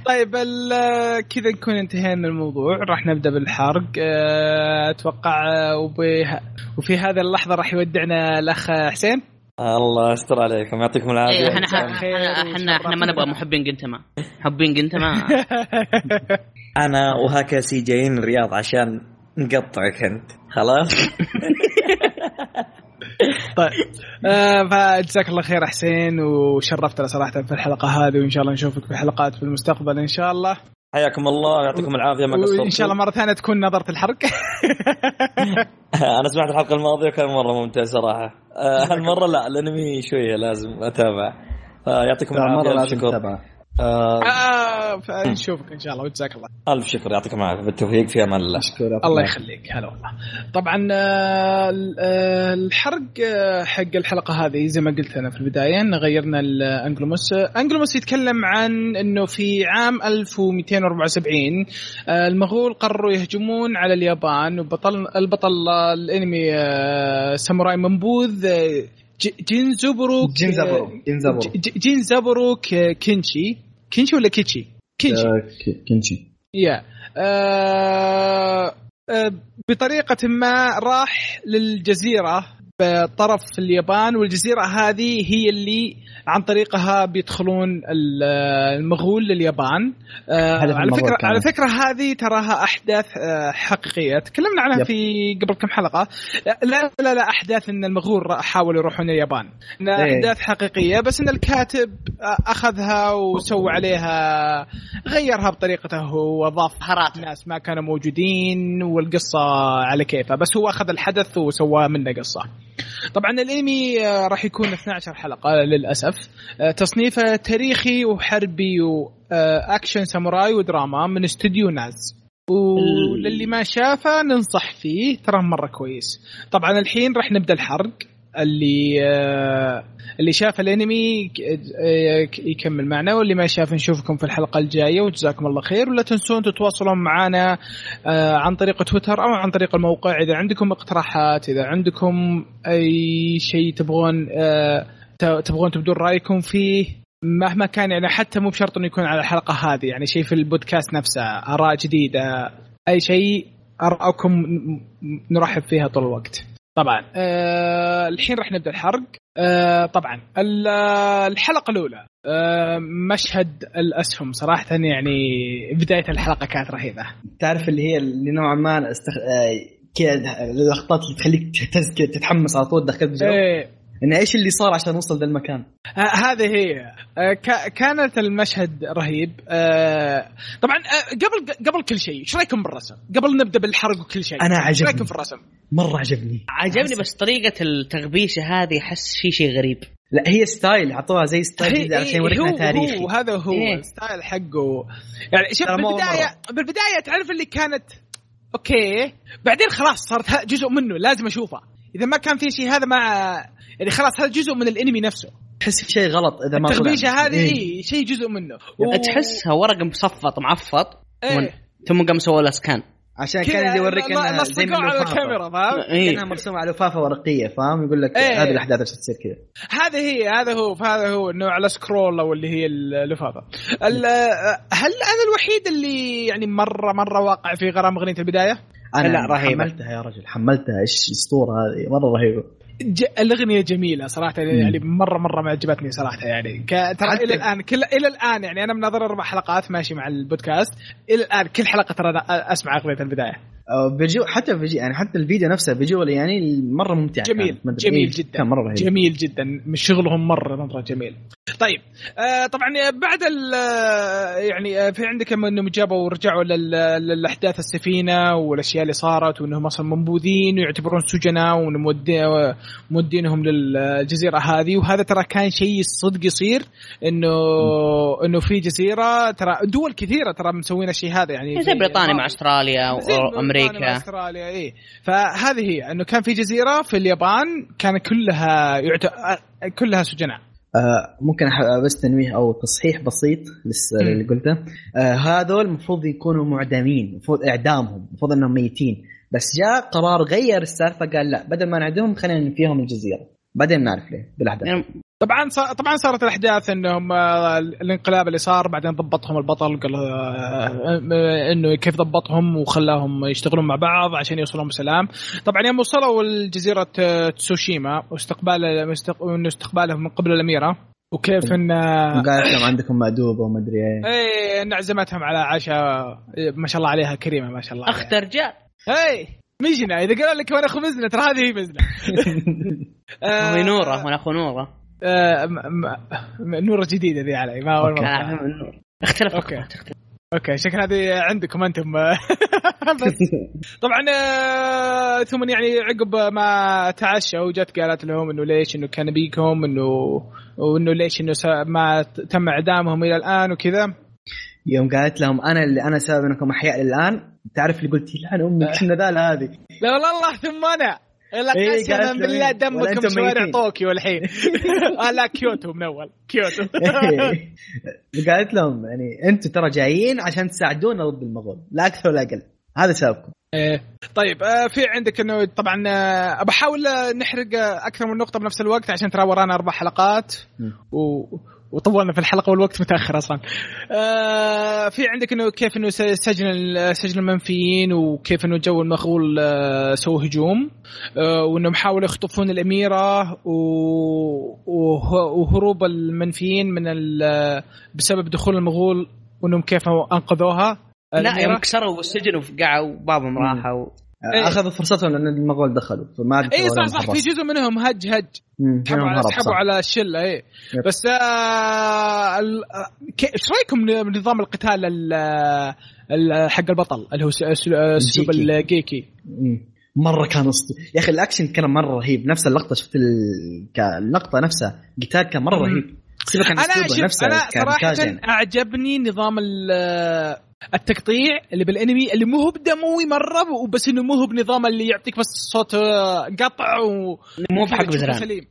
[SPEAKER 1] طيب ال- كذا نكون انتهينا الموضوع راح نبدا بالحرق آه، اتوقع آه، وبه- وفي هذا اللحظه راح يودعنا الاخ حسين
[SPEAKER 2] [LAUGHS]
[SPEAKER 1] [LAUGHS]
[SPEAKER 2] الله يستر عليكم يعطيكم
[SPEAKER 4] إيه،
[SPEAKER 2] العافيه
[SPEAKER 4] احنا
[SPEAKER 1] مساء الخير
[SPEAKER 4] احنا احنا احنا ما
[SPEAKER 1] وشكراً.
[SPEAKER 4] نبغى محبين جنتما محبين جنتما
[SPEAKER 1] [LAUGHS]
[SPEAKER 2] انا وهاكاسي جايين الرياض عشان نقطعك انت خلاص
[SPEAKER 1] طيب آه، فجزاك الله خير حسين وشرفتنا صراحه في الحلقه هذه وان شاء الله نشوفك في حلقات في المستقبل ان شاء الله
[SPEAKER 2] حياكم الله يعطيكم العافيه ما قصرتوا
[SPEAKER 1] وان شاء الله مره ثانيه تكون نظره الحرق
[SPEAKER 2] [LAUGHS] انا سمعت الحلقه الماضيه وكان مره ممتع صراحه آه، هالمره لا الانمي شويه لازم اتابع آه، يعطيكم العافيه الف شكر آه،
[SPEAKER 1] [LAUGHS] آه، فنشوفك ان شاء الله وجزاك الله
[SPEAKER 2] الف شكر يعطيكم العافيه بالتوفيق في امان الله
[SPEAKER 1] الله يخليك هلا والله طبعا آه، ال- آه، الحرق آه، حق الحلقه هذه زي ما قلت انا في البدايه ان غيرنا الانجلوموس آه، انجلوموس يتكلم عن انه في عام 1274 آه، المغول قرروا يهجمون على اليابان وبطل البطل آه، الانمي آه، ساموراي منبوذ آه، ج- جينزوبرو ك-
[SPEAKER 3] جنزابرو جنزابرو
[SPEAKER 1] ج- ج- جينزابرو ك- كينشي كينشي ولا كيتشي؟ كينشي
[SPEAKER 3] كنشي
[SPEAKER 1] يا آه، آه، بطريقة ما راح للجزيرة بطرف اليابان والجزيرة هذه هي اللي عن طريقها بيدخلون ال- آه، المغول لليابان آه،
[SPEAKER 3] هدف
[SPEAKER 1] على
[SPEAKER 3] المغول
[SPEAKER 1] فكرة
[SPEAKER 3] كان.
[SPEAKER 1] على فكرة هذه تراها أحداث آه، حقيقية تكلمنا عنها
[SPEAKER 3] يب.
[SPEAKER 1] في قبل كم حلقة لا لا لا أحداث أن المغول را- حاولوا يروحون اليابان إن
[SPEAKER 3] إيه.
[SPEAKER 1] أحداث حقيقية بس أن الكاتب آه، أخذها وسوى عليها غيرها بطريقته هو واضاف
[SPEAKER 4] حرات
[SPEAKER 1] ناس ما كانوا موجودين والقصه على كيفه بس هو اخذ الحدث وسواه منه قصه طبعا الانمي آه، راح يكون 12 حلقه للاسف آه، تصنيفه تاريخي وحربي واكشن ساموراي ودراما من استوديو ناز وللي ما شافه ننصح فيه ترى مره كويس طبعا الحين راح نبدا الحرق اللي آه، اللي شاف الانمي ك- آه، ك- يكمل معنا واللي ما شاف نشوفكم في الحلقه الجايه وجزاكم الله خير ولا تنسون تتواصلون معنا آه، عن طريق تويتر او عن طريق الموقع اذا عندكم اقتراحات اذا عندكم اي شيء تبغون آه، ت- تبغون تبدون رايكم فيه مهما كان يعني حتى مو بشرط انه يكون على الحلقه هذه يعني شيء في البودكاست نفسه اراء جديده اي شيء ارائكم ن- ن- نرحب فيها طول الوقت طبعا آه الحين راح نبدا الحرق آه طبعا ال- الحلقه الاولى آه مشهد الاسهم صراحه يعني بدايه الحلقه كانت رهيبه
[SPEAKER 3] تعرف اللي هي اللي نوعا ما استخ... آه، كذا اللقطات اللي تخليك تهتز كذا تتحمس على طول دخلت بجو
[SPEAKER 1] إيه
[SPEAKER 3] انه ايش اللي صار عشان نوصل ذا المكان
[SPEAKER 1] ه- هذه هي آه، كا- كانت المشهد رهيب آه، طبعا آه، قبل قبل كل شيء ايش رايكم بالرسم قبل نبدا بالحرق وكل شيء
[SPEAKER 3] أنا
[SPEAKER 1] ايش
[SPEAKER 3] عجبني.
[SPEAKER 1] رايكم في الرسم
[SPEAKER 3] مره عجبني
[SPEAKER 4] عجبني بس طريقه التغبيشه هذه احس في شيء غريب
[SPEAKER 3] لا هي ستايل عطوها زي ستايل جديد
[SPEAKER 1] هي- إيه،
[SPEAKER 3] عشان
[SPEAKER 1] هو-
[SPEAKER 3] يورينا تاريخي
[SPEAKER 1] هو هذا هو
[SPEAKER 4] إيه.
[SPEAKER 1] الستايل حقه يعني شوف
[SPEAKER 3] ترى مو
[SPEAKER 1] بالبدايه بالبدايه تعرف اللي كانت اوكي بعدين خلاص صارت ه- جزء منه لازم اشوفه اذا ما كان في شيء هذا ما يعني خلاص هذا جزء من الانمي نفسه
[SPEAKER 3] تحس في شيء غلط اذا ما طلع.
[SPEAKER 1] التغبيشه هذه
[SPEAKER 3] إيه.
[SPEAKER 1] إيه، شيء جزء منه و-
[SPEAKER 4] تحسها ورق مصفط معفط
[SPEAKER 1] إيه.
[SPEAKER 4] ثم قام سووا له سكان
[SPEAKER 3] عشان
[SPEAKER 1] كذا
[SPEAKER 3] كان يوريك
[SPEAKER 1] لا- لا-
[SPEAKER 3] انها زي
[SPEAKER 1] لصقوه على
[SPEAKER 3] اللفافة.
[SPEAKER 1] الكاميرا فاهم؟
[SPEAKER 4] إيه.
[SPEAKER 3] كانها مرسومه على لفافه ورقيه فاهم يقول لك
[SPEAKER 1] إيه.
[SPEAKER 3] هذه الاحداث بس تصير كذا
[SPEAKER 1] هذا هي هذا هو هذا هو انه على سكرول او اللي هي اللفافه ال- هل انا الوحيد اللي يعني مره مره واقع في غرام اغنيه البدايه؟
[SPEAKER 3] انا
[SPEAKER 1] لا، رهيبة.
[SPEAKER 3] حملتها يا رجل حملتها ايش الاسطوره هذه أه، مره رهيبه
[SPEAKER 1] ج... الاغنيه جميله صراحه يعني مره مره ما عجبتني صراحه يعني ك... ترى
[SPEAKER 3] حتى-
[SPEAKER 1] الى الان كل... الى الان يعني انا مناظر اربع حلقات ماشي مع البودكاست الى الان كل حلقه ترى أنا اسمع اغنيه البدايه
[SPEAKER 3] أو بيجو حتى بيجي يعني حتى الفيديو نفسه بيجول يعني مره ممتع
[SPEAKER 1] جميل
[SPEAKER 3] كانت، ما أدري
[SPEAKER 1] جميل
[SPEAKER 3] إيه،
[SPEAKER 1] جدا
[SPEAKER 3] كان مره رهيب
[SPEAKER 1] جميل جدا من شغلهم مره مره جميل طيب آه طبعا بعد ال آه، يعني آه، في عندك أما انهم جابوا ورجعوا لل- للاحداث السفينه والاشياء اللي صارت وانهم اصلا منبوذين ويعتبرون سجناء ومودينهم للجزيره هذه وهذا ترى كان شيء الصدق يصير انه انه في جزيره ترى دول كثيره ترى مسوين الشيء هذا يعني
[SPEAKER 4] زي
[SPEAKER 1] في-
[SPEAKER 4] بريطانيا مع استراليا
[SPEAKER 1] زي بريطانيا مع
[SPEAKER 4] وامريكا
[SPEAKER 1] استراليا اي إيه. فهذه هي انه كان في جزيره في اليابان كان كلها يعت... آه، كلها سجناء
[SPEAKER 3] آه ممكن أح- بس تنويه او تصحيح بسيط لس-
[SPEAKER 1] مم.
[SPEAKER 3] اللي قلته آه هذول المفروض يكونوا معدمين المفروض اعدامهم المفروض انهم ميتين بس جاء قرار غير السالفه قال لا بدل ما نعدمهم خلينا نفيهم الجزيره بعدين نعرف ليه بالاحداث
[SPEAKER 4] يعني
[SPEAKER 1] طبعا صا- طبعا صارت الاحداث انهم آه، الانقلاب اللي صار بعدين ضبطهم البطل قال آه، آه، انه كيف ضبطهم وخلاهم يشتغلون مع بعض عشان يوصلون بسلام طبعا يوم وصلوا لجزيره آه، تسوشيما واستقبال مستق- إنه استقبالهم من قبل الاميره وكيف ان آه،
[SPEAKER 3] قال لكم عندكم مأدوبه وما ادري
[SPEAKER 1] [LAUGHS]
[SPEAKER 3] ايه
[SPEAKER 1] ايه ان عزمتهم على عشاء إيه، ما شاء الله عليها كريمه ما شاء الله عليها.
[SPEAKER 4] اخت رجال
[SPEAKER 1] اي مزنه اذا قالوا لك وانا اخو مزنه ترى هذه هي مزنه آه،
[SPEAKER 4] وهي نوره وانا اخو نوره
[SPEAKER 1] آه، م- م- نوره جديده ذي علي ما اول
[SPEAKER 4] انا
[SPEAKER 1] مره
[SPEAKER 4] احب النور آه، اختلف
[SPEAKER 1] أوكي.
[SPEAKER 4] أوكي.
[SPEAKER 1] اوكي شكل هذه عندكم انتم [LAUGHS] بس
[SPEAKER 3] [LAUGHS]
[SPEAKER 1] طبعا آه، ثم يعني عقب ما تعشوا جت قالت لهم انه ليش انه كان بيكم انه وانه ليش انه س- ما ت- تم اعدامهم الى الان وكذا
[SPEAKER 3] يوم قالت لهم انا اللي انا سبب انكم احياء الان تعرف اللي قلت لعن امك ايش النذاله
[SPEAKER 1] [LAUGHS]
[SPEAKER 3] هذه
[SPEAKER 1] لا والله الله ثم انا لا
[SPEAKER 3] إيه،
[SPEAKER 1] قسما
[SPEAKER 3] قالت له
[SPEAKER 1] بالله
[SPEAKER 3] إيه، ولا
[SPEAKER 1] دمكم
[SPEAKER 3] أنتم
[SPEAKER 1] شوارع
[SPEAKER 3] ميتين.
[SPEAKER 1] طوكيو
[SPEAKER 3] [LAUGHS]
[SPEAKER 1] الحين آه لا كيوتو من اول كيوتو
[SPEAKER 3] إيه. قالت لهم يعني انتم ترى جايين عشان تساعدونا ضد المغول لا اكثر ولا اقل هذا سببكم
[SPEAKER 1] طيب آه، في عندك انه طبعا آه، بحاول آه، نحرق آه، اكثر من نقطه بنفس الوقت عشان ترى ورانا اربع حلقات
[SPEAKER 3] مم.
[SPEAKER 1] و... وطولنا في الحلقه والوقت متاخر اصلا. آه في عندك انه كيف انه س- سجن ال- سجن المنفيين وكيف انه جو المغول آه سووا هجوم آه وانهم حاولوا يخطفون الاميره و... وه- وهروب المنفيين من ال... آه، بسبب دخول المغول وانهم كيف انقذوها
[SPEAKER 4] لا
[SPEAKER 1] الأميرة.
[SPEAKER 4] يوم كسروا السجن وقعوا وبابهم راحه و...
[SPEAKER 1] إيه.
[SPEAKER 3] اخذوا فرصتهم لان المغول دخلوا فما عاد
[SPEAKER 1] اي إيه، صح صح في جزء منهم هج هج سحبوا على سحبوا على الشله اي
[SPEAKER 3] يب.
[SPEAKER 1] بس آه، ال- آه، ك- ايش رايكم بنظام القتال ال- آه، ال- حق البطل اللي هو س- أس- اسلوب
[SPEAKER 3] الجيكي.
[SPEAKER 1] الجيكي
[SPEAKER 3] مره كان اسطوري يا اخي الاكشن كان مره رهيب نفس اللقطه شفت ال- ك- اللقطه نفسها القتال كان مره
[SPEAKER 1] مم.
[SPEAKER 3] رهيب سيبك عن
[SPEAKER 1] انا
[SPEAKER 3] اسلوبه
[SPEAKER 1] شوف
[SPEAKER 3] نفسه
[SPEAKER 1] انا
[SPEAKER 3] كان
[SPEAKER 1] صراحه
[SPEAKER 3] ممتاز يعني.
[SPEAKER 1] اعجبني نظام ال- آه، التقطيع اللي بالانمي اللي مو هو بدموي مره وبس انه مو هو بنظام اللي يعطيك بس صوت آه، قطع و
[SPEAKER 4] مو بحق
[SPEAKER 1] وتشوفه
[SPEAKER 4] بزران
[SPEAKER 1] سليم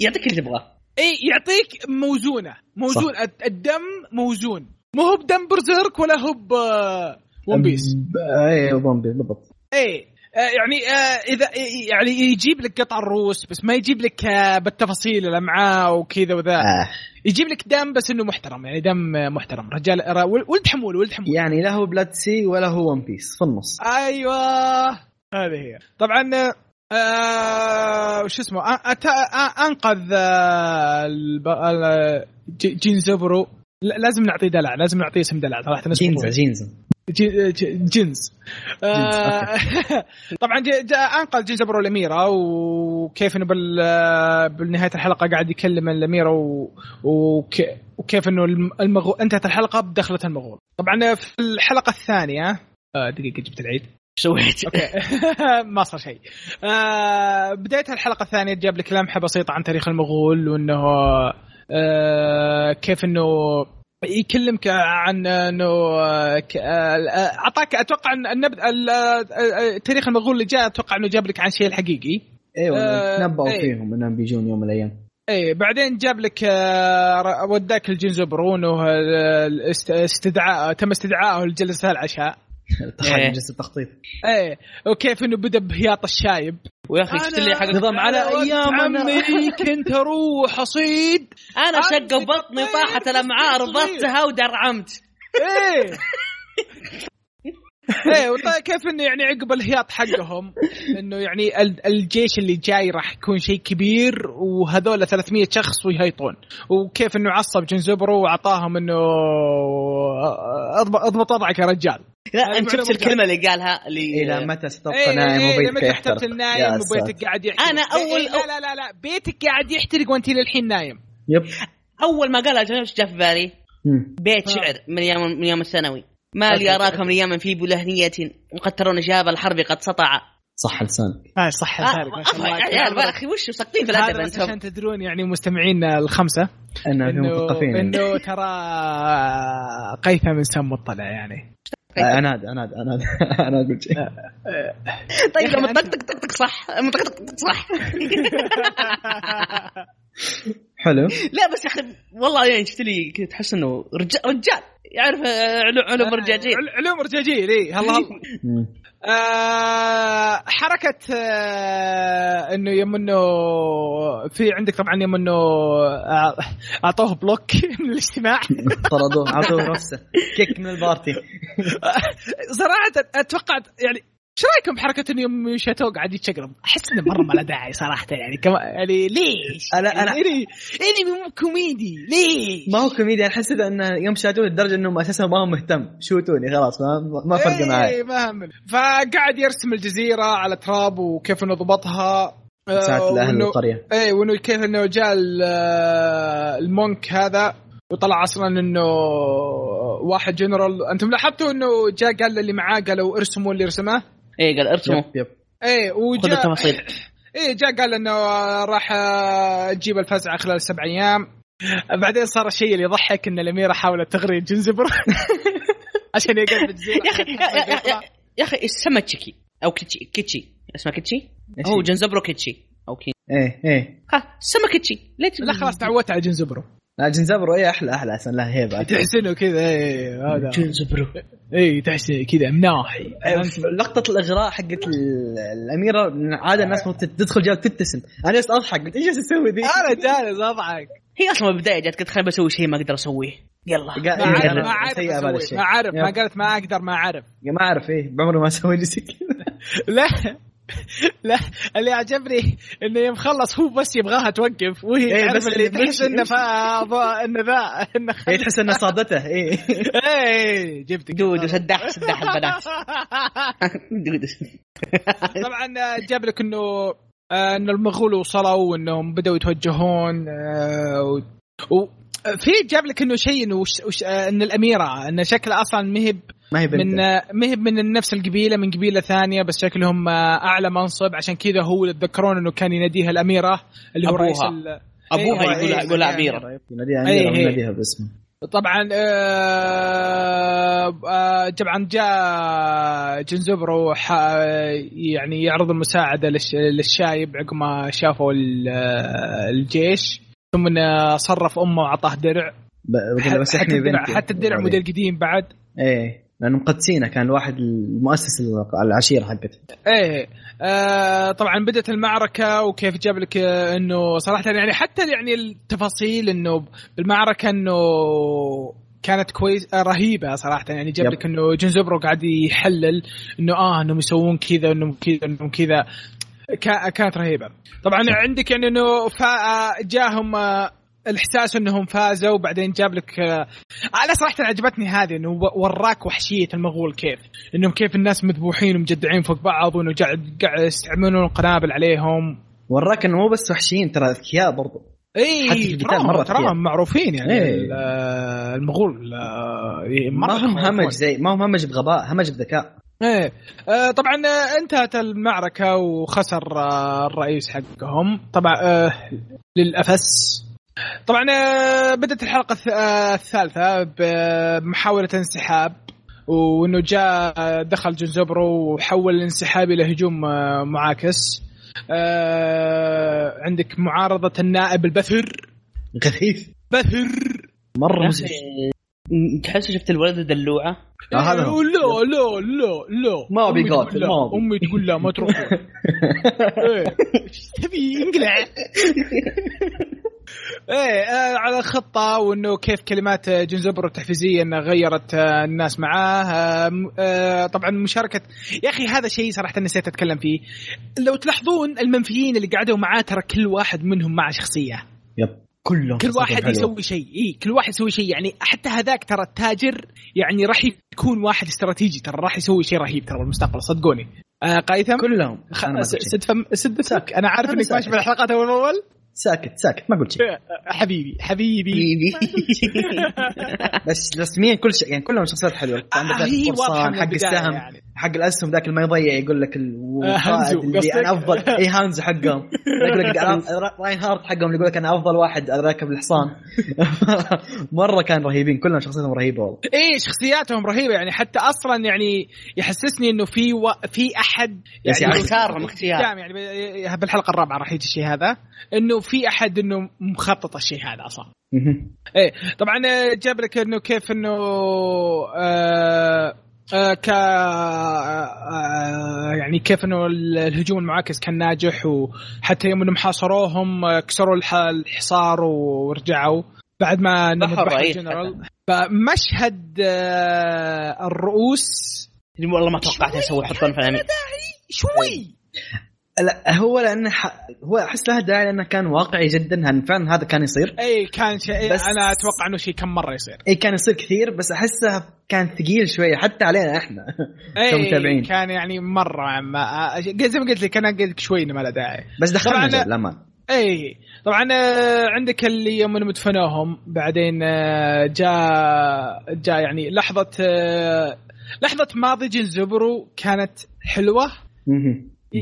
[SPEAKER 4] يعطيك اللي تبغاه
[SPEAKER 1] اي يعطيك موزونه موزون الد- الدم موزون مو هو بدم برزيرك ولا هو ب آه، ون بيس
[SPEAKER 3] ب- ايه ون بيس بالضبط
[SPEAKER 1] ايه آه، يعني آه، اذا إي- يعني يجيب لك قطع الروس بس ما يجيب لك آه، بالتفاصيل الامعاء وكذا وذا
[SPEAKER 3] آه.
[SPEAKER 1] يجيب لك دم بس انه محترم يعني دم آه، محترم رجال را- ول- ولد حمول ولد حمول
[SPEAKER 3] يعني لا هو بلاد سي ولا هو ون بيس في النص
[SPEAKER 1] آه، ايوه هذه هي طبعا آه وش اسمه آه، أت- آه، انقذ آه، الب- آه، ال- ج- جينزوبرو لا- لازم نعطيه دلع لازم نعطيه اسم دلع صراحه اسمه
[SPEAKER 3] جينزا جينزا
[SPEAKER 1] جي- جي- جنس آه، [LAUGHS] طبعا جي- جا- انقذ جنس ابرو الاميره وكيف انه بال بالنهايه الحلقه قاعد يكلم الاميره و... وك... وكيف انه الم- المغول انتهت الحلقه بدخله المغول طبعا في الحلقه الثانيه آه، دقيقه جبت العيد
[SPEAKER 4] ايش سويت؟
[SPEAKER 1] اوكي [LAUGHS] ما صار شيء آه، بدايه الحلقه الثانيه جاب لك لمحه بسيطه عن تاريخ المغول وانه آه، كيف انه يكلمك عن انه آه، ك- آه، آه، اعطاك اتوقع ان النبذ ال- آه، آه، تاريخ المغول اللي جاء اتوقع انه جاب لك عن شيء الحقيقي
[SPEAKER 3] ايوه
[SPEAKER 1] آه،
[SPEAKER 3] تنبأوا
[SPEAKER 1] إيه.
[SPEAKER 3] فيهم انهم بيجون يوم من الايام
[SPEAKER 1] ايه بعدين جاب لك آه، ر- وداك الجنزبرون وهو، آه، است- استدعاء تم استدعائه لجلسه العشاء
[SPEAKER 3] تخيل
[SPEAKER 4] إيه.
[SPEAKER 3] مجلس التخطيط
[SPEAKER 1] ايه وكيف انه بدا بهياط الشايب
[SPEAKER 4] ويا اخي شفت اللي حق
[SPEAKER 3] نظام على أيام أنا.
[SPEAKER 4] [LAUGHS]
[SPEAKER 1] عمي كنت اروح اصيد
[SPEAKER 4] انا
[SPEAKER 1] أمسك
[SPEAKER 4] شق بطني
[SPEAKER 1] الطير
[SPEAKER 4] طاحت
[SPEAKER 1] في
[SPEAKER 4] الامعاء
[SPEAKER 1] الصغير.
[SPEAKER 4] ربطتها ودرعمت
[SPEAKER 1] ايه ايه وط- كيف انه يعني عقب الهياط حقهم انه يعني ال- الجيش اللي جاي راح يكون شيء كبير وهذول 300 شخص ويهيطون وكيف انه عصب جنزبرو واعطاهم انه اضبط اضبط وضعك يا رجال
[SPEAKER 4] لا انت شفت الكلمه اللي قالها اللي
[SPEAKER 3] الى متى ستبقى
[SPEAKER 1] إيه،
[SPEAKER 3] نايم
[SPEAKER 1] إيه،
[SPEAKER 3] وبيتك
[SPEAKER 1] لما تحترق
[SPEAKER 3] يحترق يا
[SPEAKER 1] النايم وبيتك
[SPEAKER 3] ساتر.
[SPEAKER 1] قاعد يحترق
[SPEAKER 4] أنا
[SPEAKER 1] إيه، إيه،
[SPEAKER 4] أول-
[SPEAKER 1] لا لا لا لا بيتك قاعد يحترق وانت للحين نايم
[SPEAKER 3] يب
[SPEAKER 4] اول ما قالها جاء جاء في بالي
[SPEAKER 3] مم.
[SPEAKER 4] بيت
[SPEAKER 1] آه.
[SPEAKER 4] شعر من ايام من ايام الثانوي ما لي
[SPEAKER 1] أوكي.
[SPEAKER 4] اراكم اياما في بلهنية وقد ترون شباب الحرب قد سطع
[SPEAKER 3] صح لسانك
[SPEAKER 1] اه صح
[SPEAKER 4] آه، أفا، يا عيال يا اخي وش ساقطين في الادب
[SPEAKER 1] هذا بس
[SPEAKER 4] انتم
[SPEAKER 1] عشان تدرون يعني مستمعين الخمسه
[SPEAKER 3] انا في
[SPEAKER 1] انه
[SPEAKER 3] مثقفين
[SPEAKER 1] انه ترى قيثم انسان مطلع يعني
[SPEAKER 3] آه، عناد عناد عناد [LAUGHS] عناد قلت شيء
[SPEAKER 4] طيب
[SPEAKER 1] يا أخي
[SPEAKER 4] لما
[SPEAKER 1] أنت-
[SPEAKER 4] تطقطق طقطق صح لما تطقطق طقطق صح
[SPEAKER 1] [LAUGHS]
[SPEAKER 3] حلو
[SPEAKER 4] لا بس يا اخي والله يعني شفت لي كذا تحس انه رجال رجال يعرف آه، علو- علوم
[SPEAKER 1] [LAUGHS]
[SPEAKER 4] الرجاجيل
[SPEAKER 1] عل- علوم رجاجيل اي هلا هلا
[SPEAKER 3] مم.
[SPEAKER 1] إيه. آه، حركة آه انه يوم انه في عندك طبعا يوم انه آه، اعطوه بلوك [LAUGHS] من الاجتماع
[SPEAKER 3] طردوه عطوه رصه كيك من البارتي
[SPEAKER 1] [LAUGHS] صراحة اتوقع يعني ايش رايكم بحركة انه يوم شاتو قاعد يتشقلب؟ احس انه مرة ما له داعي صراحة يعني كما يعني ليش؟
[SPEAKER 3] أنا- أنا-
[SPEAKER 1] يعني انمي مو كوميدي ليش؟
[SPEAKER 3] ما هو كوميديا انا حسيت انه يوم شاتوه لدرجه انهم اساسا ما هم مهتم شوتوني خلاص ما, ما
[SPEAKER 1] إيه.
[SPEAKER 3] فرق معي
[SPEAKER 1] اي ما همل فقعد يرسم الجزيرة على تراب وكيف انه ضبطها آه،
[SPEAKER 3] [LAUGHS] ساعة الاهل
[SPEAKER 1] وإنه-
[SPEAKER 3] القريه
[SPEAKER 1] اي وانه كيف انه جاء ال- آه، المونك هذا وطلع اصلا انه واحد جنرال انتم لاحظتوا انه جاء قال اللي معاه قالوا ارسموا اللي رسمه
[SPEAKER 4] اي إيه، قال ارسموا
[SPEAKER 3] يب يب
[SPEAKER 1] اي
[SPEAKER 4] خذوا
[SPEAKER 1] إيه، وجاء [LAUGHS]
[SPEAKER 4] التفاصيل
[SPEAKER 1] اي جاء قال انه آه، راح آه، تجيب الفزعه خلال سبع ايام بعدين صار الشيء اللي يضحك ان الاميره حاولت تغري جنزبر [LAUGHS] عشان
[SPEAKER 4] [LAUGHS]
[SPEAKER 1] يقعد بالجزيره
[SPEAKER 4] يا اخي يا- يا- يا- يا- يا اخي اسمها تشيكي او كيتشي كيتشي اسمها كيتشي
[SPEAKER 3] إيش
[SPEAKER 4] هو
[SPEAKER 3] هي؟
[SPEAKER 4] جنزبرو كيتشي او كي
[SPEAKER 3] ايه ايه
[SPEAKER 4] ها اسمها كيتشي ليه
[SPEAKER 1] لا خلاص تعودت على جنزبرو
[SPEAKER 3] لا جنزبرو ايه احلى احلى احسن لها هيبه
[SPEAKER 1] [LAUGHS] تحس انه كذا اي إيه، هذا
[SPEAKER 4] جنزبرو
[SPEAKER 1] اي تحس كذا
[SPEAKER 4] [LAUGHS]
[SPEAKER 1] مناحي
[SPEAKER 3] إيه، لقطة الإغراء حقت ال- الأميرة عادة الناس ممكن تدخل جاب تبتسم، أنا بس أضحك قلت إيش تسوي ذي؟
[SPEAKER 1] انا جالس اضحك
[SPEAKER 4] هي اصلا من البدايه جات قلت خليني بسوي شيء ما اقدر اسويه يلا
[SPEAKER 3] قا-
[SPEAKER 1] ما عرف
[SPEAKER 3] إيه،
[SPEAKER 1] ما عرف
[SPEAKER 3] سيئة بهذا
[SPEAKER 1] أسوي،
[SPEAKER 3] الشيء.
[SPEAKER 1] ما عرف ما
[SPEAKER 3] يب.
[SPEAKER 1] قالت ما اقدر ما اعرف
[SPEAKER 3] ما أعرف إيه بعمري ما سويت
[SPEAKER 1] [LAUGHS]
[SPEAKER 3] شيء كذا
[SPEAKER 1] لا لا اللي عجبني انه يوم خلص هو بس يبغاها توقف وهي
[SPEAKER 3] إيه،
[SPEAKER 1] تعرف
[SPEAKER 3] بس
[SPEAKER 1] اللي
[SPEAKER 3] اللي
[SPEAKER 1] تحس انه فا- انه ذا انه
[SPEAKER 3] هي تحس إنها صادته إيه
[SPEAKER 1] ايه
[SPEAKER 3] [LAUGHS]
[SPEAKER 1] جبتك
[SPEAKER 4] دودو سداح
[SPEAKER 1] [LAUGHS]
[SPEAKER 4] سداح البنات دودو
[SPEAKER 1] طبعا آه، جاب لك انه آه، ان المغول وصلوا وانهم بداوا يتوجهون آه، و- و في جاب لك انه شيء انه وش- وش- آه، ان الاميره ان شكلها اصلا مهب
[SPEAKER 3] ما هي بنت
[SPEAKER 1] من مهب من نفس القبيله من قبيله ثانيه بس شكلهم آه، اعلى منصب عشان كذا هو اللي تذكرون انه كان يناديها الاميره اللي هو
[SPEAKER 4] أبوها.
[SPEAKER 1] رئيس ال-
[SPEAKER 4] ابوها
[SPEAKER 1] إيه،
[SPEAKER 4] يقول
[SPEAKER 1] إيه،
[SPEAKER 4] يقول
[SPEAKER 1] إيه،
[SPEAKER 4] اميره
[SPEAKER 3] طيب، ناديها
[SPEAKER 1] إيه،
[SPEAKER 3] أميرة
[SPEAKER 1] إيه.
[SPEAKER 3] ناديها باسمه
[SPEAKER 1] طبعا آه، آه، طبعا جاء جنزبرو ح- يعني يعرض المساعده للش- للشايب عقب ما شافوا ال- آه، الجيش ثم إنه صرف امه واعطاه درع
[SPEAKER 3] ب- بقول له بس
[SPEAKER 1] حتى
[SPEAKER 3] احمي
[SPEAKER 1] الدرع
[SPEAKER 3] بنتي يعني.
[SPEAKER 1] حتى الدرع موديل قديم بعد
[SPEAKER 3] ايه لانه مقدسينه كان الواحد المؤسس العشيره حقته
[SPEAKER 1] ايه آه طبعا بدات المعركه وكيف جاب لك آه، انه صراحه يعني حتى يعني التفاصيل انه بالمعركه انه كانت كويس آه، رهيبه صراحه يعني جاب
[SPEAKER 3] يب.
[SPEAKER 1] لك انه جنزبرو قاعد يحلل انه اه انهم يسوون كذا انهم كذا انهم كذا كا- كانت رهيبه طبعا عندك يعني انه فا- جاهم آه، الاحساس انهم فازوا وبعدين جاب لك آه، انا صراحه عجبتني هذه انه و- وراك وحشيه المغول كيف انهم كيف الناس مذبوحين ومجدعين فوق بعض وانه قاعد قاعد يستعملون القنابل عليهم
[SPEAKER 3] وراك انه مو بس وحشيين ترى اذكياء برضو حتى في
[SPEAKER 1] اي
[SPEAKER 3] القتال
[SPEAKER 1] تراهم
[SPEAKER 3] مرة كثير.
[SPEAKER 1] تراهم معروفين يعني
[SPEAKER 3] إيه.
[SPEAKER 1] ال- آه، المغول آه، مرة
[SPEAKER 3] ما هم
[SPEAKER 1] معروفون.
[SPEAKER 3] همج زي ما هم همج بغباء همج بذكاء
[SPEAKER 1] ايه آه، طبعا آه، انتهت المعركه وخسر آه، الرئيس حقهم طبعا آه، للافس طبعا آه، بدات الحلقه الث- آه، الثالثه بمحاوله انسحاب وانه جاء آه، دخل جنزبرو وحول الانسحاب الى هجوم آه، معاكس آه، عندك معارضه النائب البثر
[SPEAKER 3] غثيث
[SPEAKER 1] بثر
[SPEAKER 3] مره
[SPEAKER 4] يا
[SPEAKER 3] مزعج
[SPEAKER 4] أخي، تحس شفت الولد الدلوعه
[SPEAKER 3] آه، هذا هو.
[SPEAKER 1] إيه، لا لا لا لا
[SPEAKER 3] ما أبي
[SPEAKER 1] أمي تقول
[SPEAKER 3] قاتل،
[SPEAKER 1] لا،
[SPEAKER 3] ما أبي.
[SPEAKER 1] امي تقول لا ما
[SPEAKER 3] [LAUGHS]
[SPEAKER 1] تروح إيه. إيش تبي [LAUGHS] انقلع ايه آه، على خطه وانه كيف كلمات آه، جنزبر التحفيزيه انها غيرت آه، الناس معاه آه، م- آه، طبعا مشاركه يا اخي هذا شيء صراحه نسيت اتكلم فيه لو تلاحظون المنفيين اللي قعدوا معاه ترى كل واحد منهم مع شخصيه
[SPEAKER 3] يب كلهم
[SPEAKER 1] كل
[SPEAKER 3] شخصيتهم
[SPEAKER 1] واحد
[SPEAKER 3] حلوة.
[SPEAKER 1] يسوي شيء اي كل واحد يسوي شيء يعني حتى هذاك ترى التاجر يعني راح يكون واحد استراتيجي ترى راح يسوي شيء رهيب ترى بالمستقبل صدقوني آه قايثم
[SPEAKER 3] كلهم
[SPEAKER 1] خ-
[SPEAKER 3] أنا ما قلت شيء.
[SPEAKER 1] سد فم سد فمك انا عارف
[SPEAKER 3] أنا
[SPEAKER 1] انك ماشي
[SPEAKER 3] ساكت.
[SPEAKER 1] بالحلقات اول باول
[SPEAKER 3] ساكت ساكت ما
[SPEAKER 1] [LAUGHS]
[SPEAKER 3] قلت شيء
[SPEAKER 1] آه، حبيبي
[SPEAKER 3] إيه.
[SPEAKER 1] حبيبي
[SPEAKER 4] بيبي
[SPEAKER 3] بس رسميا كل شيء يعني كلهم شخصيات حلوه عندك ذاك
[SPEAKER 1] آه، هي واضحة
[SPEAKER 3] القرصان
[SPEAKER 1] من
[SPEAKER 3] حق
[SPEAKER 1] البداية
[SPEAKER 3] السهم
[SPEAKER 1] يعني. آه،
[SPEAKER 3] حق الاسهم ذاك اللي ما يضيع يقول لك
[SPEAKER 1] هانزو،
[SPEAKER 3] القائد
[SPEAKER 1] قصدك؟
[SPEAKER 3] اللي انا افضل اي
[SPEAKER 1] [LAUGHS]
[SPEAKER 3] هانزو حقهم يقول لك أنا- را- راين هارت حقهم يقول لك انا افضل واحد راكب الحصان [LAUGHS] مره كان رهيبين كلهم شخصيتهم رهيبه والله
[SPEAKER 1] ايه شخصياتهم رهيبه يعني حتى اصلا يعني يحسسني انه في و... في احد
[SPEAKER 3] يا سي
[SPEAKER 1] يعني
[SPEAKER 3] عبد.
[SPEAKER 4] اختيارهم اختيار
[SPEAKER 1] قدام يعني ب- بالحلقه الرابعه راح يجي الشيء هذا انه في احد انه مخطط الشيء هذا اصلا طبعا آه، جاب لك انه كيف انه آه آه ك آه، يعني كيف انه ال- الهجوم المعاكس كان ناجح وحتى يوم انهم حاصروهم آه، كسروا الح- الحصار ورجعوا بعد ما إنهم
[SPEAKER 4] ذبحوا
[SPEAKER 1] ذبحوا
[SPEAKER 4] الرئيس
[SPEAKER 1] الجنرال فمشهد آه، الرؤوس
[SPEAKER 4] والله ما توقعت يسوي يحطون في الانمي
[SPEAKER 1] شوي
[SPEAKER 3] لا هو لانه ح... هو احس لها داعي لانه كان واقعي جدا هن- فعلا هذا كان يصير
[SPEAKER 1] اي كان شيء
[SPEAKER 3] بس-
[SPEAKER 1] انا اتوقع انه شيء كم مره يصير
[SPEAKER 3] اي إيه، كان يصير كثير بس احسه كان ثقيل شويه حتى علينا احنا
[SPEAKER 1] اي
[SPEAKER 3] كمتابعين.
[SPEAKER 1] كان يعني مره ما آه، زي ما قلت لك انا قلت لك شوي انه ما له داعي
[SPEAKER 3] [LAUGHS] بس دخلنا
[SPEAKER 1] طبعاً-
[SPEAKER 3] جد للامانه
[SPEAKER 1] اي طبعا آه، عندك اللي يوم انهم دفنوهم بعدين آه، جاء جاء يعني لحظه آه، لحظه ماضي جنزبرو كانت حلوه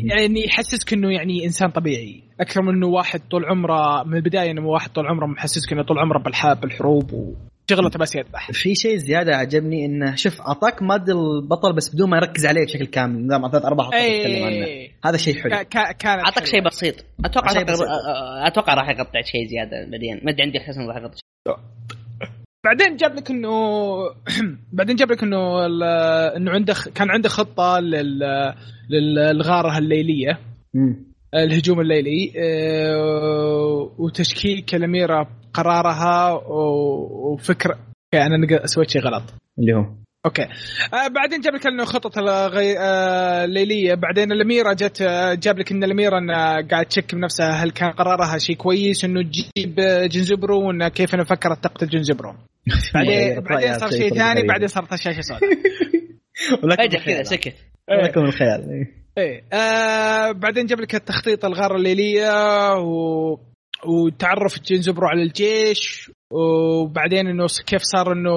[SPEAKER 1] يعني يحسسك انه يعني انسان طبيعي اكثر من انه واحد طول عمره من البدايه انه واحد طول عمره محسسك انه طول عمره بالحرب بالحروب وشغلته بس يذبح
[SPEAKER 3] في شيء زياده عجبني انه شوف اعطاك ماد البطل بس بدون ما يركز عليه بشكل كامل نظام ثلاث اربع حلقات
[SPEAKER 1] إيه.
[SPEAKER 3] يتكلم عنه
[SPEAKER 1] اي
[SPEAKER 3] هذا شيء حلو
[SPEAKER 1] كا- كا- كانت
[SPEAKER 4] اعطاك شيء
[SPEAKER 1] حلوة.
[SPEAKER 4] بسيط اتوقع
[SPEAKER 3] شيء
[SPEAKER 4] راح يقطع-
[SPEAKER 3] بسيط.
[SPEAKER 4] اتوقع راح يقطع شيء زياده بعدين ما ادري عندي احساس انه راح يقطع شيء.
[SPEAKER 1] بعدين جاب لك انه [CLEARS THROAT] بعدين جاب لك انه ال- انه عنده خ- كان عنده خطه لل- لل- للغاره الليليه
[SPEAKER 3] مم.
[SPEAKER 1] الهجوم الليلي آه، وتشكيك الاميره بقرارها و- وفكره اوكي انا نق- سويت شيء غلط
[SPEAKER 3] اللي هو
[SPEAKER 1] اوكي آه، بعدين جاب لك انه خطط الغي... آه، الليليه بعدين الاميره جت آه، جاب لك ان الاميره انها قاعد تشك بنفسها هل كان قرارها شيء كويس انه تجيب آه، جنزبرو وانها كيف انها فكرت تقتل جنزبرو بعدين
[SPEAKER 3] غيرت
[SPEAKER 1] بعدين
[SPEAKER 3] رأيها
[SPEAKER 1] صار
[SPEAKER 3] بشيء
[SPEAKER 1] يعني شيء
[SPEAKER 3] طريقة
[SPEAKER 1] ثاني
[SPEAKER 3] غريبة. [LAUGHS]
[SPEAKER 1] بعدين صارت الشاشه سوداء
[SPEAKER 4] فجاه كذا سكت
[SPEAKER 1] [LAUGHS] إيه.
[SPEAKER 3] لكم الخيال إيه.
[SPEAKER 1] ايه آه بعدين جاب لك التخطيط الغاره الليليه و... وتعرف جنزبرو على الجيش وبعدين انه س- كيف صار انه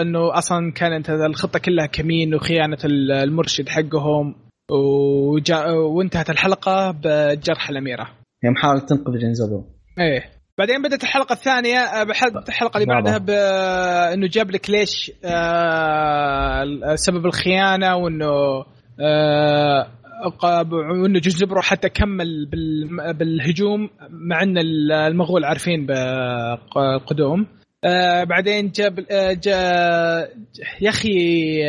[SPEAKER 1] انه اصلا كانت هذا الخطه كلها كمين وخيانه ال- المرشد حقهم وجا وانتهت الحلقه بجرح الاميره.
[SPEAKER 3] هي محاولة تنقذ جنزبرو
[SPEAKER 1] ايه بعدين بدات الحلقه الثانيه آه، بحد الحلقه اللي
[SPEAKER 3] بابا.
[SPEAKER 1] بعدها بانه جاب لك ليش آه، سبب الخيانه وانه آه، قاب- وانه جزبرو حتى كمل بال- بالهجوم مع ان ال- المغول عارفين بقدوم آه، بعدين جاب آه، جا يا اخي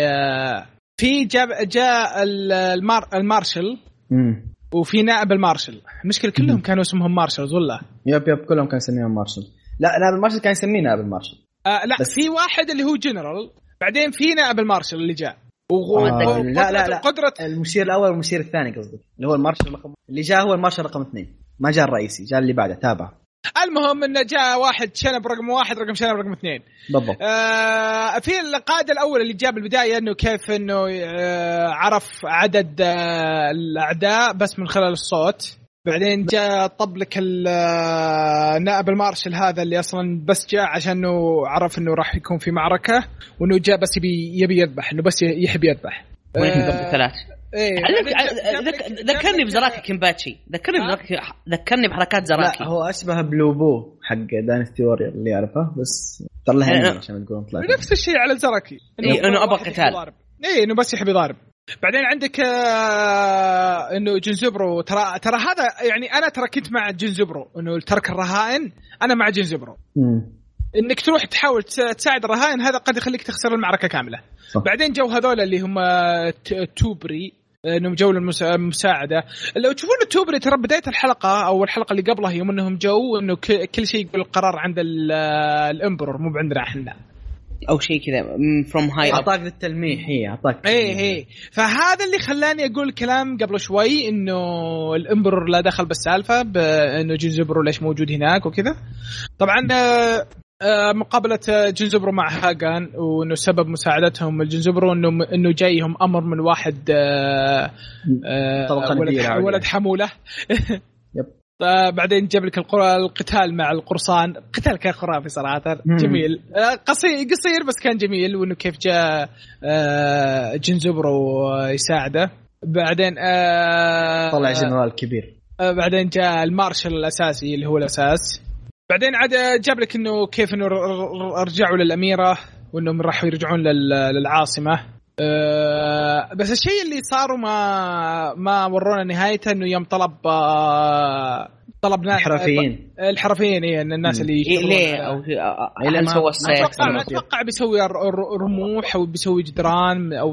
[SPEAKER 1] آه، في جاب جاء ال- المار المارشل
[SPEAKER 3] مم.
[SPEAKER 1] وفي نائب المارشل المشكله كلهم
[SPEAKER 3] مم.
[SPEAKER 1] كانوا اسمهم مارشلز ولا
[SPEAKER 3] يب يب كلهم كانوا يسميهم مارشل لا نائب المارشل كان يسميه نائب المارشل
[SPEAKER 1] آه لا
[SPEAKER 3] بس-
[SPEAKER 1] في واحد اللي هو جنرال بعدين في نائب المارشال اللي جاء
[SPEAKER 3] آه،
[SPEAKER 1] وقدرة
[SPEAKER 3] لا، لا، لا.
[SPEAKER 1] قدرة
[SPEAKER 3] المشير الاول والمشير الثاني قصدي اللي هو المارشل رقم اللي جاء هو المارشل رقم اثنين ما جاء الرئيسي جاء اللي بعده تابع
[SPEAKER 1] المهم انه جاء واحد شنب رقم واحد رقم شنب رقم اثنين
[SPEAKER 3] بالضبط
[SPEAKER 1] آه في القائد الاول اللي جاء بالبدايه انه كيف انه آه عرف عدد آه الاعداء بس من خلال الصوت بعدين جاء طب لك ال- آه، نائب المارشل هذا اللي اصلا بس جاء عشان انه عرف انه راح يكون في معركه وانه جاء بس يبي يبي يذبح انه بس يحب يذبح
[SPEAKER 4] وين
[SPEAKER 1] آه،
[SPEAKER 4] ضرب ثلاث
[SPEAKER 3] يعني
[SPEAKER 1] إيه.
[SPEAKER 4] علمك-
[SPEAKER 1] جاب لك-
[SPEAKER 4] ذك-
[SPEAKER 1] جاب لك-
[SPEAKER 4] ذكرني بزراكي كيمباتشي ذكرني
[SPEAKER 1] ها؟
[SPEAKER 4] بزراكي ذكرني بحركات
[SPEAKER 3] لا
[SPEAKER 4] زراكي
[SPEAKER 3] هو اشبه بلوبو حق داينستي وورير اللي اعرفه بس طلع لها
[SPEAKER 4] لا، لا.
[SPEAKER 3] إنجل عشان تقولون طلع
[SPEAKER 1] نفس الشيء على الزركي
[SPEAKER 4] إيه، إنه أبغى
[SPEAKER 1] واحد
[SPEAKER 4] قتال.
[SPEAKER 1] يحب يضارب. اي انه بس يحب يضارب بعدين عندك آه انه جنزبرو ترى ترى هذا يعني انا ترى كنت مع جنزبرو انه ترك الرهائن انا مع جنزبرو
[SPEAKER 3] مم.
[SPEAKER 1] انك تروح تحاول تس- تساعد رهائن هذا قد يخليك تخسر المعركه كامله
[SPEAKER 3] صح.
[SPEAKER 1] بعدين جو هذول اللي هم آه، ت- توبري انهم جو المس- المساعده لو تشوفون التوبري ترى بدايه الحلقه او الحلقه اللي قبلها يوم انهم جو انه ك- كل شيء يقول القرار عند ال- الامبرور مو عندنا احنا
[SPEAKER 4] او شيء كذا فروم هاي اب
[SPEAKER 3] اعطاك ذا التلميح هي اعطاك
[SPEAKER 1] ايه ايه فهذا اللي خلاني اقول كلام قبل شوي انه الامبرور لا دخل بالسالفه بانه جنزبرو ليش موجود هناك وكذا طبعا آه، آه، مقابلة آه، جنزبرو مع هاجان وانه سبب مساعدتهم الجنزبرو انه انه جايهم امر من واحد آه، آه،
[SPEAKER 3] طبقة
[SPEAKER 1] ولد
[SPEAKER 3] نبيلة
[SPEAKER 1] ح-
[SPEAKER 3] عليا.
[SPEAKER 1] ولد حمولة
[SPEAKER 3] [LAUGHS] يب.
[SPEAKER 1] آه، بعدين جاب لك القر- القتال مع القرصان قتال كان خرافي صراحة
[SPEAKER 3] مم.
[SPEAKER 1] جميل آه، قصير قصير بس كان جميل وانه كيف جاء آه، جنزبرو آه، يساعده بعدين آه،
[SPEAKER 3] طلع جنرال كبير
[SPEAKER 1] آه، بعدين جاء المارشال الاساسي اللي هو الاساس بعدين عاد جاب لك انه كيف انه ر- ر- ر- رجعوا للاميره وانهم راحوا يرجعون لل- للعاصمه آه، بس الشيء اللي صار ما ما ورونا نهايته انه يوم طلب آه، طلبنا
[SPEAKER 3] حرفيين
[SPEAKER 1] الحرفيين إيه، إن الناس
[SPEAKER 3] مم.
[SPEAKER 1] اللي يشتغلون
[SPEAKER 4] ليه
[SPEAKER 1] على-
[SPEAKER 4] او
[SPEAKER 3] إلى
[SPEAKER 4] هل
[SPEAKER 3] ما-
[SPEAKER 4] سوى السيف
[SPEAKER 1] اتوقع اتوقع بيسوي ر- ر- رموح او بيسوي جدران او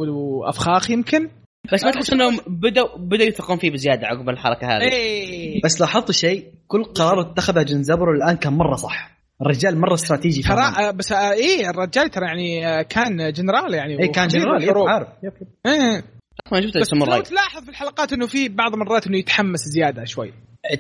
[SPEAKER 1] افخاخ يمكن
[SPEAKER 4] بس ما تحس انهم بدوا بدوا يثقون فيه بزياده عقب الحركه
[SPEAKER 3] إيه.
[SPEAKER 4] هذه
[SPEAKER 1] اي
[SPEAKER 3] بس لاحظت شيء كل قرار اتخذه جنزبرو الان كان مره صح الرجال مره استراتيجي فاهم.
[SPEAKER 1] ترى آه، بس اي الرجال ترى يعني آه، كان جنرال يعني
[SPEAKER 3] اي إيه، كان
[SPEAKER 1] وخبير
[SPEAKER 3] جنرال يب،
[SPEAKER 1] بالحروب.
[SPEAKER 3] عارف يب، يب.
[SPEAKER 1] إيه.
[SPEAKER 4] ما شفت
[SPEAKER 1] بس لو
[SPEAKER 4] يسمون
[SPEAKER 1] تلاحظ في الحلقات انه في بعض المرات انه يتحمس زياده شوي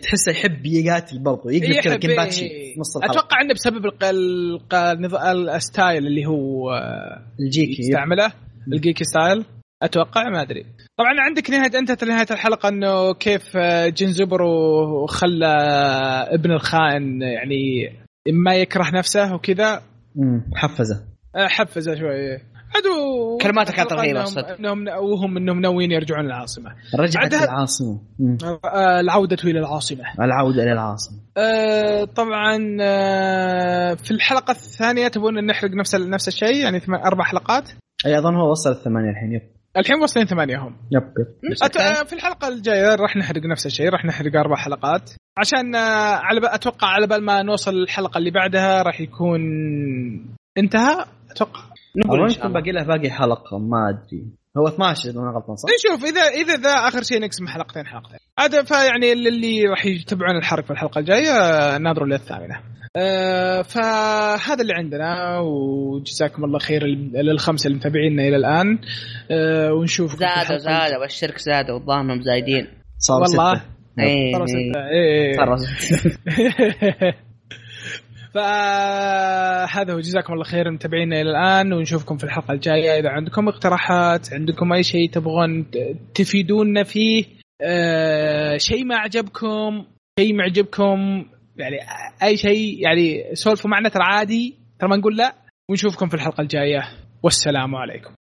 [SPEAKER 3] تحسه يحب يقاتل برضه يقلب كذا
[SPEAKER 1] يحب-
[SPEAKER 3] كيمباتشي
[SPEAKER 1] إيه.
[SPEAKER 3] في نص الحلقه
[SPEAKER 1] اتوقع انه بسبب الق... الق... النظ- ال- الستايل اللي هو آه،
[SPEAKER 3] الجيكي يب.
[SPEAKER 1] يستعمله الجيكي ستايل اتوقع ما ادري طبعا عندك نهايه انتهت نهايه الحلقه انه كيف آه، جنزبرو خلى ابن الخائن يعني ما يكره نفسه وكذا
[SPEAKER 3] مم، حفزه
[SPEAKER 1] آه، حفزه شوي عدو
[SPEAKER 4] كلماتك كانت رهيبة
[SPEAKER 1] إنهم-
[SPEAKER 4] صدق.
[SPEAKER 1] انهم وهم انهم ناويين يرجعون للعاصمه
[SPEAKER 3] رجعت
[SPEAKER 1] عندها-
[SPEAKER 3] العاصمه مم.
[SPEAKER 1] آه، العوده الى العاصمه
[SPEAKER 3] العوده الى العاصمه
[SPEAKER 1] آه، طبعا آه، في الحلقه الثانيه تبون نحرق نفس ال- نفس الشيء يعني ثم- اربع حلقات
[SPEAKER 3] اي اظن هو وصل الثمانيه الحين يب
[SPEAKER 1] الحين واصلين ثمانيه هم
[SPEAKER 3] يب يب.
[SPEAKER 1] أت... آه، في الحلقه الجايه راح نحرق نفس الشيء راح نحرق اربع حلقات عشان آه، على ب... اتوقع على بال ما نوصل للحلقه اللي بعدها راح يكون انتهى اتوقع
[SPEAKER 4] نقول ان
[SPEAKER 3] اظن
[SPEAKER 4] شاء
[SPEAKER 3] يكون
[SPEAKER 4] الله
[SPEAKER 3] باقي له باقي حلقه ما ادري هو 12 اذا انا غلطان صح؟
[SPEAKER 1] نشوف اذا اذا ذا اخر شيء نقسم حلقتين حلقتين هذا فيعني اللي راح يتبعون الحرق في الحلقه الجايه آه، ناظروا للثامنه آه، فهذا اللي عندنا وجزاكم الله خير لل- للخمسه اللي متابعيننا الى الان آه، ونشوف
[SPEAKER 4] زادوا زادوا والشرك زادوا والظاهر مزايدين
[SPEAKER 3] صار
[SPEAKER 1] والله
[SPEAKER 4] ايه
[SPEAKER 1] ترى
[SPEAKER 4] إيه.
[SPEAKER 1] ستة. إيه.
[SPEAKER 4] ترى ستة.
[SPEAKER 1] [LAUGHS] فهذا هو جزاكم الله خير متابعينا الى الان ونشوفكم في الحلقه الجايه اذا عندكم اقتراحات عندكم اي شيء تبغون ت- تفيدونا فيه آه، شيء ما عجبكم شيء معجبكم يعني اي شيء يعني سولفوا معنا ترى عادي ترى ما نقول لا ونشوفكم في الحلقه الجايه والسلام عليكم